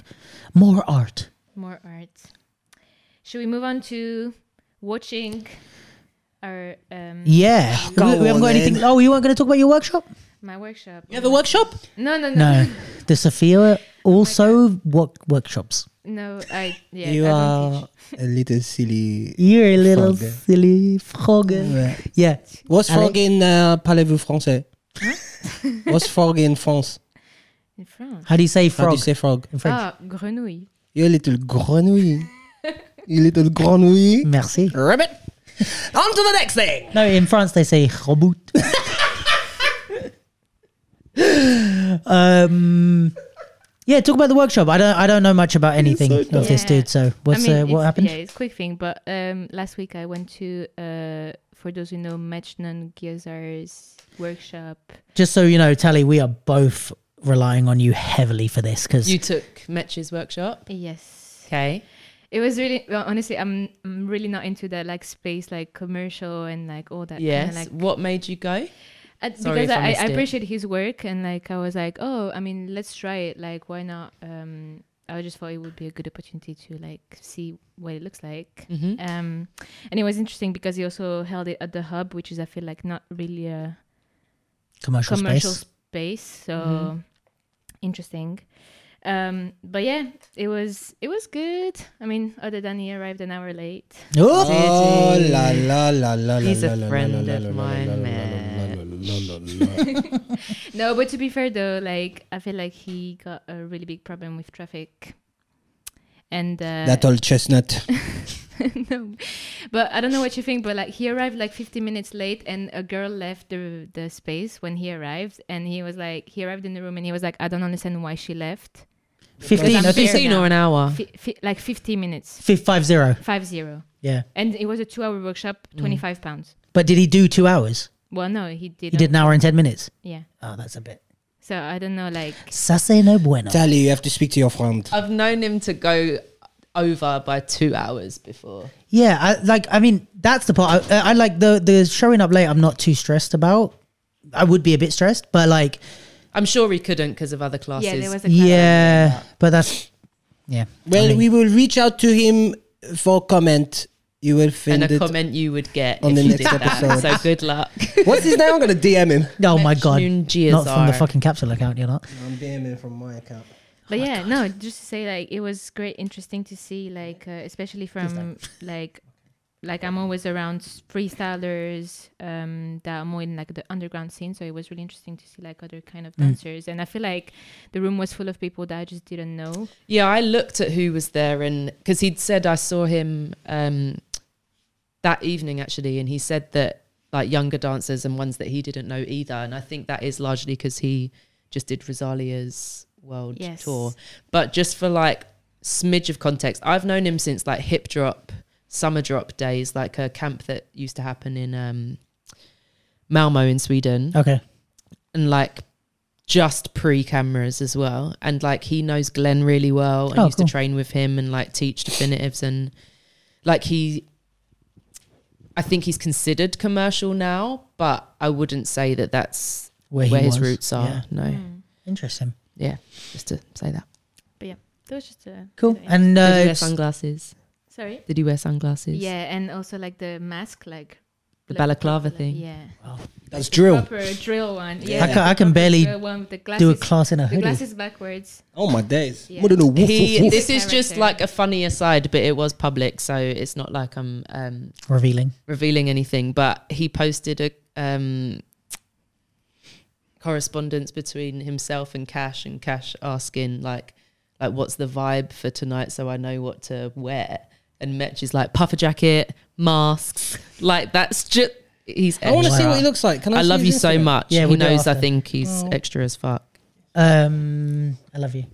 [SPEAKER 1] more art.
[SPEAKER 5] more art should we move on to watching our um
[SPEAKER 1] Yeah.
[SPEAKER 3] Go
[SPEAKER 1] we, we haven't got
[SPEAKER 3] on
[SPEAKER 1] anything.
[SPEAKER 3] then.
[SPEAKER 1] Oh, you weren't going to talk about your workshop?
[SPEAKER 5] my workshop
[SPEAKER 3] You have a workshop?
[SPEAKER 5] no no no
[SPEAKER 1] No. the Sophia also work, workshops.
[SPEAKER 5] No, I yeah.
[SPEAKER 1] you
[SPEAKER 5] I Don't
[SPEAKER 1] are
[SPEAKER 5] teach.
[SPEAKER 6] A little silly.
[SPEAKER 1] you're a little
[SPEAKER 6] Frogger.
[SPEAKER 1] silly frogger. Yeah.
[SPEAKER 6] What's
[SPEAKER 1] Alex?
[SPEAKER 6] frog in uh, Parlez-vous français? What's frog in France?
[SPEAKER 5] in France.
[SPEAKER 1] How do you say
[SPEAKER 6] How do you
[SPEAKER 1] frog
[SPEAKER 6] say frog?
[SPEAKER 1] in French?
[SPEAKER 5] Ah, grenouille.
[SPEAKER 6] You're a little grenouille. you little grenouille.
[SPEAKER 1] Merci.
[SPEAKER 6] Ribbit. On to the next thing.
[SPEAKER 1] No, in France they say robot. um, yeah, talk about the workshop. I don't, I don't know much about anything of this
[SPEAKER 5] Yeah.
[SPEAKER 1] dude. So what's
[SPEAKER 5] I mean,
[SPEAKER 1] uh, what
[SPEAKER 5] it's-
[SPEAKER 1] happened?
[SPEAKER 5] Yeah, it's a quick thing. But um, last week I went to uh, for those who know Mechnan Gyazar's workshop.
[SPEAKER 1] Just so you know, Tally, we are both relying on you heavily for this because
[SPEAKER 2] You took Metch's workshop.
[SPEAKER 5] Yes,
[SPEAKER 2] Okay.
[SPEAKER 5] it was really well, honestly. I'm I'm really not into that like space like commercial and like all that. kinda,
[SPEAKER 2] Yes.
[SPEAKER 5] like
[SPEAKER 2] what made you go?
[SPEAKER 5] Uh,
[SPEAKER 2] Sorry
[SPEAKER 5] because
[SPEAKER 2] if I
[SPEAKER 5] I, I,
[SPEAKER 2] missed it.
[SPEAKER 5] appreciate his work and like I was like, oh, I mean, let's try it. Like, why not? Um, I just thought it would be a good opportunity to like see what it looks like. Um, and it was interesting because he also held it at the hub, which is I feel like not really a
[SPEAKER 1] commercial,
[SPEAKER 5] commercial
[SPEAKER 1] space.
[SPEAKER 5] space. So interesting. Um, but yeah, it was it was good. I mean, other than he arrived an hour late.
[SPEAKER 1] Oh,
[SPEAKER 6] Oh la la la la
[SPEAKER 2] He's a
[SPEAKER 6] la la, la,
[SPEAKER 2] friend
[SPEAKER 6] la, la,
[SPEAKER 2] of
[SPEAKER 6] la, la,
[SPEAKER 2] mine,
[SPEAKER 6] la, la, la,
[SPEAKER 2] Matt.
[SPEAKER 6] la, la, la, la, la.
[SPEAKER 5] No, but to be fair though, like I feel like he got a really big problem with traffic, and uh,
[SPEAKER 6] That old chestnut.
[SPEAKER 5] no, but I don't know what you think. But like he arrived like 15 minutes late, and a girl left the the space when he arrived, and he was like he arrived in the room, and he was like I don't understand why she left.
[SPEAKER 1] 15,
[SPEAKER 5] I'm
[SPEAKER 1] I think
[SPEAKER 5] fair
[SPEAKER 2] Fifteen
[SPEAKER 5] now.
[SPEAKER 2] or an hour?
[SPEAKER 5] Fi fi like 15 minutes,
[SPEAKER 1] fi- five zero.
[SPEAKER 5] five zero,
[SPEAKER 1] Yeah,
[SPEAKER 5] and it was a two hour workshop,
[SPEAKER 1] Mm.
[SPEAKER 5] 25 pounds.
[SPEAKER 1] but did he do two hours?
[SPEAKER 5] Well, no, he did.
[SPEAKER 1] He did an hour and ten minutes.
[SPEAKER 5] Yeah.
[SPEAKER 1] Oh, that's a bit.
[SPEAKER 5] So I don't know, like
[SPEAKER 1] Sase no bueno.
[SPEAKER 6] Tally, you have to speak to your friend.
[SPEAKER 2] I've known him to go over by two hours before.
[SPEAKER 1] Yeah, I, like I mean, that's the part. I, I like the the showing up late. I'm not too stressed about. I would be a bit stressed, but like,
[SPEAKER 2] I'm sure he couldn't because of other classes.
[SPEAKER 5] yeah, there was a crowd.
[SPEAKER 1] yeah, but that's yeah. I
[SPEAKER 6] Well,
[SPEAKER 1] mean,
[SPEAKER 6] we will reach out to him for comment. You will
[SPEAKER 2] and
[SPEAKER 6] find
[SPEAKER 2] a
[SPEAKER 6] it.
[SPEAKER 2] comment you would get
[SPEAKER 6] on
[SPEAKER 2] if
[SPEAKER 6] the
[SPEAKER 2] you
[SPEAKER 6] next
[SPEAKER 2] did that.
[SPEAKER 6] episode.
[SPEAKER 2] So good luck.
[SPEAKER 6] What's his name? I'm gonna DM him.
[SPEAKER 1] oh my
[SPEAKER 2] Mech
[SPEAKER 1] god,
[SPEAKER 2] Noon
[SPEAKER 1] not from the
[SPEAKER 2] GSR.
[SPEAKER 1] fucking capsule account. You're not.
[SPEAKER 6] I'm DMing from my account.
[SPEAKER 5] but yeah no just to say like it was great interesting to see like uh, especially from like like i'm always around s- freestylers um that are more in like the underground scene so it was really interesting to see like other kind
[SPEAKER 1] Hmm.
[SPEAKER 5] of dancers and i feel like the room was full of people that i just didn't know
[SPEAKER 2] Yeah, I looked at who was there, and because he'd said I saw him um, that evening actually, and he said that like younger dancers and ones that he didn't know either, and I think that is largely because he just did Rosalia's world
[SPEAKER 5] Yes.
[SPEAKER 2] tour. But just for like smidge of context, I've known him since like Hip Drop, Summer Drop days, like a camp that used to happen in um, Malmo in Sweden
[SPEAKER 1] Okay,
[SPEAKER 2] and like just pre cameras as well. And like he knows Glenn really well and
[SPEAKER 1] Oh,
[SPEAKER 2] used
[SPEAKER 1] cool.
[SPEAKER 2] to train with him and like teach definitives and like he I think he's considered commercial now, but I wouldn't say that that's
[SPEAKER 1] where,
[SPEAKER 2] where,
[SPEAKER 1] he
[SPEAKER 2] his
[SPEAKER 1] was.
[SPEAKER 2] roots are.
[SPEAKER 1] Yeah.
[SPEAKER 2] No.
[SPEAKER 5] Hmm.
[SPEAKER 1] Interesting.
[SPEAKER 2] Yeah. Just to say that.
[SPEAKER 5] but yeah that was just a
[SPEAKER 1] Cool.
[SPEAKER 5] bit of-
[SPEAKER 1] And
[SPEAKER 2] Did he
[SPEAKER 1] uh,
[SPEAKER 2] wear sunglasses?
[SPEAKER 5] sorry
[SPEAKER 2] Did he wear sunglasses?
[SPEAKER 5] yeah and also like the mask like
[SPEAKER 2] The
[SPEAKER 5] like,
[SPEAKER 2] balaclava
[SPEAKER 5] proper, like,
[SPEAKER 2] thing.
[SPEAKER 5] yeah
[SPEAKER 6] That's drill.
[SPEAKER 5] proper drill one yeah
[SPEAKER 1] I
[SPEAKER 5] the
[SPEAKER 1] can, I can
[SPEAKER 5] proper
[SPEAKER 1] barely
[SPEAKER 5] drill one with the glasses
[SPEAKER 1] do a class in a
[SPEAKER 5] the
[SPEAKER 1] hoodie.
[SPEAKER 5] glasses backwards
[SPEAKER 6] Oh my days.
[SPEAKER 5] Yeah.
[SPEAKER 6] What a woof, woof,
[SPEAKER 2] He,
[SPEAKER 6] woof.
[SPEAKER 2] this is just
[SPEAKER 5] Character.
[SPEAKER 2] like a funny aside, but it was public, so it's not like I'm um,
[SPEAKER 1] Revealing.
[SPEAKER 2] revealing anything, but he posted a um, correspondence between himself and Cash, and Cash asking like, like what's the vibe for tonight, so I know what to wear. And Metch is like puffer jacket, masks, like that's just he's.
[SPEAKER 6] I want to
[SPEAKER 2] extra.
[SPEAKER 6] see what he looks like. Can I?
[SPEAKER 2] I
[SPEAKER 6] see
[SPEAKER 2] love you
[SPEAKER 6] his
[SPEAKER 2] so
[SPEAKER 6] Instagram?
[SPEAKER 2] much.
[SPEAKER 1] Yeah,
[SPEAKER 2] Yeah, he
[SPEAKER 1] we'll do it
[SPEAKER 2] knows. I
[SPEAKER 1] after.
[SPEAKER 2] think he's
[SPEAKER 5] Oh.
[SPEAKER 2] extra as fuck.
[SPEAKER 1] Um, I love you,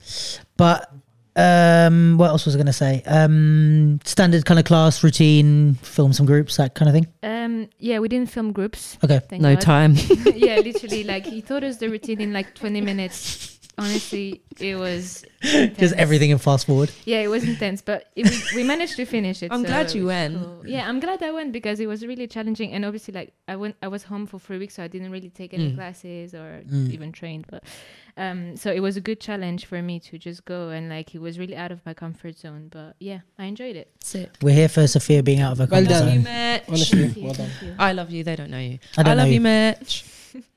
[SPEAKER 1] but um, what else was I going to say? Um, standard kind of class routine, film some groups, that kind of thing.
[SPEAKER 5] um yeah we didn't film groups
[SPEAKER 1] Okay,
[SPEAKER 5] thank
[SPEAKER 2] no
[SPEAKER 5] God.
[SPEAKER 2] time.
[SPEAKER 5] yeah, literally, like he taught us the routine in like 20 minutes. Honestly, it was
[SPEAKER 1] just
[SPEAKER 5] intense.
[SPEAKER 1] everything in fast forward.
[SPEAKER 5] Yeah, it was intense, but it, we, we managed to finish it.
[SPEAKER 2] I'm
[SPEAKER 5] so
[SPEAKER 2] glad you
[SPEAKER 5] it was
[SPEAKER 2] went.
[SPEAKER 5] cool. Yeah, I'm glad I went because it was really challenging, and obviously, like I went, I was home for three weeks, so I didn't really take any classes or even train. But um, so it was a good challenge for me to just go and like it was really out of my comfort zone. But yeah, I enjoyed it.
[SPEAKER 2] That's it.
[SPEAKER 1] We're here for Sophia being out of her
[SPEAKER 6] Well
[SPEAKER 1] comfort zone.
[SPEAKER 6] done.
[SPEAKER 2] Mitch.
[SPEAKER 6] Honestly,
[SPEAKER 5] Yeah,
[SPEAKER 6] well done.
[SPEAKER 5] thank you.
[SPEAKER 2] I love you. They don't know you.
[SPEAKER 1] I
[SPEAKER 2] I,
[SPEAKER 1] don't know
[SPEAKER 2] love
[SPEAKER 1] you.
[SPEAKER 2] you, Mitch.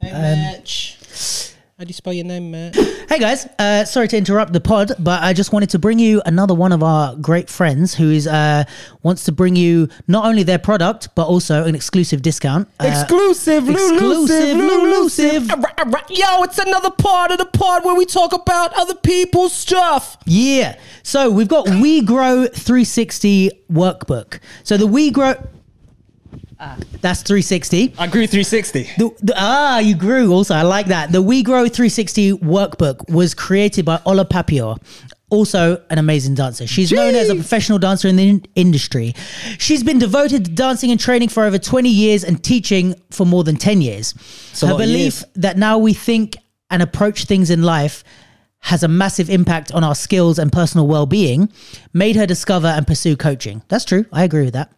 [SPEAKER 6] Hey, Mitch. I
[SPEAKER 3] How do you spell your name, Matt?
[SPEAKER 1] Hey guys, uh, sorry to interrupt the pod, but I just wanted to bring you another one of our great friends who is uh, wants to bring you not only their product but also an exclusive discount. Uh,
[SPEAKER 3] exclusive,
[SPEAKER 1] exclusive,
[SPEAKER 3] exclusive,
[SPEAKER 1] Lulusive.
[SPEAKER 3] exclusive. Yo, it's another part of the pod where we talk about other people's stuff.
[SPEAKER 1] yeah, so we've got We Grow 360 workbook. So the We Grow.
[SPEAKER 6] Ah.
[SPEAKER 1] That's 360.
[SPEAKER 6] I grew 360.
[SPEAKER 1] The, the, ah, you grew also. I like that. The We Grow 360 workbook was created by Ola Papior, also an amazing dancer. She's known as a professional dancer in the in- industry. She's been devoted to dancing and training for over 20 years and teaching for more than 10 years.
[SPEAKER 6] a
[SPEAKER 1] Her
[SPEAKER 6] lot of
[SPEAKER 1] belief
[SPEAKER 6] years.
[SPEAKER 1] that now we think and approach things in life has a massive impact on our skills and personal well-being made her discover and pursue coaching. That's true. I agree with that.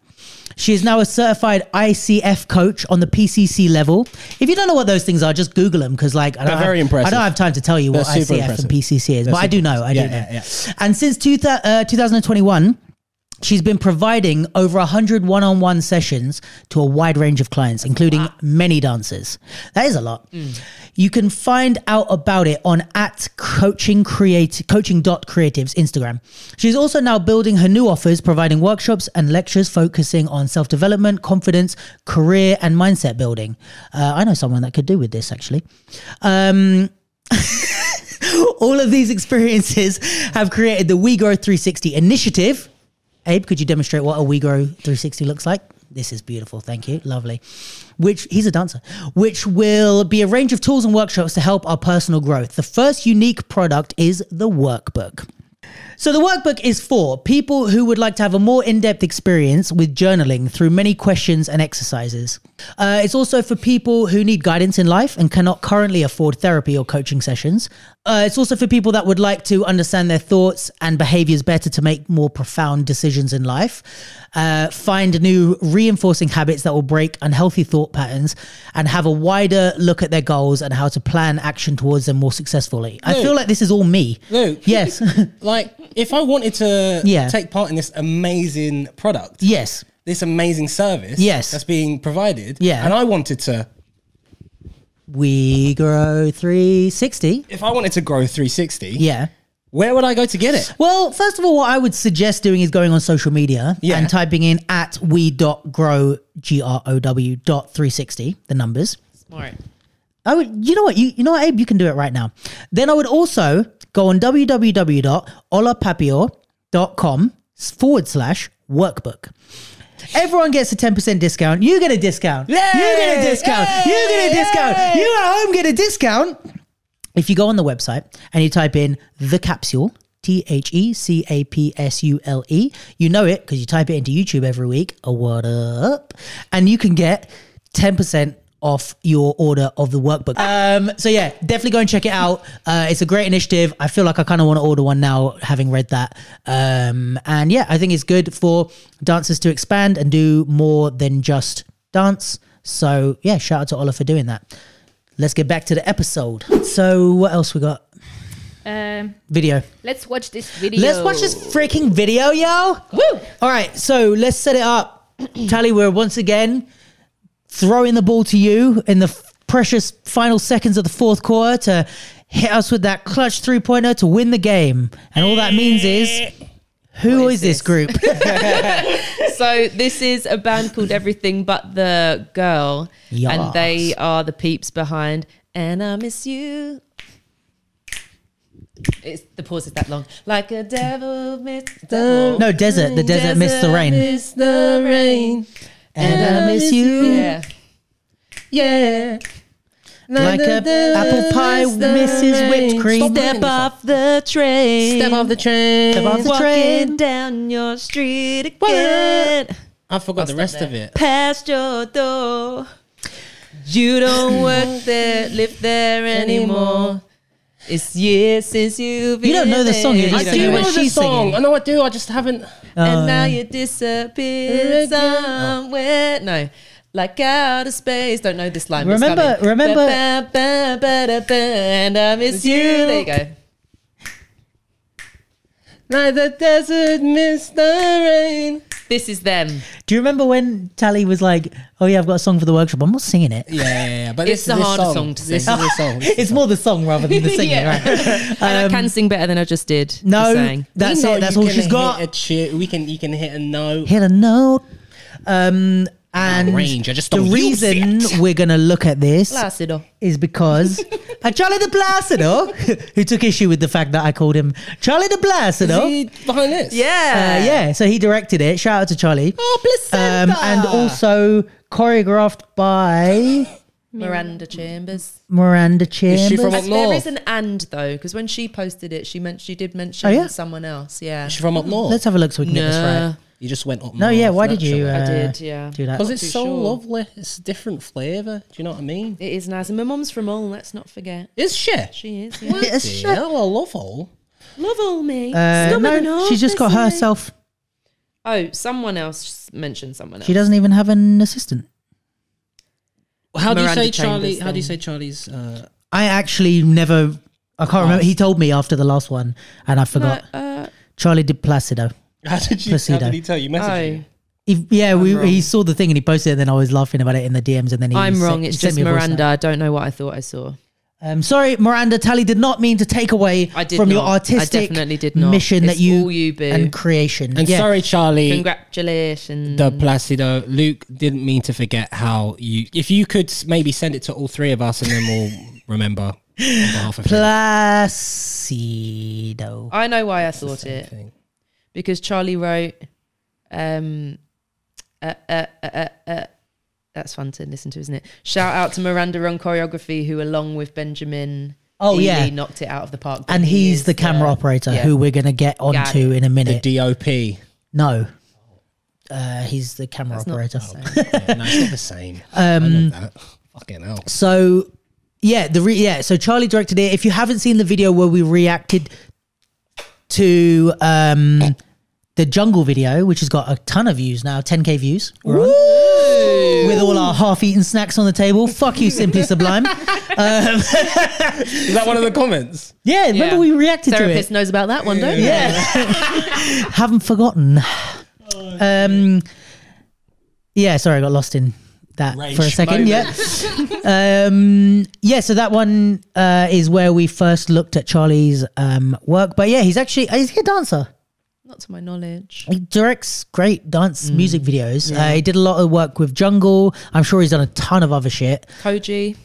[SPEAKER 1] She is now a certified ICF coach on the PCC level. If you don't know what those things are, just Google them because, like, I don't,
[SPEAKER 6] They're very
[SPEAKER 1] have, I
[SPEAKER 6] impressive.
[SPEAKER 1] don't have time to tell you what
[SPEAKER 6] They're
[SPEAKER 1] ICF
[SPEAKER 6] super
[SPEAKER 1] and
[SPEAKER 6] impressive.
[SPEAKER 1] PCC is, but I do know. I do
[SPEAKER 6] Yeah,
[SPEAKER 1] know.
[SPEAKER 6] yeah, yeah.
[SPEAKER 1] And since two thou- uh, 2021, she's been providing over 100 one on one sessions to a wide range of clients, including many dancers. That is a lot.
[SPEAKER 6] Mm.
[SPEAKER 1] You can find out about it on at coaching creative coaching.creatives Instagram. She's also now building her new offers, providing workshops and lectures focusing on self development, confidence, career, and mindset building. Uh, I know someone that could do with this actually. All of these experiences have created the We Grow 360 initiative. Abe, could you demonstrate what a We Grow 360 looks like? This is beautiful. Thank you. Lovely. Which he's a dancer, which will be a range of tools and workshops to help our personal growth. The first unique product is the workbook. So the workbook is for people who would like to have a more in-depth experience with journaling through many questions and exercises. Uh, it's also for people who need guidance in life and cannot currently afford therapy or coaching sessions. Uh, it's also for people that would like to understand their thoughts and behaviors better to make more profound decisions in life, uh, find new reinforcing habits that will break unhealthy thought patterns, and have a wider look at their goals and how to plan action towards them more successfully. I
[SPEAKER 3] Luke.
[SPEAKER 1] feel like this is all me.
[SPEAKER 3] Luke.
[SPEAKER 1] Yes.
[SPEAKER 3] Like, if I wanted to
[SPEAKER 1] Yeah.
[SPEAKER 3] take part in this amazing product,
[SPEAKER 1] yes.
[SPEAKER 3] this amazing service
[SPEAKER 1] Yes.
[SPEAKER 3] that's being provided,
[SPEAKER 1] Yeah.
[SPEAKER 3] and I wanted to,
[SPEAKER 1] We grow 360.
[SPEAKER 3] if I wanted to grow 360,
[SPEAKER 1] Yeah.
[SPEAKER 3] where would I go to get it?
[SPEAKER 1] Well, first of all, what I would suggest doing is going on social media
[SPEAKER 3] Yeah.
[SPEAKER 1] and typing in at we dot grow G R O W dot 360, the numbers.
[SPEAKER 2] Smart.
[SPEAKER 1] I would, you know what, you, you know what, Abe, you can do it right now. Then I would also go on www.olapapior.com forward slash workbook. Everyone gets a 10% discount. You get a discount. You get a discount. You get a discount. You at home get a discount. If you go on the website and you type in the capsule, T H E C A P S U L E, you know it because you type it into YouTube every week. A what up? And you can get 10% off your order of the workbook. Um, so yeah, definitely go and check it out. Uh, it's a great initiative. I feel like I kind of want to order one now, having read that. Um, and yeah, I think it's good for dancers to expand and do more than just dance. So yeah, shout out to Ola for doing that. Let's get back to the episode. So, what else we got?
[SPEAKER 5] Um,
[SPEAKER 1] Video.
[SPEAKER 5] let's watch this video.
[SPEAKER 1] Let's watch this freaking video, yo. Woo! All right, so let's set it up. Tally, we're once again throwing the ball to you in the f- precious final seconds of the fourth quarter to hit us with that clutch three pointer to win the game. And all that means is. Who
[SPEAKER 2] What
[SPEAKER 1] is,
[SPEAKER 2] is
[SPEAKER 1] this
[SPEAKER 2] this?
[SPEAKER 1] group?
[SPEAKER 2] So this is a band called Everything But the Girl,
[SPEAKER 1] Yas.
[SPEAKER 2] and they are the peeps behind "And I Miss You." It's the pause is that long, like a devil missed the
[SPEAKER 1] no, desert. The desert missed the rain.
[SPEAKER 2] missed the rain,
[SPEAKER 1] And I miss you
[SPEAKER 2] Yeah, yeah.
[SPEAKER 1] like a apple pie misses whipped cream.
[SPEAKER 2] Step off the train.
[SPEAKER 3] Step off the train.
[SPEAKER 1] Step off the
[SPEAKER 2] Walking
[SPEAKER 1] train. uh,
[SPEAKER 2] down your street again,
[SPEAKER 3] I forgot the rest of it.
[SPEAKER 2] past your door. You don't work there, live there anymore. It's years since you've been
[SPEAKER 1] You don't know the song, you're
[SPEAKER 2] there.
[SPEAKER 1] just
[SPEAKER 2] You
[SPEAKER 1] singing it.
[SPEAKER 2] don't
[SPEAKER 1] Uh,
[SPEAKER 2] know
[SPEAKER 1] know
[SPEAKER 2] it.
[SPEAKER 1] the she's song. singing. I
[SPEAKER 3] I know I do. I just haven't.
[SPEAKER 2] And now you disappear somewhere. No. Like out of space. Don't know this line. but it's
[SPEAKER 1] Remember-
[SPEAKER 2] coming.
[SPEAKER 1] remember-
[SPEAKER 2] Ba, ba, ba, da, ba, and I miss you. There you go.
[SPEAKER 3] Like the desert missed the rain.
[SPEAKER 2] This is them.
[SPEAKER 1] Do you remember when Tally was like, "Oh yeah, I've got a song for the workshop. I'm not singing it.
[SPEAKER 3] Yeah, yeah, yeah. But
[SPEAKER 2] It's
[SPEAKER 3] this,
[SPEAKER 2] the
[SPEAKER 3] this
[SPEAKER 2] harder
[SPEAKER 3] song,
[SPEAKER 2] song to
[SPEAKER 3] This
[SPEAKER 2] sing.
[SPEAKER 3] is a song.
[SPEAKER 1] It's more the song rather than the singing, right?
[SPEAKER 2] Yeah.
[SPEAKER 1] Um,
[SPEAKER 2] and I can sing better than I just did.
[SPEAKER 1] No,
[SPEAKER 2] Just saying.
[SPEAKER 1] that's
[SPEAKER 3] We know
[SPEAKER 1] it. That's
[SPEAKER 3] you
[SPEAKER 1] all
[SPEAKER 3] can
[SPEAKER 1] she's
[SPEAKER 3] hit
[SPEAKER 1] got.
[SPEAKER 3] A chi- we can, you can hit a note.
[SPEAKER 1] Hit a note. Um, and
[SPEAKER 3] range, I just
[SPEAKER 1] the
[SPEAKER 3] don't use
[SPEAKER 1] reason
[SPEAKER 3] it.
[SPEAKER 1] we're gonna look at this
[SPEAKER 2] Placido.
[SPEAKER 1] is because uh, Charlie the Placido, who took issue with the fact that I called him Charlie the Placido.
[SPEAKER 3] See, behind this.
[SPEAKER 1] Uh, yeah, so he directed it. Shout out to Charlie.
[SPEAKER 2] Oh,
[SPEAKER 1] Um,
[SPEAKER 2] placenta.
[SPEAKER 1] and also choreographed by
[SPEAKER 2] Miranda Chambers.
[SPEAKER 1] Miranda Chambers.
[SPEAKER 3] Is she from up
[SPEAKER 2] There
[SPEAKER 3] north?
[SPEAKER 2] is an and though, because when she posted it, she meant she did mention
[SPEAKER 1] Oh, yeah?
[SPEAKER 2] someone else. Yeah.
[SPEAKER 3] Is she from up north?
[SPEAKER 1] Let's have a look so we can get this
[SPEAKER 2] Nah.
[SPEAKER 1] right.
[SPEAKER 3] you just went up
[SPEAKER 1] No, yeah. Why did you? Uh,
[SPEAKER 2] I did, yeah.
[SPEAKER 1] Do that.
[SPEAKER 3] Because
[SPEAKER 2] too
[SPEAKER 3] it's so
[SPEAKER 2] sure.
[SPEAKER 3] lovely. It's a different flavour. Do you know what I mean?
[SPEAKER 2] It is nice. And my mum's from all, let's not forget.
[SPEAKER 3] It's shit.
[SPEAKER 2] She is. Yeah.
[SPEAKER 1] It's
[SPEAKER 3] Yeah,
[SPEAKER 1] shit.
[SPEAKER 3] well, love all.
[SPEAKER 2] Love all me.
[SPEAKER 1] Uh,
[SPEAKER 2] Snobber than
[SPEAKER 1] no,
[SPEAKER 2] all,
[SPEAKER 1] she's just got
[SPEAKER 2] listen.
[SPEAKER 1] herself.
[SPEAKER 2] Oh, someone else mentioned someone else.
[SPEAKER 1] She doesn't even have an assistant.
[SPEAKER 3] How do you
[SPEAKER 2] Miranda
[SPEAKER 3] say Charlie?
[SPEAKER 2] Chambers
[SPEAKER 3] How do you
[SPEAKER 2] then.
[SPEAKER 3] say Charlie's? Uh,
[SPEAKER 1] I actually never. I can't remember. He told me after the last one, and I forgot.
[SPEAKER 2] Uh,
[SPEAKER 1] Charlie did Placido.
[SPEAKER 3] how did you?
[SPEAKER 1] Placido.
[SPEAKER 3] How did he tell you?
[SPEAKER 2] oh,
[SPEAKER 3] Message you?
[SPEAKER 1] He, yeah, we,
[SPEAKER 2] wrong.
[SPEAKER 1] he saw the thing and he posted it, and then I was laughing about it in the DMs, and then he.
[SPEAKER 2] I'm
[SPEAKER 1] sent-
[SPEAKER 2] wrong.
[SPEAKER 1] he
[SPEAKER 2] It's
[SPEAKER 1] sent
[SPEAKER 2] just
[SPEAKER 1] me a voice
[SPEAKER 2] Miranda.
[SPEAKER 1] note.
[SPEAKER 2] I don't know what I thought I saw.
[SPEAKER 1] Um, sorry, Miranda. Tally did not mean to take away
[SPEAKER 2] I did
[SPEAKER 1] from your
[SPEAKER 2] not. I
[SPEAKER 1] artistic
[SPEAKER 2] definitely did not.
[SPEAKER 1] mission
[SPEAKER 2] It's
[SPEAKER 1] that you,
[SPEAKER 2] all you, boo.
[SPEAKER 1] and creation.
[SPEAKER 3] And
[SPEAKER 1] yeah.
[SPEAKER 3] sorry, Charlie.
[SPEAKER 2] Congratulations.
[SPEAKER 3] the Placido Luke didn't mean to forget how you. If you could s- maybe send it to all three of us, and then we'll remember on behalf of him.
[SPEAKER 1] Placido.
[SPEAKER 2] I know why I thought it because Charlie wrote, um, uh, uh, uh, uh, uh, that's fun to listen to, isn't it? Shout out to Miranda Run Choreography, who, along with Benjamin,
[SPEAKER 1] Oh,
[SPEAKER 2] Ely,
[SPEAKER 1] yeah.
[SPEAKER 2] knocked it out of the park.
[SPEAKER 1] And
[SPEAKER 2] He
[SPEAKER 1] he's
[SPEAKER 2] is
[SPEAKER 1] the camera operator
[SPEAKER 2] yeah.
[SPEAKER 1] who we're going to get
[SPEAKER 2] Got
[SPEAKER 1] onto in a
[SPEAKER 3] The
[SPEAKER 1] minute.
[SPEAKER 3] DOP.
[SPEAKER 1] no. Uh, he's the camera
[SPEAKER 2] That's not
[SPEAKER 1] operator.
[SPEAKER 3] Yeah, no, it's not the same. Um, I know that. Fucking hell.
[SPEAKER 1] So yeah, the re- yeah. So Charlie directed it. If you haven't seen the video where we reacted to um the jungle video, which has got a ton of views now, 10k views. We're on. With all our half-eaten snacks on the table, fuck you, simply sublime.
[SPEAKER 3] Is that one of the comments?
[SPEAKER 1] Yeah, remember
[SPEAKER 2] Yeah.
[SPEAKER 1] we reacted to it.
[SPEAKER 2] Therapist knows about that one, don't you?
[SPEAKER 1] Yeah. Haven't forgotten. Um, yeah, sorry, I got lost in that
[SPEAKER 3] Rage
[SPEAKER 1] for a second. Yeah. um, yeah, so that one uh, is where we first looked at Charlie's um, work. But yeah, he's actually he's a dancer.
[SPEAKER 2] Not to my knowledge.
[SPEAKER 1] He directs great dance music videos. Uh, he did a lot of work with Jungle. I'm sure he's done a ton of other shit.
[SPEAKER 2] Koji,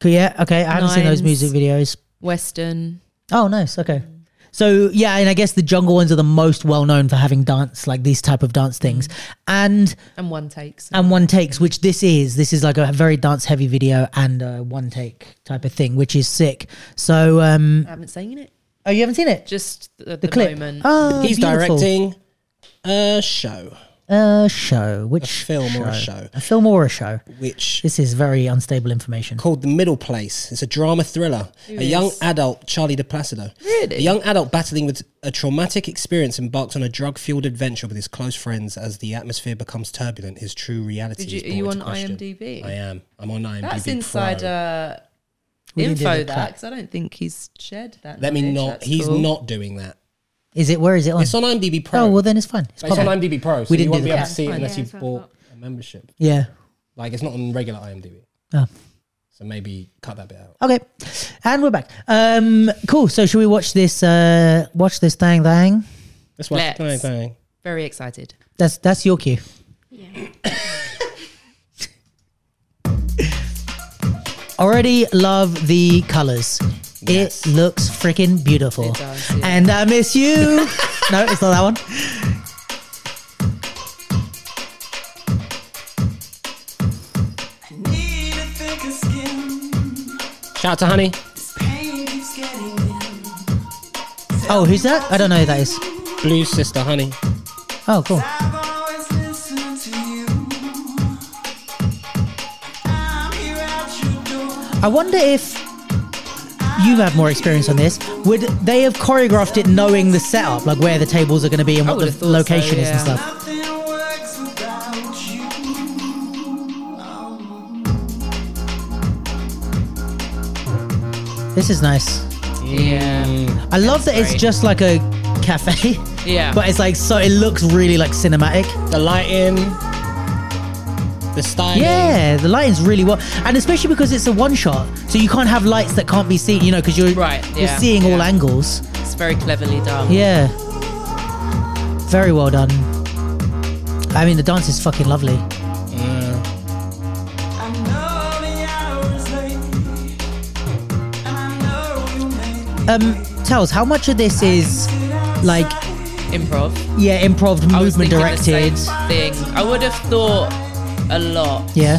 [SPEAKER 1] Cool, Yeah, okay. I haven't seen those
[SPEAKER 2] Nines.
[SPEAKER 1] music videos.
[SPEAKER 2] Western.
[SPEAKER 1] Oh, nice. Okay. So yeah, and I guess the jungle ones are the most well known for having dance, like these type of dance things, and
[SPEAKER 2] And one takes.
[SPEAKER 1] and one takes, which this is. This is like a very dance heavy video and a one take type of thing, which is sick. So um,
[SPEAKER 2] I haven't seen it.
[SPEAKER 1] oh, you haven't seen it?
[SPEAKER 2] Just the, the,
[SPEAKER 1] The clip.
[SPEAKER 2] moment.
[SPEAKER 1] Oh,
[SPEAKER 3] He's
[SPEAKER 1] beautiful.
[SPEAKER 3] directing a show,
[SPEAKER 1] a show, which
[SPEAKER 3] film or a show.
[SPEAKER 1] a film or a show.
[SPEAKER 3] which
[SPEAKER 1] This is very unstable information.
[SPEAKER 3] called The Middle Place. It's a drama thriller. a young adult, Charlie de Placido.
[SPEAKER 2] Really?
[SPEAKER 3] A young adult battling with a traumatic experience embarks on a drug fueled adventure with his close friends as the atmosphere becomes turbulent. His true reality
[SPEAKER 2] Did you-
[SPEAKER 3] is
[SPEAKER 2] are
[SPEAKER 3] brought
[SPEAKER 2] you
[SPEAKER 3] into
[SPEAKER 2] on
[SPEAKER 3] question.
[SPEAKER 2] IMDb?
[SPEAKER 3] I am. I'm on IMDb.
[SPEAKER 2] That's uh,
[SPEAKER 3] Pro.
[SPEAKER 2] insider
[SPEAKER 1] We can do
[SPEAKER 2] info
[SPEAKER 1] the
[SPEAKER 2] that
[SPEAKER 1] clap.
[SPEAKER 2] because I don't think he's shared that.
[SPEAKER 3] Let me
[SPEAKER 2] knowledge.
[SPEAKER 3] not.
[SPEAKER 2] That's
[SPEAKER 3] he's
[SPEAKER 2] cool.
[SPEAKER 3] not doing that.
[SPEAKER 1] Is it? Where is it on?
[SPEAKER 3] It's on IMDb Pro.
[SPEAKER 1] oh well, then it's fine. It's,
[SPEAKER 3] it's on
[SPEAKER 1] public.
[SPEAKER 3] IMDb Pro. So
[SPEAKER 1] We didn't do
[SPEAKER 3] you won't
[SPEAKER 1] the
[SPEAKER 3] be able
[SPEAKER 1] clap.
[SPEAKER 3] to see it
[SPEAKER 5] Fine.
[SPEAKER 3] unless
[SPEAKER 5] Yeah,
[SPEAKER 3] you
[SPEAKER 5] that's what I
[SPEAKER 3] bought
[SPEAKER 5] thought.
[SPEAKER 3] a membership.
[SPEAKER 1] yeah.
[SPEAKER 3] Like it's not on regular IMDb.
[SPEAKER 1] Oh.
[SPEAKER 3] So maybe cut that bit out.
[SPEAKER 1] Okay, and we're back. Um, cool. So should we watch this? Uh, watch this thing thing.
[SPEAKER 3] That's why.
[SPEAKER 2] Let's.
[SPEAKER 3] Dang,
[SPEAKER 2] Very excited.
[SPEAKER 1] That's that's your cue.
[SPEAKER 5] Yeah.
[SPEAKER 1] Already love the colors. It looks freaking beautiful.
[SPEAKER 2] It does, yeah.
[SPEAKER 1] And I miss you. no, it's not that one.
[SPEAKER 7] Need a thicker skin.
[SPEAKER 3] dang. Shout out to Honey.
[SPEAKER 7] This pain keeps getting in.
[SPEAKER 1] Oh, who's that? I don't know who that is.
[SPEAKER 3] Blue Sister Honey.
[SPEAKER 1] Oh, cool.
[SPEAKER 7] I've always listened to you. I'm here at your door.
[SPEAKER 1] I wonder if you have more experience on this. Would they have choreographed it knowing the setup, like where the tables are going to be and
[SPEAKER 2] I
[SPEAKER 1] what
[SPEAKER 2] would've
[SPEAKER 1] the
[SPEAKER 2] thought so,
[SPEAKER 1] location is and
[SPEAKER 2] yeah.
[SPEAKER 1] stuff?
[SPEAKER 7] Nothing works without you. Oh.
[SPEAKER 1] This is nice.
[SPEAKER 2] Yeah.
[SPEAKER 1] I love that it's just like a cafe.
[SPEAKER 2] Yeah.
[SPEAKER 1] But it's like so it looks really like cinematic.
[SPEAKER 6] The lighting, the style.
[SPEAKER 1] Yeah, the lighting's really well, and especially because it's a one shot, so you can't have lights that can't be seen. You know, because you're
[SPEAKER 2] Right,
[SPEAKER 1] you're
[SPEAKER 2] yeah,
[SPEAKER 1] seeing all
[SPEAKER 2] yeah.
[SPEAKER 1] angles.
[SPEAKER 2] it's very cleverly done.
[SPEAKER 1] Yeah, very well done. I mean, the dance is fucking lovely.
[SPEAKER 7] I know the hour is late, and I know you made me
[SPEAKER 1] Um, tells how much of this is like
[SPEAKER 2] Improv.
[SPEAKER 1] yeah, improv,
[SPEAKER 2] I was
[SPEAKER 1] movement
[SPEAKER 2] thinking the
[SPEAKER 1] directed.
[SPEAKER 2] same thing. I would have thought a lot
[SPEAKER 1] Yeah,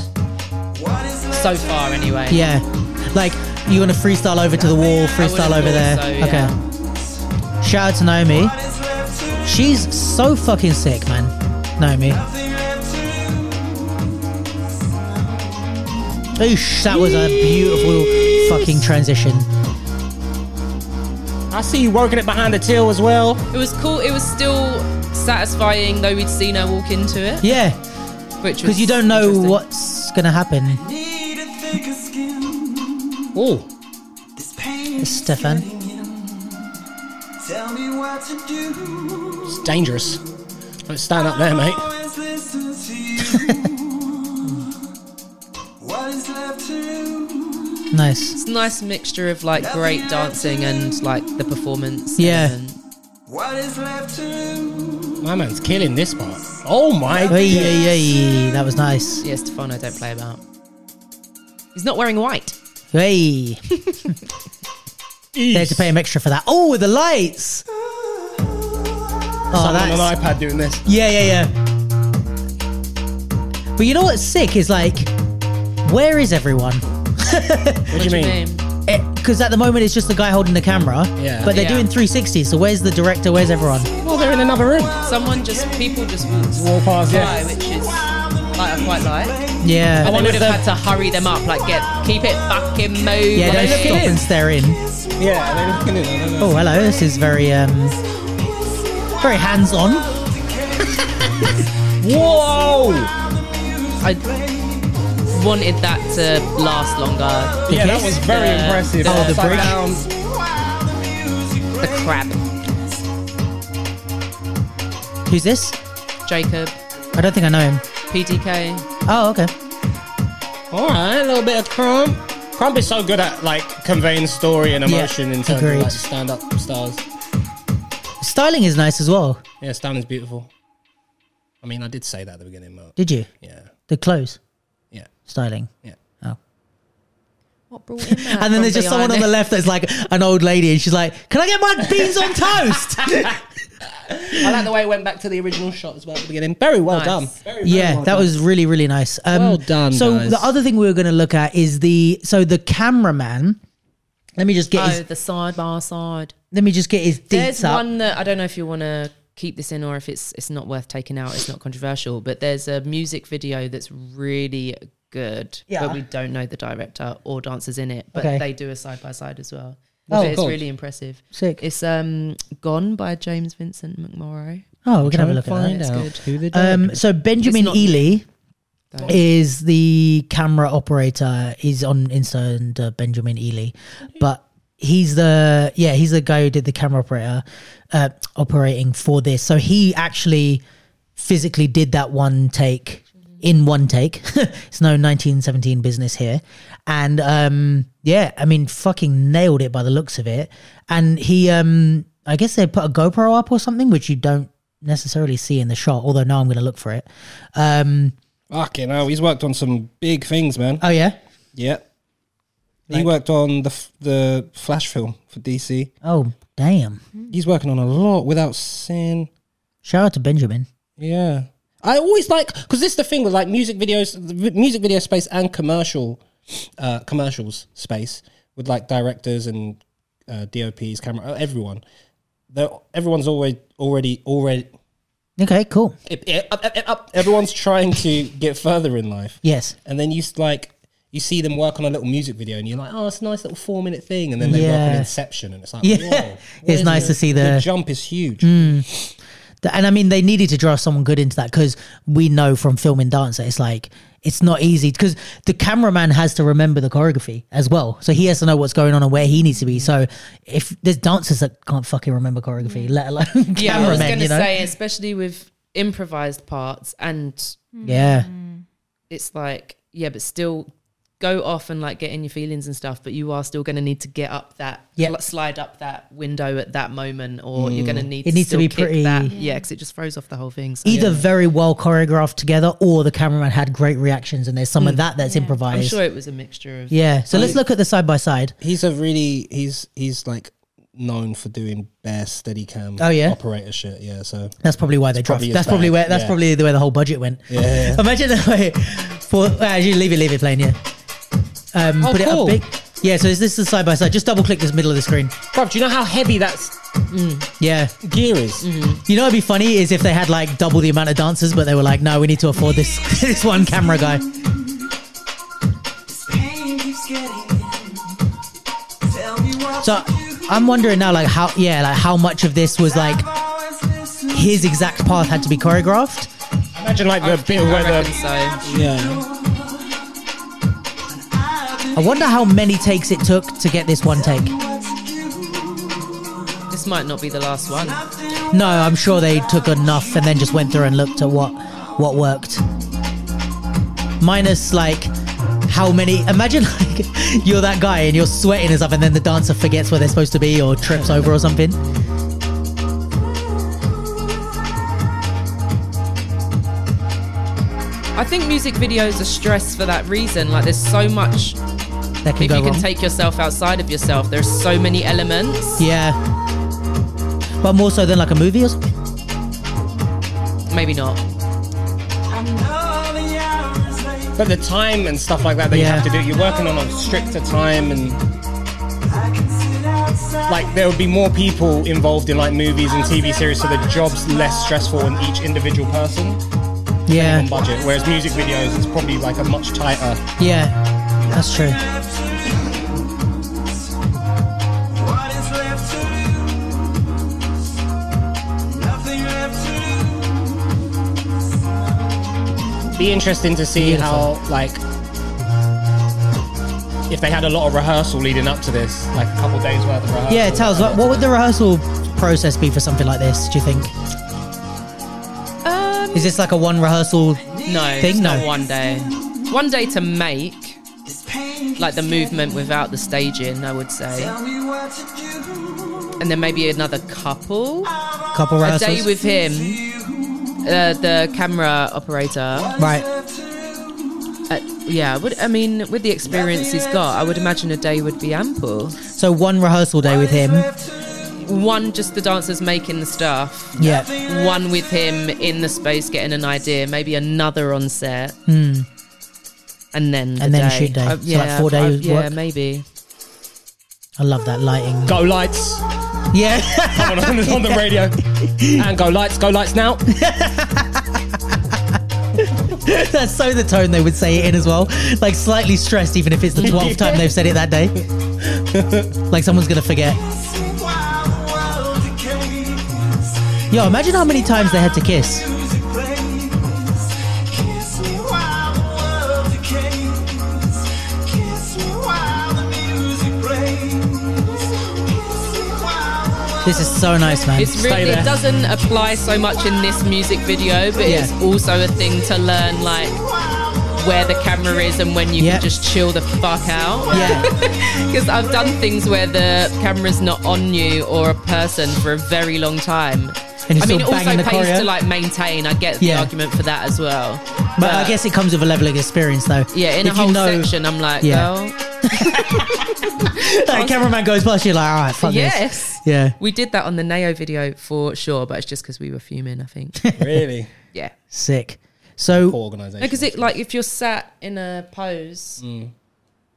[SPEAKER 2] so far, anyway.
[SPEAKER 1] yeah, like you want to freestyle over to the wall, freestyle
[SPEAKER 2] would've
[SPEAKER 1] over there.
[SPEAKER 2] thought so, yeah.
[SPEAKER 1] Okay. Shout out to Naomi. She's so fucking sick, man. Naomi. Oosh, that was a beautiful fucking transition.
[SPEAKER 6] I see you working it behind the till as well.
[SPEAKER 2] It was cool. It was still satisfying, though we'd seen her walk into it,
[SPEAKER 1] Yeah,
[SPEAKER 2] which
[SPEAKER 1] because
[SPEAKER 2] was
[SPEAKER 1] you don't know
[SPEAKER 2] interesting.
[SPEAKER 1] what's gonna happen.
[SPEAKER 7] need a thicker skin.
[SPEAKER 6] Oh,
[SPEAKER 7] This pain is
[SPEAKER 1] Stefan.
[SPEAKER 7] getting in. Tell me what to do.
[SPEAKER 6] it's dangerous. Don't stand up there, mate.
[SPEAKER 7] Always listen to you. What is left to do?
[SPEAKER 1] Nice.
[SPEAKER 2] It's a nice mixture of like great dancing and like the performance.
[SPEAKER 1] Yeah.
[SPEAKER 2] element.
[SPEAKER 7] What is left to do?
[SPEAKER 6] My man's killing this part. Oh my.
[SPEAKER 1] Hey, hey, hey, that was nice.
[SPEAKER 2] yeah. Stefano, don't play about. He's not wearing white.
[SPEAKER 1] Hey, they had to pay him extra for that. Oh, with the lights. Oh,
[SPEAKER 6] I'm on
[SPEAKER 1] that's
[SPEAKER 6] an iPad doing this.
[SPEAKER 1] Yeah, yeah, yeah. But you know what's sick is like, where is everyone?
[SPEAKER 6] What, do you mean?
[SPEAKER 1] Because at the moment it's just the guy holding the camera.
[SPEAKER 6] Yeah.
[SPEAKER 1] But they're
[SPEAKER 2] Yeah.
[SPEAKER 1] doing 360. So where's the director? Where's everyone?
[SPEAKER 6] Well, they're in another room.
[SPEAKER 2] Someone just people just walked
[SPEAKER 6] Walk past.
[SPEAKER 2] by,
[SPEAKER 6] Yeah.
[SPEAKER 2] which is like I quite like.
[SPEAKER 1] Yeah.
[SPEAKER 2] And they
[SPEAKER 6] wonder
[SPEAKER 2] would
[SPEAKER 6] if
[SPEAKER 2] have had to hurry them up, like get keep it fucking moving.
[SPEAKER 1] yeah, don't
[SPEAKER 6] look
[SPEAKER 1] stop
[SPEAKER 6] in.
[SPEAKER 1] and stare in.
[SPEAKER 6] Yeah. They're looking in. I don't know.
[SPEAKER 1] Oh, hello. This is very, um, very hands on.
[SPEAKER 6] Whoa!
[SPEAKER 2] I wanted that to last longer.
[SPEAKER 6] Yeah, that
[SPEAKER 1] kiss?
[SPEAKER 6] was very
[SPEAKER 2] The-
[SPEAKER 6] impressive.
[SPEAKER 2] the-
[SPEAKER 1] the
[SPEAKER 6] Upside
[SPEAKER 1] bridge.
[SPEAKER 6] down.
[SPEAKER 2] The crab,
[SPEAKER 1] Who's this?
[SPEAKER 2] Jacob,
[SPEAKER 1] I don't think I know him.
[SPEAKER 2] PDK.
[SPEAKER 1] Oh, okay.
[SPEAKER 6] All right, a little bit of Crump. Crump is so good at like conveying story and
[SPEAKER 1] Yeah,
[SPEAKER 6] emotion in terms
[SPEAKER 1] agreed.
[SPEAKER 6] of like stand-up stars.
[SPEAKER 1] Styling is nice as well.
[SPEAKER 6] Yeah, Stan is beautiful. I mean, I did say that at the beginning, but
[SPEAKER 1] Did you?
[SPEAKER 6] yeah,
[SPEAKER 1] The clothes
[SPEAKER 6] yeah,
[SPEAKER 1] styling.
[SPEAKER 6] yeah.
[SPEAKER 2] What brought in that?
[SPEAKER 1] Oh. And then there's just someone on the left that's like an old lady, and she's like, "Can I get my beans on toast?"
[SPEAKER 6] I like the way it went back to the original shot as well at the beginning. Very well
[SPEAKER 2] Nice.
[SPEAKER 6] done. Very, very
[SPEAKER 1] yeah
[SPEAKER 6] well
[SPEAKER 1] that
[SPEAKER 6] done.
[SPEAKER 1] was really really nice um,
[SPEAKER 6] Well done,
[SPEAKER 1] so
[SPEAKER 6] guys.
[SPEAKER 1] the other thing we were going to look at is the so the cameraman let me just get
[SPEAKER 2] Oh,
[SPEAKER 1] his
[SPEAKER 2] the side by side.
[SPEAKER 1] let me just get his
[SPEAKER 2] There's
[SPEAKER 1] deets up
[SPEAKER 2] one that I don't know if you want to keep this in or if it's it's not worth taking out. It's not controversial, but there's a music video that's really good,
[SPEAKER 1] Yeah.
[SPEAKER 2] but we don't know the director or dancers in it, but
[SPEAKER 1] Okay.
[SPEAKER 2] they do a side by side as well.
[SPEAKER 1] Oh,
[SPEAKER 2] But it's
[SPEAKER 1] cool.
[SPEAKER 2] really impressive.
[SPEAKER 1] Sick.
[SPEAKER 2] It's um Gone by James Vincent McMorrow.
[SPEAKER 1] oh we're going to have a look
[SPEAKER 6] Trying to
[SPEAKER 1] at that
[SPEAKER 6] find
[SPEAKER 2] It's
[SPEAKER 6] out
[SPEAKER 2] good.
[SPEAKER 6] who the
[SPEAKER 1] um, so benjamin
[SPEAKER 2] not-
[SPEAKER 1] ely
[SPEAKER 2] Though.
[SPEAKER 1] is the camera operator he's on insta and uh, benjamin ely but he's the yeah he's the guy who did the camera operator uh, operating for this so he actually physically did that one take in one take. it's no 1917 business here. And um yeah, I mean fucking nailed it by the looks of it. And he um I guess they put a GoPro up or something which you don't necessarily see in the shot, although now I'm going to look for it. Um
[SPEAKER 3] Fucking hell, he's worked on some big things, man.
[SPEAKER 1] oh yeah.
[SPEAKER 3] yeah. he worked on the f- the Flash film for DC.
[SPEAKER 1] Oh damn.
[SPEAKER 3] He's working on a lot without sin.
[SPEAKER 1] Shout out to Benjamin.
[SPEAKER 3] Yeah. I always like because this is the thing with like music videos, the vi- music video space and commercial, uh, commercials space with like directors and uh, DOPs, camera, everyone. They're, everyone's always already already.
[SPEAKER 1] Okay, cool.
[SPEAKER 3] Up, up, up, up. Everyone's trying to get further in life.
[SPEAKER 1] Yes.
[SPEAKER 3] and then you s- like you see them work on a little music video, and you're like, oh, it's a nice little four minute thing, and then they work
[SPEAKER 1] Yeah.
[SPEAKER 3] on Inception, and it's like,
[SPEAKER 1] Yeah.
[SPEAKER 3] whoa,
[SPEAKER 1] It's
[SPEAKER 3] where's
[SPEAKER 1] nice to see the-
[SPEAKER 3] jump is huge.
[SPEAKER 1] Th- And I mean, they needed to draw someone good into that because we know from filming Dancer, it's like, it's not easy because the cameraman has to remember the choreography as well. So he has to know what's going on and where he needs to be. So if there's dancers that can't fucking remember choreography, let alone
[SPEAKER 2] Yeah, I was
[SPEAKER 1] cameramen,
[SPEAKER 2] going to
[SPEAKER 1] you know?
[SPEAKER 2] say, especially with improvised parts, and
[SPEAKER 1] yeah.
[SPEAKER 2] it's like, yeah, but still go off and like get in your feelings and stuff, but you are still going to need to get up that,
[SPEAKER 1] Yeah. Mm.
[SPEAKER 2] sli- slide up that window at that moment, or you're going to need
[SPEAKER 1] It
[SPEAKER 2] to
[SPEAKER 1] needs to
[SPEAKER 2] still
[SPEAKER 1] be
[SPEAKER 2] kick
[SPEAKER 1] pretty-
[SPEAKER 2] that. Yeah, because it just throws off the whole thing. So.
[SPEAKER 1] Either very well choreographed together or the cameraman had great reactions and there's some of that that's
[SPEAKER 2] I'm
[SPEAKER 1] improvised.
[SPEAKER 2] sure it was a mixture of.
[SPEAKER 1] Yeah. So let's look at the side by side.
[SPEAKER 6] He's a really he's he's like known for doing bare steady cam
[SPEAKER 1] Oh, yeah?
[SPEAKER 6] operator shit, yeah. So
[SPEAKER 1] That's probably why they dropped.
[SPEAKER 6] probably his
[SPEAKER 1] that's probably
[SPEAKER 6] bag,
[SPEAKER 1] where. That's
[SPEAKER 6] yeah.
[SPEAKER 1] probably the way the whole budget went.
[SPEAKER 6] Yeah.
[SPEAKER 1] Imagine that way. For uh, you leave it, leave it playing. Yeah. Um,
[SPEAKER 3] Oh,
[SPEAKER 1] put it
[SPEAKER 3] cool.
[SPEAKER 1] up big. Yeah. So is this the side by side? Just double click this middle of the screen.
[SPEAKER 3] Bruv, do you know how heavy that's
[SPEAKER 1] Yeah.
[SPEAKER 6] gear is
[SPEAKER 1] You know, it'd be funny is if they had like double the amount of dancers, but they were like, no, we need to afford this this one camera guy.
[SPEAKER 7] Pain keeps getting in. Tell me what
[SPEAKER 1] So
[SPEAKER 7] to do.
[SPEAKER 1] I'm wondering now, like how yeah, like how much of this was like
[SPEAKER 7] I've always listened
[SPEAKER 1] his exact path had to be choreographed.
[SPEAKER 3] Imagine like the bit
[SPEAKER 2] I
[SPEAKER 3] where
[SPEAKER 2] reckon
[SPEAKER 3] the
[SPEAKER 2] so.
[SPEAKER 6] Yeah.
[SPEAKER 1] I wonder how many takes it took to get this one take.
[SPEAKER 2] This might not be the last one.
[SPEAKER 1] No, I'm sure they took enough and then just went through and looked at what what worked. Minus like how many imagine like you're that guy and you're sweating and stuff and then the dancer forgets where they're supposed to be or trips over or something.
[SPEAKER 2] I think music videos are stressed for that reason. Like, there's so much.
[SPEAKER 1] That can
[SPEAKER 2] If
[SPEAKER 1] go
[SPEAKER 2] you
[SPEAKER 1] wrong.
[SPEAKER 2] can take yourself outside of yourself, there's so many elements.
[SPEAKER 1] yeah. But more so than like a movie or something.
[SPEAKER 2] Maybe not.
[SPEAKER 3] but the time and stuff like that that
[SPEAKER 1] Yeah.
[SPEAKER 3] you have to do, you're working on a stricter time and like there would be more people involved in like movies and TV series, so the job's less stressful in each individual person
[SPEAKER 1] Yeah.
[SPEAKER 3] on budget. Whereas music videos, it's probably like a much tighter.
[SPEAKER 1] Yeah. That's true.
[SPEAKER 7] What is left to lose? Nothing left to lose.
[SPEAKER 3] Be interesting to see how like if they had a lot of rehearsal leading up to this, like a couple days worth of rehearsal.
[SPEAKER 1] Yeah, Taz, what, what would the rehearsal process be for something like this, do you think?
[SPEAKER 2] Um,
[SPEAKER 1] Is this like a one rehearsal?
[SPEAKER 2] No,
[SPEAKER 1] Think
[SPEAKER 2] it's
[SPEAKER 1] no.
[SPEAKER 2] not one day. One day to make like the movement without the staging, I would say, and then maybe another couple.
[SPEAKER 1] Couple
[SPEAKER 2] A
[SPEAKER 1] rehearsals?
[SPEAKER 2] day with him, uh, the camera operator.
[SPEAKER 1] right.
[SPEAKER 2] Uh, yeah, I would I mean with the experience he's got, I would imagine a day would be ample.
[SPEAKER 1] So one rehearsal day with him.
[SPEAKER 2] One just the dancers making the stuff.
[SPEAKER 1] Yeah.
[SPEAKER 2] One with him in the space getting an idea, maybe another on set. And then
[SPEAKER 1] Hmm.
[SPEAKER 2] the
[SPEAKER 1] And then
[SPEAKER 2] day.
[SPEAKER 1] shoot day.
[SPEAKER 2] Uh,
[SPEAKER 1] So, like, four
[SPEAKER 2] I-
[SPEAKER 1] days
[SPEAKER 2] yeah,
[SPEAKER 1] work?
[SPEAKER 2] maybe.
[SPEAKER 1] I love that lighting.
[SPEAKER 3] Go lights
[SPEAKER 1] Yeah.
[SPEAKER 3] on, on, on the radio, and go lights, go lights now.
[SPEAKER 1] That's so the tone they would say it in as well. Like slightly stressed, even if it's the 12th time they've said it that day. like someone's going to forget. Yo, imagine how many times they had to kiss. This is so nice, man.
[SPEAKER 2] It's really,
[SPEAKER 3] there.
[SPEAKER 2] it doesn't apply so much in this music video, but
[SPEAKER 1] Yeah.
[SPEAKER 2] it's also a thing to learn, like where the camera is and when you
[SPEAKER 1] Yeah.
[SPEAKER 2] can just chill the fuck out.
[SPEAKER 1] yeah.
[SPEAKER 2] Because I've done things where the camera's not on you or a person for a very long time.
[SPEAKER 1] And you're
[SPEAKER 2] I
[SPEAKER 1] still
[SPEAKER 2] mean, it also
[SPEAKER 1] banging the
[SPEAKER 2] pays
[SPEAKER 1] choreo.
[SPEAKER 2] to like maintain. I get
[SPEAKER 1] Yeah.
[SPEAKER 2] the argument for that as well.
[SPEAKER 1] But I guess it comes with a level of experience, though.
[SPEAKER 2] yeah, in a
[SPEAKER 1] If you
[SPEAKER 2] whole
[SPEAKER 1] know-
[SPEAKER 2] section, I'm like,
[SPEAKER 1] Yeah.
[SPEAKER 2] well,
[SPEAKER 1] Like, cameraman goes past you, like, all right, fuck this.
[SPEAKER 2] yes.
[SPEAKER 1] Yeah.
[SPEAKER 2] We did that on the Neo video for sure, but it's just because we were fuming, I think.
[SPEAKER 3] Really,
[SPEAKER 2] yeah.
[SPEAKER 1] Sick. So,
[SPEAKER 3] poor organisation.
[SPEAKER 2] because it like if you're sat in a pose,
[SPEAKER 1] Mm.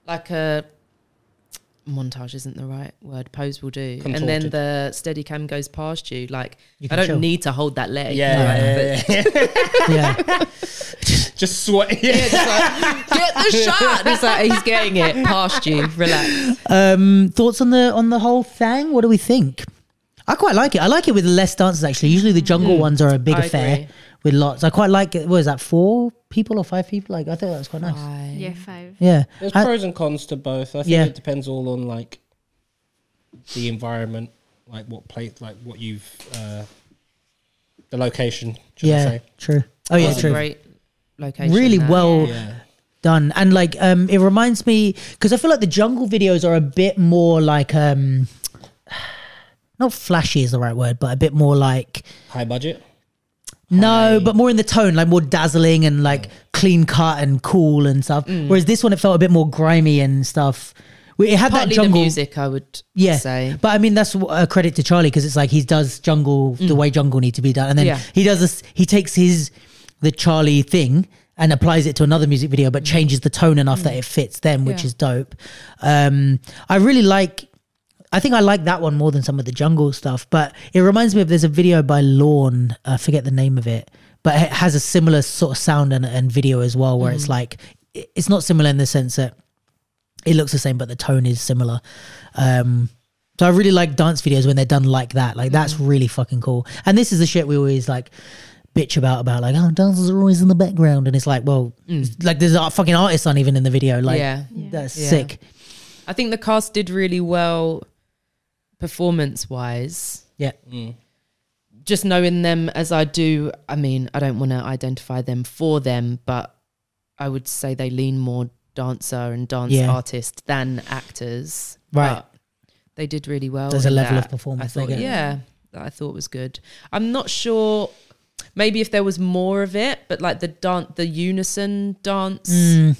[SPEAKER 2] like a montage isn't the right word. Pose will do, and then
[SPEAKER 3] Contorted.
[SPEAKER 2] the steady cam goes past you. Like I
[SPEAKER 1] can
[SPEAKER 2] don't
[SPEAKER 1] chill.
[SPEAKER 2] need to hold that leg.
[SPEAKER 3] yeah, yeah, yeah, yeah.
[SPEAKER 1] yeah.
[SPEAKER 3] just sweat. Yeah.
[SPEAKER 2] It's like, get the shot. It's like he's getting it past you. Relax.
[SPEAKER 1] thoughts on the on the whole thing? What do we think? I quite like it. I like it with less dancers actually. Usually the jungle ones are a big
[SPEAKER 2] I
[SPEAKER 1] affair
[SPEAKER 2] agree.
[SPEAKER 1] with lots. I quite like it. What is that? Four people or five people? Like I thought that was quite nice.
[SPEAKER 2] Why?
[SPEAKER 5] Yeah, five.
[SPEAKER 1] Yeah.
[SPEAKER 3] There's
[SPEAKER 1] I-
[SPEAKER 3] pros and cons to both. I think
[SPEAKER 1] Yeah.
[SPEAKER 3] it depends all on like the environment, like what place, like what you've, uh, the location. Should I
[SPEAKER 1] yeah.
[SPEAKER 3] say?
[SPEAKER 1] True. Oh yeah.
[SPEAKER 2] It's a
[SPEAKER 1] True.
[SPEAKER 2] great location.
[SPEAKER 1] really
[SPEAKER 2] that.
[SPEAKER 1] well
[SPEAKER 3] Yeah.
[SPEAKER 1] done and like um it reminds me because i feel like the jungle videos are a bit more like um not flashy is the right word but a bit more like
[SPEAKER 3] High budget.
[SPEAKER 1] no but more in the tone like more dazzling and like clean cut and cool and stuff
[SPEAKER 2] Mm.
[SPEAKER 1] whereas this one it felt a bit more grimy and stuff We- it had
[SPEAKER 2] Partly
[SPEAKER 1] that jungle
[SPEAKER 2] the music, I would
[SPEAKER 1] yeah
[SPEAKER 2] say.
[SPEAKER 1] but i mean that's w- a credit to charlie because it's like he does jungle the way jungle need to be done and then
[SPEAKER 2] Mm. Yeah.
[SPEAKER 1] he does this he takes his the charlie thing and applies it to another music video but changes the tone enough that it fits them which
[SPEAKER 2] Mm. Yeah.
[SPEAKER 1] is dope um i really like I think I like that one more than some of the jungle stuff, but it reminds me of there's a video by Lorne, I forget the name of it, but it has a similar sort of sound and, and video as well, where
[SPEAKER 2] Mm.
[SPEAKER 1] it's like, it- it's not similar in the sense that it looks the same, but the tone is similar. Um, so I really like dance videos when they're done like that. Like that's
[SPEAKER 2] Mm.
[SPEAKER 1] really fucking cool. And this is the shit we always like bitch about about like oh dancers are always in the background and it's like well it's like there's a fucking artists aren't even in the video like
[SPEAKER 2] Mm. yeah.
[SPEAKER 1] that's
[SPEAKER 2] Yeah.
[SPEAKER 1] sick
[SPEAKER 2] I think the cast did really well performance wise.
[SPEAKER 1] yeah
[SPEAKER 2] Just knowing them as I do, I mean, I don't want to identify them for them, but I would say they lean more dancer and dance
[SPEAKER 1] Yeah.
[SPEAKER 2] artist than actors.
[SPEAKER 1] Right.
[SPEAKER 2] But they did really well.
[SPEAKER 1] There's a
[SPEAKER 2] in
[SPEAKER 1] level of
[SPEAKER 2] that.
[SPEAKER 1] performance
[SPEAKER 2] I
[SPEAKER 1] they
[SPEAKER 2] thought,
[SPEAKER 1] get.
[SPEAKER 2] yeah, that I thought was good. I'm not sure. Maybe if there was more of it, but like the dance, the unison dance,
[SPEAKER 1] Mm,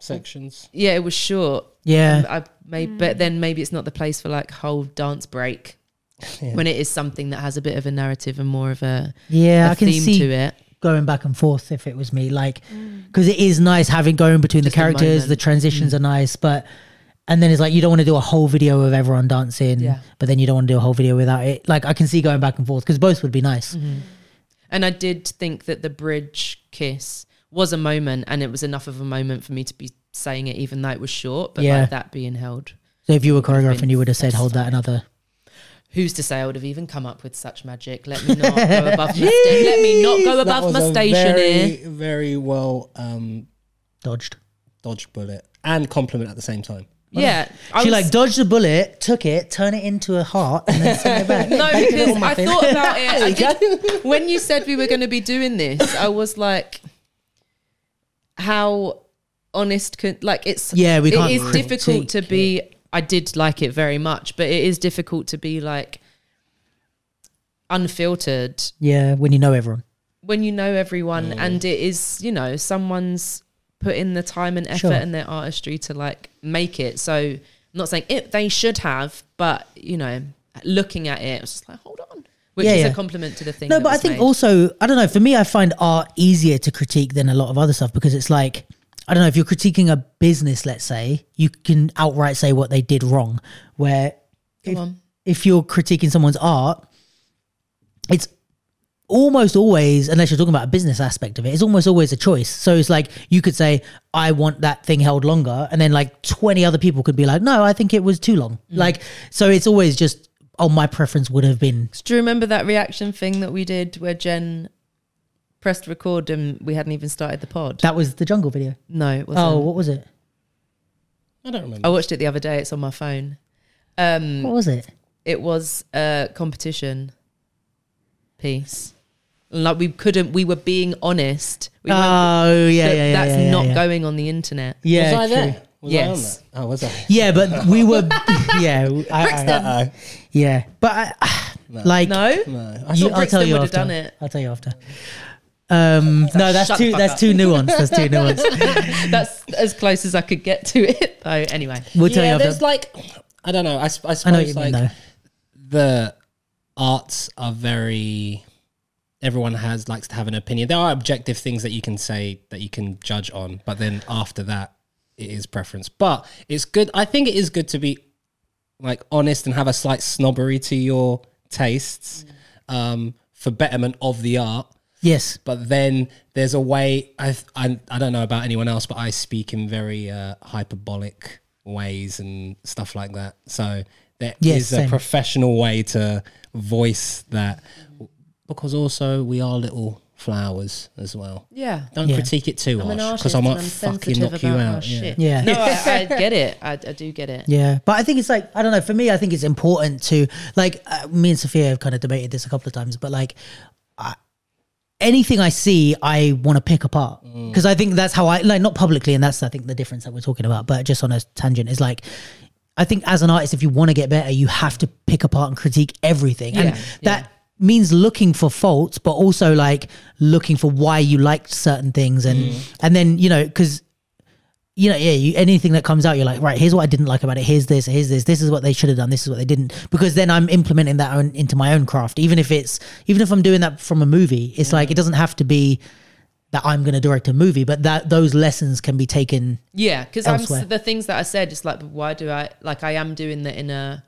[SPEAKER 3] Sections.
[SPEAKER 2] yeah, it was short.
[SPEAKER 1] yeah
[SPEAKER 2] Um, I may, but then maybe it's not the place for like whole dance break when it is something that has a bit of a narrative and more of a,
[SPEAKER 1] yeah
[SPEAKER 2] a
[SPEAKER 1] I can
[SPEAKER 2] theme
[SPEAKER 1] see
[SPEAKER 2] to it.
[SPEAKER 1] going back and forth if it was me like because it is nice having going between
[SPEAKER 2] Just
[SPEAKER 1] the
[SPEAKER 2] a
[SPEAKER 1] characters the
[SPEAKER 2] moment. Mm.
[SPEAKER 1] transitions are nice but and then it's like you don't want to do a whole video of everyone dancing
[SPEAKER 2] Yeah.
[SPEAKER 1] but then you don't want to do a whole video without it like i can see going back and forth because both would be nice
[SPEAKER 2] And I did think that the bridge kiss was a moment, and it was enough of a moment for me to be saying it, even though it was short. But
[SPEAKER 1] Yeah.
[SPEAKER 2] like that being held,
[SPEAKER 1] so if you were choreographing
[SPEAKER 2] been
[SPEAKER 1] you would have said hold that another
[SPEAKER 2] who's to say I would have even come up with such magic? Let me not go above my station. Let me not go
[SPEAKER 6] That
[SPEAKER 2] above
[SPEAKER 6] was
[SPEAKER 2] my
[SPEAKER 6] a
[SPEAKER 2] station
[SPEAKER 6] very,
[SPEAKER 2] here.
[SPEAKER 6] very well um,
[SPEAKER 1] dodged
[SPEAKER 3] Dodge bullet.
[SPEAKER 6] and compliment at the same time.
[SPEAKER 2] Yeah, I
[SPEAKER 1] she
[SPEAKER 2] was-
[SPEAKER 1] like dodged the bullet took it turnn it into a heart and then sent it back
[SPEAKER 2] No, because I thought about it. I did- when you said we were going to be doing this, I was like, how honest can like it's
[SPEAKER 1] Yeah, we can't
[SPEAKER 2] it is difficult
[SPEAKER 1] critique
[SPEAKER 2] to be. I did like it very much, but it is difficult to be like unfiltered
[SPEAKER 1] yeah when you know everyone
[SPEAKER 2] when you know everyone and it is you know someone's put in the time and effort
[SPEAKER 1] Sure.
[SPEAKER 2] and their artistry to like make it so i'm not saying it they should have but you know looking at it it's just like hold on which
[SPEAKER 1] Yeah,
[SPEAKER 2] is
[SPEAKER 1] yeah.
[SPEAKER 2] a compliment to the thing
[SPEAKER 1] No,
[SPEAKER 2] that
[SPEAKER 1] but I
[SPEAKER 2] was
[SPEAKER 1] think
[SPEAKER 2] made.
[SPEAKER 1] also I don't know. For me, I find art easier to critique than a lot of other stuff because it's like I don't know if you're critiquing a business, let's say, you can outright say what they did wrong. Where
[SPEAKER 2] Come on.
[SPEAKER 1] if you're critiquing someone's art, it's almost always, unless you're talking about a business aspect of it, it's almost always a choice. So it's like you could say, I want that thing held longer. And then like 20 other people could be like, no, I think it was too long.
[SPEAKER 2] Mm.
[SPEAKER 1] Like, so it's always just, oh, my preference would have been.
[SPEAKER 2] do you remember that reaction thing that we did where jen pressed record and we hadn't even started the pod
[SPEAKER 1] That was the jungle video.
[SPEAKER 2] no it wasn't.
[SPEAKER 1] Oh, what was it?
[SPEAKER 3] I don't remember.
[SPEAKER 2] i watched it the other day it's on my phone um
[SPEAKER 1] What was it?
[SPEAKER 2] it was a competition piece. And, Like we couldn't, we were being honest. We weren't-
[SPEAKER 3] Ah,
[SPEAKER 1] Oh yeah, yeah,
[SPEAKER 2] that-
[SPEAKER 1] yeah.
[SPEAKER 2] that's
[SPEAKER 1] yeah,
[SPEAKER 2] not
[SPEAKER 1] yeah.
[SPEAKER 2] going on the internet.
[SPEAKER 1] Yeah,
[SPEAKER 3] was I
[SPEAKER 1] true.
[SPEAKER 3] there? Was
[SPEAKER 2] Yes.
[SPEAKER 3] I on that? Oh, was I?
[SPEAKER 1] Yeah, but we were. yeah, I, I,
[SPEAKER 3] Uh-oh.
[SPEAKER 1] yeah, but I, like
[SPEAKER 2] No,
[SPEAKER 3] No.
[SPEAKER 2] I
[SPEAKER 1] you,
[SPEAKER 2] thought
[SPEAKER 1] I'll
[SPEAKER 2] Brixton
[SPEAKER 1] tell you
[SPEAKER 2] would have
[SPEAKER 1] after.
[SPEAKER 2] done it.
[SPEAKER 1] I'll tell you after. Um, no, that's
[SPEAKER 2] shut
[SPEAKER 1] too.
[SPEAKER 2] the fuck
[SPEAKER 1] That's
[SPEAKER 2] up.
[SPEAKER 1] too nuanced. That's too nuanced.
[SPEAKER 2] That's as close as I could get to it, though. Anyway,
[SPEAKER 1] We'll tell
[SPEAKER 3] yeah,
[SPEAKER 1] you
[SPEAKER 3] there's
[SPEAKER 1] after.
[SPEAKER 3] like I don't know. I, sp- I
[SPEAKER 1] I
[SPEAKER 3] suppose
[SPEAKER 1] know what you mean
[SPEAKER 3] like
[SPEAKER 1] though.
[SPEAKER 3] the arts are very. Everyone has likes to have an opinion. There are objective things that you can say that you can judge on, but then after that, it is preference. But it's good. I think it is good to be like honest and have a slight snobbery to your tastes um, for betterment of the art.
[SPEAKER 1] Yes.
[SPEAKER 3] but then there's a way I, I I don't know about anyone else, but I speak in very uh, hyperbolic ways and stuff like that. So There is
[SPEAKER 1] Yes,
[SPEAKER 3] a
[SPEAKER 1] same.
[SPEAKER 3] professional way to voice that because also we are little flowers as well.
[SPEAKER 2] Yeah.
[SPEAKER 3] Don't
[SPEAKER 1] Yeah.
[SPEAKER 3] critique it too
[SPEAKER 2] I'm an
[SPEAKER 3] much
[SPEAKER 2] artist
[SPEAKER 3] because I might
[SPEAKER 2] and I'm
[SPEAKER 3] fucking
[SPEAKER 2] sensitive about
[SPEAKER 3] knock you
[SPEAKER 2] our
[SPEAKER 3] out. Yeah.
[SPEAKER 2] shit.
[SPEAKER 1] Yeah.
[SPEAKER 2] No, I, I get it. I, I do get it.
[SPEAKER 1] Yeah, but I think it's like I don't know. For me, I think it's important to like uh, me and Sophia have kind of debated this a couple of times, but like I, anything I see, I want to pick apart
[SPEAKER 2] Mm.
[SPEAKER 1] because I think that's how I like not publicly, and that's I think the difference that we're talking about. But just on a tangent is like. I think as an artist, if you want to get better, you have to pick apart and critique everything, and
[SPEAKER 2] Yeah,
[SPEAKER 1] that means looking for faults, but also like looking for why you liked certain things, and
[SPEAKER 2] Mm.
[SPEAKER 1] and then you know because you know, yeah, you, anything that comes out, you're like, right, here's what I didn't like about it. Here's this, here's this. This is what they should have done. This is what they didn't. Because then I'm implementing that on, into my own craft. Even if it's, even if I'm doing that from a movie, it's like, it
[SPEAKER 3] Mm.
[SPEAKER 1] doesn't have to be that I'm going to direct a movie, but that those lessons can be taken.
[SPEAKER 2] Yeah, because I'm
[SPEAKER 1] elsewhere.
[SPEAKER 2] s- the things that I said. It's like, but why do I like? I am doing the inner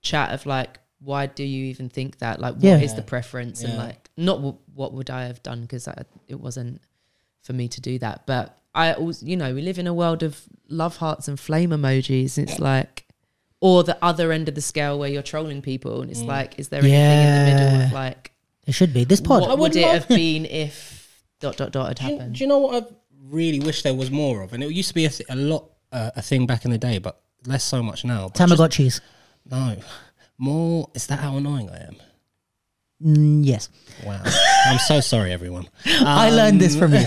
[SPEAKER 2] chat of like, why do you even think that? Like, what is
[SPEAKER 1] Yeah.
[SPEAKER 2] the preference? And
[SPEAKER 3] Yeah.
[SPEAKER 2] like, not w- what would I have done because it wasn't for me to do that. But I, also, you know, we live in a world of love hearts and flame emojis. It's like, or the other end of the scale where you're trolling people, and it's like, is there anything in the middle
[SPEAKER 1] Yeah.
[SPEAKER 2] of like,
[SPEAKER 1] It should be this pod.
[SPEAKER 2] what
[SPEAKER 3] would
[SPEAKER 2] would it
[SPEAKER 3] love-
[SPEAKER 2] have been if dot dot dot had
[SPEAKER 3] Do you,
[SPEAKER 2] happened?
[SPEAKER 3] do you know what I really wish there was more of? And it used to be a, th- a lot uh, a thing back in the day, but less so much now. But just-
[SPEAKER 1] Tamagotchis.
[SPEAKER 3] no, more. Is that how annoying I am?
[SPEAKER 1] Mm, yes.
[SPEAKER 3] Wow, I'm so sorry, everyone.
[SPEAKER 1] I learned this from you.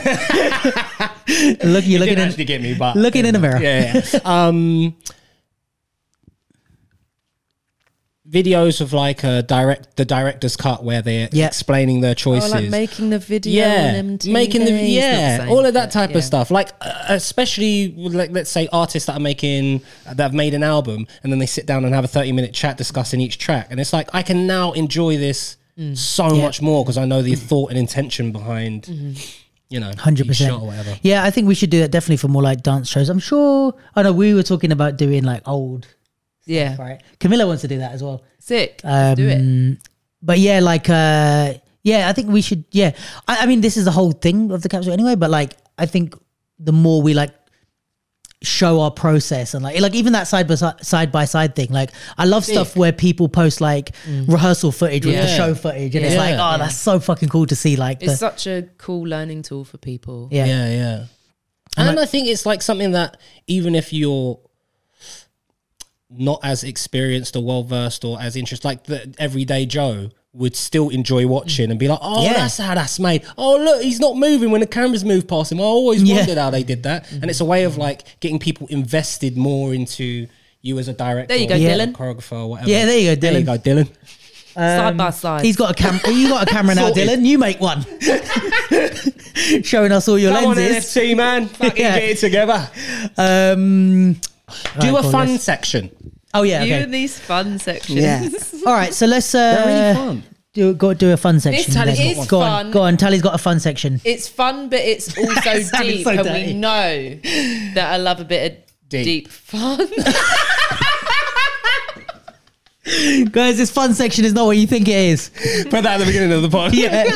[SPEAKER 1] Look, you're looking
[SPEAKER 3] Didn't
[SPEAKER 1] in,
[SPEAKER 3] actually get me, but
[SPEAKER 1] looking in a mirror.
[SPEAKER 3] yeah. yeah. um, videos of like a direct the director's cut where they're
[SPEAKER 1] Yeah.
[SPEAKER 3] explaining their
[SPEAKER 2] Oh,
[SPEAKER 3] choices.
[SPEAKER 2] like making the video, on
[SPEAKER 3] yeah,
[SPEAKER 2] MTV.
[SPEAKER 3] making the
[SPEAKER 2] It's not the
[SPEAKER 3] yeah,
[SPEAKER 2] same,
[SPEAKER 3] all of that
[SPEAKER 2] but
[SPEAKER 3] type
[SPEAKER 2] yeah.
[SPEAKER 3] of stuff. Like uh, especially like let's say artists that are making that have made an album and then they sit down and have a thirty minute chat discussing each track, and it's like I can now enjoy this
[SPEAKER 2] Mm.
[SPEAKER 3] so much more because I know the thought and intention behind.
[SPEAKER 2] Mm-hmm.
[SPEAKER 3] You know,
[SPEAKER 1] Hundred
[SPEAKER 3] each shot
[SPEAKER 1] percent.
[SPEAKER 3] or whatever.
[SPEAKER 1] Yeah, I think we should do that definitely for more like dance shows. I'm sure. I know we were talking about doing like old,
[SPEAKER 2] Yeah, Uh,
[SPEAKER 1] right? Camilla wants to do that as well.
[SPEAKER 2] Sick. Let's do it.
[SPEAKER 1] Um, but yeah, like uh yeah, I think we should yeah. I, I mean this is the whole thing of the capsule anyway, but like I think the more we like show our process and like like even that side by side, side by side thing like i love stuff where people post like rehearsal footage with the
[SPEAKER 3] Mm. Yeah.
[SPEAKER 1] show footage and it's
[SPEAKER 3] Yeah.
[SPEAKER 1] like oh
[SPEAKER 3] Yeah.
[SPEAKER 1] that's so fucking cool to see like
[SPEAKER 2] It's
[SPEAKER 1] the,
[SPEAKER 2] such a cool learning tool for people.
[SPEAKER 1] yeah.
[SPEAKER 3] yeah, yeah. And, I think it's like something that even if you're not as experienced or well versed or as interested, like the everyday Joe would still enjoy watching and be like, "Oh,
[SPEAKER 1] Yeah.
[SPEAKER 3] that's how that's made. Oh, look, he's not moving when the cameras move past him. I always
[SPEAKER 1] Yeah. Mm-hmm.
[SPEAKER 3] wondered how they did that." And it's a way of like getting people invested more into you as a director,
[SPEAKER 2] There you go,
[SPEAKER 3] or
[SPEAKER 1] Yeah.
[SPEAKER 2] Dylan.
[SPEAKER 3] choreographer, or whatever.
[SPEAKER 1] Yeah, there you go,
[SPEAKER 3] There you
[SPEAKER 1] Dylan.
[SPEAKER 3] go, Dylan.
[SPEAKER 2] side by side.
[SPEAKER 1] he's got a camera you got a camera now
[SPEAKER 3] Sorted.
[SPEAKER 1] dylan you make one showing us all your
[SPEAKER 3] Come on,
[SPEAKER 1] lenses
[SPEAKER 3] NFT man, fucking
[SPEAKER 1] Yeah.
[SPEAKER 3] get it together.
[SPEAKER 1] um
[SPEAKER 3] Do
[SPEAKER 1] Right,
[SPEAKER 3] a
[SPEAKER 1] cool,
[SPEAKER 3] fun
[SPEAKER 1] let's-
[SPEAKER 3] section.
[SPEAKER 1] oh yeah
[SPEAKER 2] you
[SPEAKER 1] okay.
[SPEAKER 2] and these fun sections.
[SPEAKER 1] all right so let's uh
[SPEAKER 3] They're really fun.
[SPEAKER 1] do go do a fun section.
[SPEAKER 2] Tally's
[SPEAKER 1] then.
[SPEAKER 2] got
[SPEAKER 1] go
[SPEAKER 2] one.
[SPEAKER 1] on,
[SPEAKER 2] fun.
[SPEAKER 1] go on. Tally's got a fun section.
[SPEAKER 2] It's fun, but it's also
[SPEAKER 1] It sounded
[SPEAKER 2] deep,
[SPEAKER 1] so
[SPEAKER 2] and
[SPEAKER 1] dirty.
[SPEAKER 2] we know that I love a bit of
[SPEAKER 3] Deep.
[SPEAKER 2] deep, fun.
[SPEAKER 1] Guys, this fun section is not what you think it is.
[SPEAKER 3] Put that at the beginning of the podcast.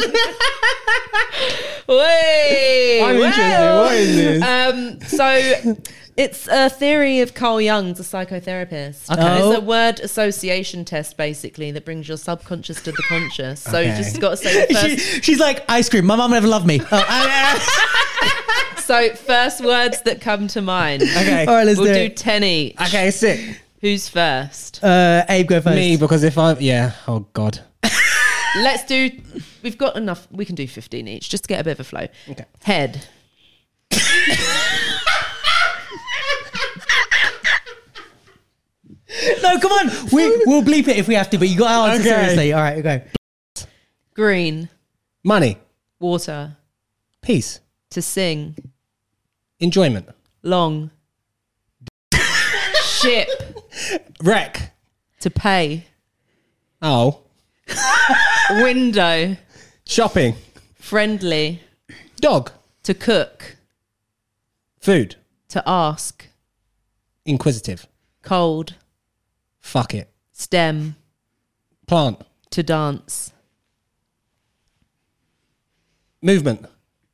[SPEAKER 2] Way,
[SPEAKER 3] I'm interested. What is this?
[SPEAKER 2] Um, so it's a theory of Carl Jung's a psychotherapist.
[SPEAKER 1] Okay.
[SPEAKER 2] It's a word association test basically that brings your subconscious to the conscious. So you
[SPEAKER 3] Okay.
[SPEAKER 2] just got to say the
[SPEAKER 1] She-
[SPEAKER 2] first
[SPEAKER 1] she's like ice cream. My mum never loved me. Oh, I-
[SPEAKER 2] So first words that come to mind.
[SPEAKER 1] I- all right, let's
[SPEAKER 2] we'll
[SPEAKER 1] do
[SPEAKER 2] do,
[SPEAKER 1] it.
[SPEAKER 2] ten each.
[SPEAKER 3] Okay, sick.
[SPEAKER 2] Who's first?
[SPEAKER 1] Uh, Abe, go first.
[SPEAKER 3] Me, because if I, yeah, oh god.
[SPEAKER 2] Let's do. We've got enough. We can do fifteen each, just to get a bit of a flow.
[SPEAKER 3] Okay.
[SPEAKER 2] Head.
[SPEAKER 1] No, come on. We we'll bleep it if we have to, but you got to answer
[SPEAKER 3] Okay.
[SPEAKER 1] seriously. All right, go.
[SPEAKER 2] Green.
[SPEAKER 3] Money,
[SPEAKER 2] Water.
[SPEAKER 3] peace,
[SPEAKER 2] To sing.
[SPEAKER 3] enjoyment,
[SPEAKER 2] Long. Ship.
[SPEAKER 3] wreck.
[SPEAKER 2] To pay.
[SPEAKER 3] Oh,
[SPEAKER 2] Window.
[SPEAKER 3] shopping,
[SPEAKER 2] Friendly.
[SPEAKER 3] dog,
[SPEAKER 2] To cook.
[SPEAKER 3] food,
[SPEAKER 2] To ask.
[SPEAKER 3] inquisitive.
[SPEAKER 2] Cold.
[SPEAKER 3] Fuck it.
[SPEAKER 2] Stem.
[SPEAKER 3] Plant,
[SPEAKER 2] To dance.
[SPEAKER 3] movement.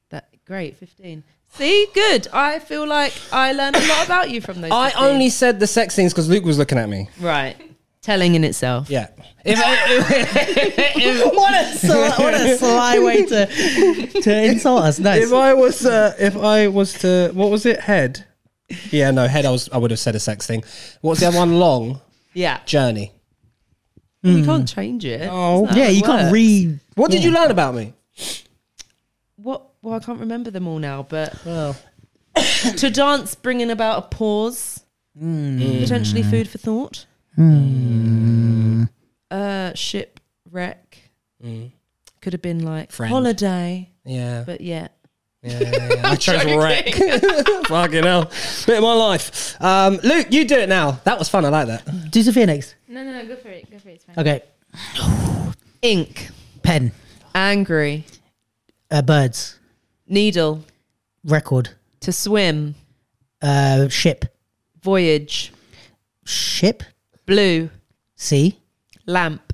[SPEAKER 2] That great. Fifteen. See, good. I feel like I learned a lot about you from those.
[SPEAKER 3] I
[SPEAKER 2] 15.
[SPEAKER 3] only said the sex things because Luke was looking at me.
[SPEAKER 2] Right. telling in itself.
[SPEAKER 3] Yeah. If I, if,
[SPEAKER 1] What a, sli- what a sly way to to insult us. Nice.
[SPEAKER 3] if I was uh, if I was to what was it head? Yeah, no head. I was I would have said a sex thing. What's the other one? Long
[SPEAKER 2] Yeah,
[SPEAKER 3] journey.
[SPEAKER 2] you can't change it.
[SPEAKER 3] Oh,
[SPEAKER 2] It's not
[SPEAKER 1] Yeah,
[SPEAKER 2] how it
[SPEAKER 1] you can't
[SPEAKER 2] works.
[SPEAKER 1] read.
[SPEAKER 3] What did you learn about me?
[SPEAKER 2] What? Well, I can't remember them all now, but
[SPEAKER 3] Well,
[SPEAKER 2] to dance, bringing about a pause, potentially food for thought. Uh, shipwreck could have been like
[SPEAKER 3] Friend.
[SPEAKER 2] holiday,
[SPEAKER 3] yeah.
[SPEAKER 2] but yeah,
[SPEAKER 3] yeah, yeah, yeah. I chose wreck. Fucking hell, bit of my life. Um, Luke, you do it now. That was fun. I like that.
[SPEAKER 1] Do Sophia next.
[SPEAKER 5] No, no, no, go for it. Go for it. It's fine.
[SPEAKER 1] Okay.
[SPEAKER 2] ink,
[SPEAKER 1] Pen.
[SPEAKER 2] angry,
[SPEAKER 1] Uh, birds.
[SPEAKER 2] needle,
[SPEAKER 1] Record.
[SPEAKER 2] to swim,
[SPEAKER 1] Uh, ship.
[SPEAKER 2] voyage,
[SPEAKER 1] Ship.
[SPEAKER 2] blue,
[SPEAKER 1] Sea.
[SPEAKER 2] lamp,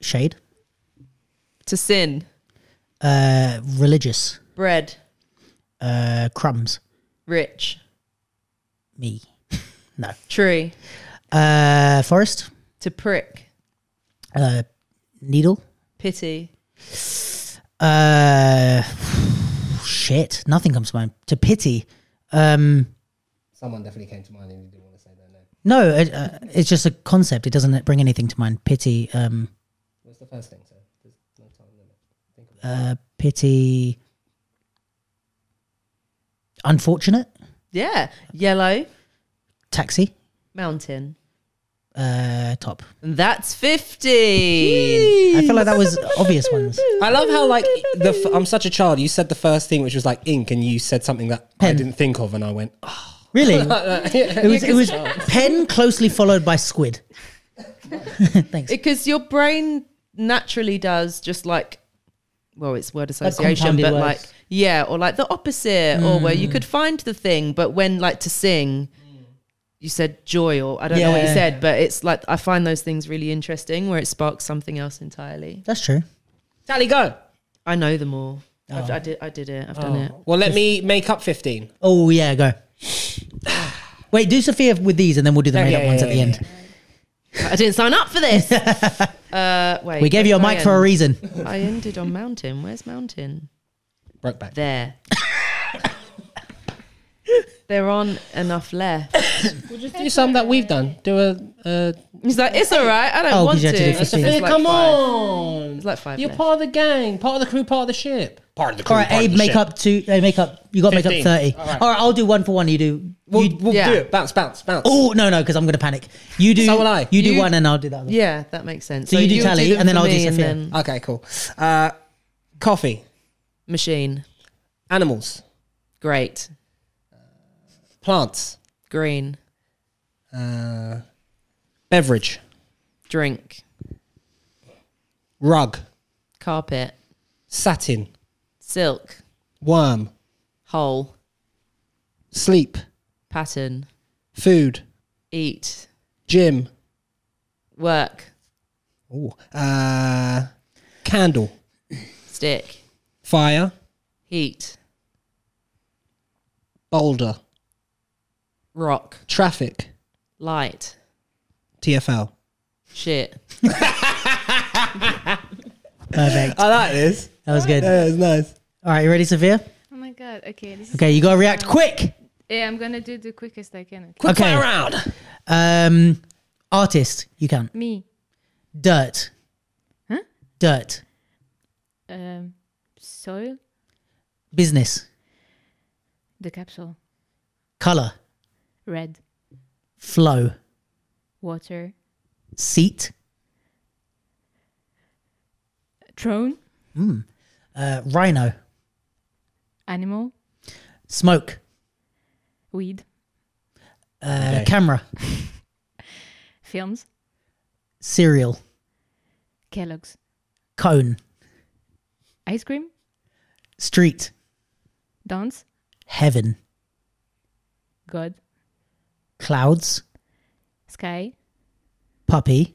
[SPEAKER 1] Shade.
[SPEAKER 2] to sin,
[SPEAKER 1] Uh, religious.
[SPEAKER 2] bread,
[SPEAKER 1] Uh, crumbs.
[SPEAKER 2] rich,
[SPEAKER 1] Me. no.
[SPEAKER 2] tree,
[SPEAKER 1] Uh, forest.
[SPEAKER 2] to prick,
[SPEAKER 1] Uh, needle.
[SPEAKER 2] pity,
[SPEAKER 1] Uh, shit. Nothing comes to mind. To pity. Um,
[SPEAKER 3] Someone definitely came to mind and you didn't want to say their name.
[SPEAKER 1] no, it, uh, it's just a concept. It doesn't bring anything to mind. Pity. Um,
[SPEAKER 3] What's the first thing? So there's no time limit.
[SPEAKER 1] uh, pity. Unfortunate.
[SPEAKER 2] yeah, yellow,
[SPEAKER 1] Taxi.
[SPEAKER 2] mountain.
[SPEAKER 1] Uh, top.
[SPEAKER 2] And that's 15.
[SPEAKER 1] I feel like that was obvious ones.
[SPEAKER 3] I love how like the f- I'm such a child. You said the first thing, which was like ink, and you said something that I
[SPEAKER 1] Pen.
[SPEAKER 3] didn't think of, and I went, oh,
[SPEAKER 1] Really? it was it was pen closely followed by squid. Thanks.
[SPEAKER 2] Because your brain naturally does just like, well, it's word association,
[SPEAKER 1] compounded
[SPEAKER 2] but
[SPEAKER 1] words. Mm.
[SPEAKER 2] like, yeah, or like the opposite, or where you could find the thing, but when like to sing, you said joy, or I don't know what you
[SPEAKER 1] Yeah.
[SPEAKER 2] said, but it's like, I find those things really interesting where it sparks something else entirely.
[SPEAKER 1] That's true.
[SPEAKER 3] "Tally, go."
[SPEAKER 2] I know them all. I've, I, did, I did it, I've done it.
[SPEAKER 3] Well, let me make up 15.
[SPEAKER 1] Oh yeah, go. Wait, do Sophia with these, and then we'll do the
[SPEAKER 3] Yeah,
[SPEAKER 1] made up
[SPEAKER 3] yeah,
[SPEAKER 1] ones
[SPEAKER 3] yeah,
[SPEAKER 1] at the
[SPEAKER 3] yeah,
[SPEAKER 1] end.
[SPEAKER 2] I didn't sign up for this. uh, wait,
[SPEAKER 1] We gave you a mic for a reason.
[SPEAKER 2] reason. I ended on mountain. Where's mountain?
[SPEAKER 3] Broke back.
[SPEAKER 2] There. there aren't enough left.
[SPEAKER 3] Just do some that we've done. Do a. Uh,
[SPEAKER 2] He's like, it's all right. I don't
[SPEAKER 1] Oh,
[SPEAKER 2] want
[SPEAKER 1] because you
[SPEAKER 2] to.
[SPEAKER 1] had to do
[SPEAKER 2] It's
[SPEAKER 1] 15.
[SPEAKER 2] like
[SPEAKER 3] come
[SPEAKER 2] five.
[SPEAKER 3] on!
[SPEAKER 2] It's like five.
[SPEAKER 3] You're
[SPEAKER 2] left.
[SPEAKER 3] part of the gang, part of the crew, part of the ship. Part of the
[SPEAKER 1] All right, Abe, make up two. Uh, make up. You got to make up
[SPEAKER 3] 15.
[SPEAKER 1] thirty. All
[SPEAKER 3] All
[SPEAKER 1] right.
[SPEAKER 3] right.
[SPEAKER 1] I'll do one for one. You do.
[SPEAKER 3] We'll,
[SPEAKER 1] you,
[SPEAKER 3] we'll
[SPEAKER 2] yeah.
[SPEAKER 3] do it. Bounce, bounce, bounce.
[SPEAKER 1] oh no, no, because I'm gonna panic. You do.
[SPEAKER 3] So will I.
[SPEAKER 1] You do
[SPEAKER 2] You-
[SPEAKER 1] one, and I'll do that. One.
[SPEAKER 2] Yeah, that makes sense.
[SPEAKER 1] So you do
[SPEAKER 2] you'll
[SPEAKER 1] tally,
[SPEAKER 2] them
[SPEAKER 1] and then
[SPEAKER 2] for
[SPEAKER 1] I'll do
[SPEAKER 2] me, and
[SPEAKER 1] Sophia.
[SPEAKER 2] then
[SPEAKER 3] Okay, cool. Uh, coffee,
[SPEAKER 2] machine.
[SPEAKER 3] animals,
[SPEAKER 2] Great.
[SPEAKER 3] plants,
[SPEAKER 2] Green.
[SPEAKER 3] uh, beverage,
[SPEAKER 2] Drink.
[SPEAKER 3] rug,
[SPEAKER 2] Carpet.
[SPEAKER 3] satin,
[SPEAKER 2] Silk.
[SPEAKER 3] worm,
[SPEAKER 2] Hole.
[SPEAKER 3] sleep,
[SPEAKER 2] Pattern.
[SPEAKER 3] food,
[SPEAKER 2] Eat.
[SPEAKER 3] gym,
[SPEAKER 2] Work.
[SPEAKER 3] Ooh. Uh, candle,
[SPEAKER 2] Stick.
[SPEAKER 3] fire,
[SPEAKER 2] Heat.
[SPEAKER 3] boulder,
[SPEAKER 2] Rock.
[SPEAKER 3] traffic,
[SPEAKER 2] Light.
[SPEAKER 3] TFL.
[SPEAKER 2] Shit.
[SPEAKER 1] Perfect.
[SPEAKER 3] I like this.
[SPEAKER 1] That was good.
[SPEAKER 3] Yeah, it's nice.
[SPEAKER 1] All right, you ready, Sophia?
[SPEAKER 5] Oh my god. Okay. This is,
[SPEAKER 1] Okay, you gotta react quick.
[SPEAKER 5] yeah, I'm gonna do the quickest I can. Okay.
[SPEAKER 3] Quick
[SPEAKER 1] Okay.
[SPEAKER 3] fire round.
[SPEAKER 1] Um, artist, you can.
[SPEAKER 5] Me.
[SPEAKER 1] Dirt.
[SPEAKER 5] Huh?
[SPEAKER 1] Dirt.
[SPEAKER 5] Um. Soil.
[SPEAKER 1] Business.
[SPEAKER 5] The capsule.
[SPEAKER 1] Color.
[SPEAKER 5] Red.
[SPEAKER 1] Flow.
[SPEAKER 5] Water.
[SPEAKER 1] Seat.
[SPEAKER 5] Drone.
[SPEAKER 1] Uh, rhino.
[SPEAKER 5] Animal.
[SPEAKER 1] Smoke.
[SPEAKER 5] Weed.
[SPEAKER 1] Uh,
[SPEAKER 3] Okay.
[SPEAKER 1] Camera.
[SPEAKER 5] Films.
[SPEAKER 1] Cereal.
[SPEAKER 5] Kellogg's.
[SPEAKER 1] Cone.
[SPEAKER 5] Ice cream.
[SPEAKER 1] Street.
[SPEAKER 5] Dance.
[SPEAKER 1] Heaven.
[SPEAKER 5] God.
[SPEAKER 1] Clouds.
[SPEAKER 5] Sky.
[SPEAKER 1] Puppy.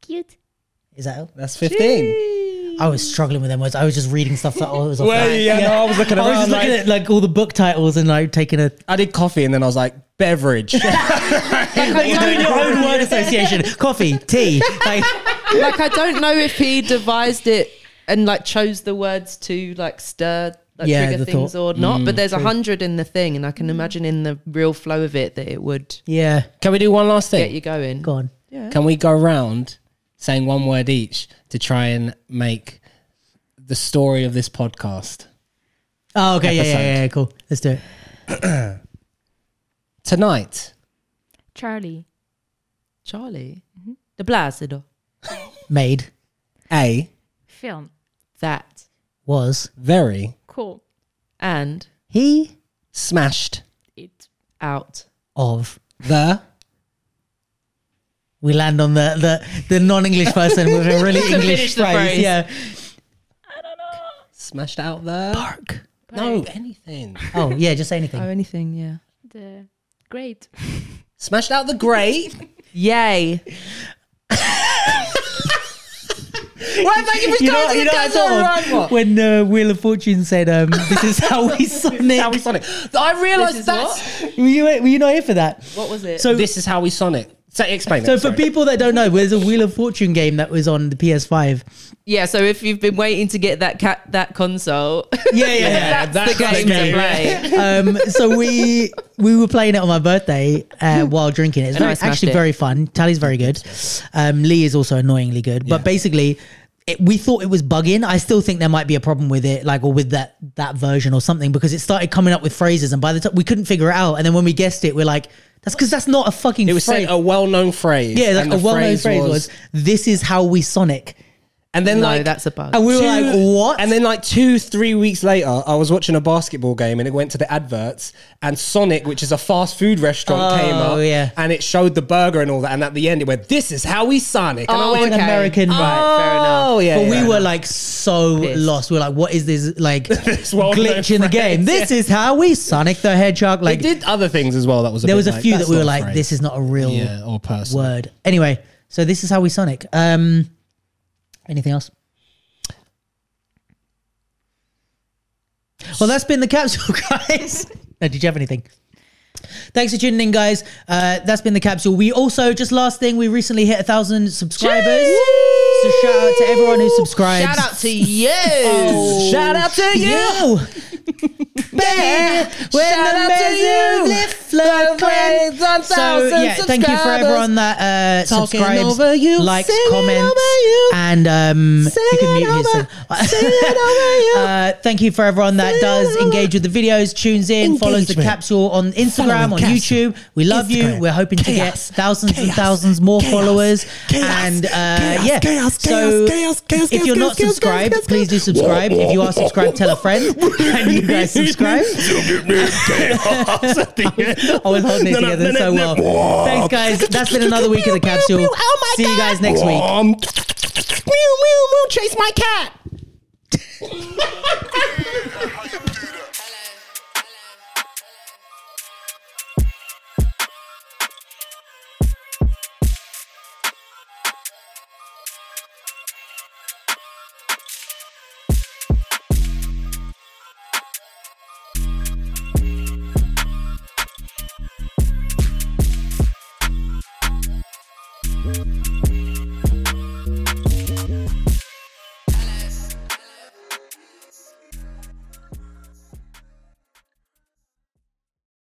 [SPEAKER 5] Cute.
[SPEAKER 1] Is that all?
[SPEAKER 3] That's 15.
[SPEAKER 1] I was struggling with them words. I was just reading stuff that I was off.
[SPEAKER 3] Well, yeah, no, I was looking
[SPEAKER 1] I was
[SPEAKER 3] around,
[SPEAKER 1] just looking
[SPEAKER 3] like-
[SPEAKER 1] at like all the book titles and like taking a
[SPEAKER 3] I did coffee and then I was like, beverage.
[SPEAKER 1] Like, you're doing your own word association. Coffee, tea. Like,
[SPEAKER 2] like I don't know if he devised it and like chose the words to like stir like
[SPEAKER 1] Yeah,
[SPEAKER 2] trigger
[SPEAKER 1] the Mm.
[SPEAKER 2] things or not. but there's a
[SPEAKER 1] true.
[SPEAKER 2] hundred in the thing, and I can imagine in the real flow of it that it would
[SPEAKER 1] yeah.
[SPEAKER 3] Can we do one last
[SPEAKER 2] get
[SPEAKER 3] thing?
[SPEAKER 2] you going.
[SPEAKER 1] Go on.
[SPEAKER 3] Can we go round saying one word each to try and make the story of this podcast?
[SPEAKER 1] Oh, okay. Yeah, yeah,
[SPEAKER 3] Episode.
[SPEAKER 1] yeah, yeah. Cool. Let's do it.
[SPEAKER 3] Tonight,
[SPEAKER 5] Charlie.
[SPEAKER 2] Charlie, Mm-hmm. the Blasido.
[SPEAKER 1] Made
[SPEAKER 3] A,
[SPEAKER 5] Film.
[SPEAKER 2] That
[SPEAKER 1] was
[SPEAKER 3] very
[SPEAKER 5] Cool.
[SPEAKER 2] and
[SPEAKER 1] he
[SPEAKER 3] smashed
[SPEAKER 5] It.
[SPEAKER 2] out.
[SPEAKER 1] of.
[SPEAKER 3] the
[SPEAKER 1] We land on the the, the non English person with a really
[SPEAKER 2] finish
[SPEAKER 1] English
[SPEAKER 2] the
[SPEAKER 1] phrase.
[SPEAKER 2] phrase.
[SPEAKER 1] Yeah.
[SPEAKER 3] smashed out the
[SPEAKER 1] Bark.
[SPEAKER 3] no anything
[SPEAKER 1] Oh yeah. Just say anything.
[SPEAKER 2] anything, yeah.
[SPEAKER 5] The great.
[SPEAKER 3] smashed out the grate.
[SPEAKER 2] Yay!
[SPEAKER 3] Why thank you for
[SPEAKER 1] You know,
[SPEAKER 3] coming
[SPEAKER 1] you
[SPEAKER 3] to
[SPEAKER 1] know,
[SPEAKER 3] the
[SPEAKER 1] I
[SPEAKER 3] Guys All
[SPEAKER 1] thought
[SPEAKER 3] Around
[SPEAKER 1] of
[SPEAKER 3] What?
[SPEAKER 1] when uh, Wheel of Fortune said, um, "This is how we Sonic."
[SPEAKER 3] How we Sonic. I
[SPEAKER 2] This
[SPEAKER 3] realised
[SPEAKER 2] is
[SPEAKER 3] that's
[SPEAKER 1] were, you, were you not here for that?
[SPEAKER 2] What was it?
[SPEAKER 1] So
[SPEAKER 3] this is how we Sonic. Say, explain.
[SPEAKER 1] So
[SPEAKER 3] it,
[SPEAKER 1] for
[SPEAKER 3] sorry.
[SPEAKER 1] people that don't know, there's a Wheel of Fortune game that was on the PS5.
[SPEAKER 2] yeah, so if you've been waiting to get that cat that console,
[SPEAKER 1] Yeah, yeah, yeah.
[SPEAKER 2] that's the game to play.
[SPEAKER 1] um, so we we were playing it on my birthday uh, while drinking. It's
[SPEAKER 2] And I
[SPEAKER 1] very,
[SPEAKER 2] smashed
[SPEAKER 1] actually
[SPEAKER 2] it.
[SPEAKER 1] very fun. Tally's very good. Um, Lee is also annoyingly good. But basically, it, we thought it was bugging. I still think there might be a problem with it, like or with that that version or something, because it started coming up with phrases, and by the time we couldn't figure it out, and then when we guessed it, we're like, that's because that's not a fucking.
[SPEAKER 3] It was
[SPEAKER 1] phrase.
[SPEAKER 3] said a well-known phrase.
[SPEAKER 1] yeah, like
[SPEAKER 3] and
[SPEAKER 1] a
[SPEAKER 3] the
[SPEAKER 1] well-known phrase was, "This is how we Sonic,"
[SPEAKER 3] and then
[SPEAKER 2] no,
[SPEAKER 3] like
[SPEAKER 2] that's a bug.
[SPEAKER 1] and we were like, "What?"
[SPEAKER 3] And then like two, three weeks later, I was watching a basketball game and it went to the adverts and Sonic, which is a fast food restaurant,
[SPEAKER 1] Oh,
[SPEAKER 3] came up
[SPEAKER 1] yeah.
[SPEAKER 3] and it showed the burger and all that. And at the end, it went, "This is how we Sonic." And I
[SPEAKER 2] Oh,
[SPEAKER 3] went,
[SPEAKER 1] an American
[SPEAKER 2] Right, fair enough.
[SPEAKER 3] "Oh yeah."
[SPEAKER 1] but we
[SPEAKER 3] yeah."
[SPEAKER 1] were like so
[SPEAKER 2] Pissed.
[SPEAKER 1] lost. We were like, what is this like
[SPEAKER 3] well-known
[SPEAKER 1] glitch in the
[SPEAKER 3] phrase,
[SPEAKER 1] game? This is how we Sonic the Hedgehog.
[SPEAKER 3] They
[SPEAKER 1] Like
[SPEAKER 3] did other things as well. That was a
[SPEAKER 1] there
[SPEAKER 3] bit
[SPEAKER 1] was a
[SPEAKER 3] like,
[SPEAKER 1] few
[SPEAKER 3] that's
[SPEAKER 1] that we
[SPEAKER 3] not
[SPEAKER 1] were
[SPEAKER 3] a
[SPEAKER 1] like,
[SPEAKER 3] phrase.
[SPEAKER 1] this is not a real
[SPEAKER 3] yeah or person.
[SPEAKER 1] word. Anyway, so this is how we Sonic. Um, anything else? Well, that's been the capsule, guys. no, did you have anything? Thanks for tuning in, guys. Uh, that's been the capsule. We also just last thing we recently hit a thousand subscribers. So shout out to everyone who subscribes. Oh,
[SPEAKER 2] Shout out to you.
[SPEAKER 3] Shout out to you.
[SPEAKER 1] you. Baby, when
[SPEAKER 3] Shout
[SPEAKER 1] the
[SPEAKER 3] out to
[SPEAKER 1] measures
[SPEAKER 3] you.
[SPEAKER 1] lift flow clan. So yeah, thank you for everyone that uh,
[SPEAKER 3] Talking
[SPEAKER 1] subscribes,
[SPEAKER 3] over you,
[SPEAKER 1] likes,
[SPEAKER 3] singing
[SPEAKER 1] comments,
[SPEAKER 3] over you.
[SPEAKER 1] and um, you can
[SPEAKER 3] Singing
[SPEAKER 1] mute
[SPEAKER 3] over-
[SPEAKER 1] yourself.
[SPEAKER 3] singing over
[SPEAKER 1] uh, thank you for everyone that
[SPEAKER 3] Singing
[SPEAKER 1] does
[SPEAKER 3] over-
[SPEAKER 1] engage with the videos, tunes in, follows the
[SPEAKER 3] Engagement.
[SPEAKER 1] capsule on Instagram,
[SPEAKER 3] Following
[SPEAKER 1] on
[SPEAKER 3] Capsule.
[SPEAKER 1] YouTube. We love you.
[SPEAKER 3] Instagram.
[SPEAKER 1] We're hoping to get
[SPEAKER 3] Chaos.
[SPEAKER 1] thousands and
[SPEAKER 3] Chaos.
[SPEAKER 1] thousands more
[SPEAKER 3] Chaos.
[SPEAKER 1] followers.
[SPEAKER 3] Chaos.
[SPEAKER 1] And uh,
[SPEAKER 3] Chaos.
[SPEAKER 1] yeah,
[SPEAKER 3] Chaos.
[SPEAKER 1] so
[SPEAKER 3] Chaos. Chaos. Chaos.
[SPEAKER 1] if you're
[SPEAKER 3] Chaos.
[SPEAKER 1] not
[SPEAKER 3] Chaos. Chaos.
[SPEAKER 1] subscribed,
[SPEAKER 3] Chaos.
[SPEAKER 1] please do subscribe. If you are subscribed, tell a friend. Can you guys subscribe? I was holding Oh, it together so well. Thanks, guys. That's been another week of the capsule.
[SPEAKER 3] Oh my
[SPEAKER 1] See you guys next week.
[SPEAKER 3] Um, meow, meow, meow, chase my cat.
[SPEAKER 4] How you do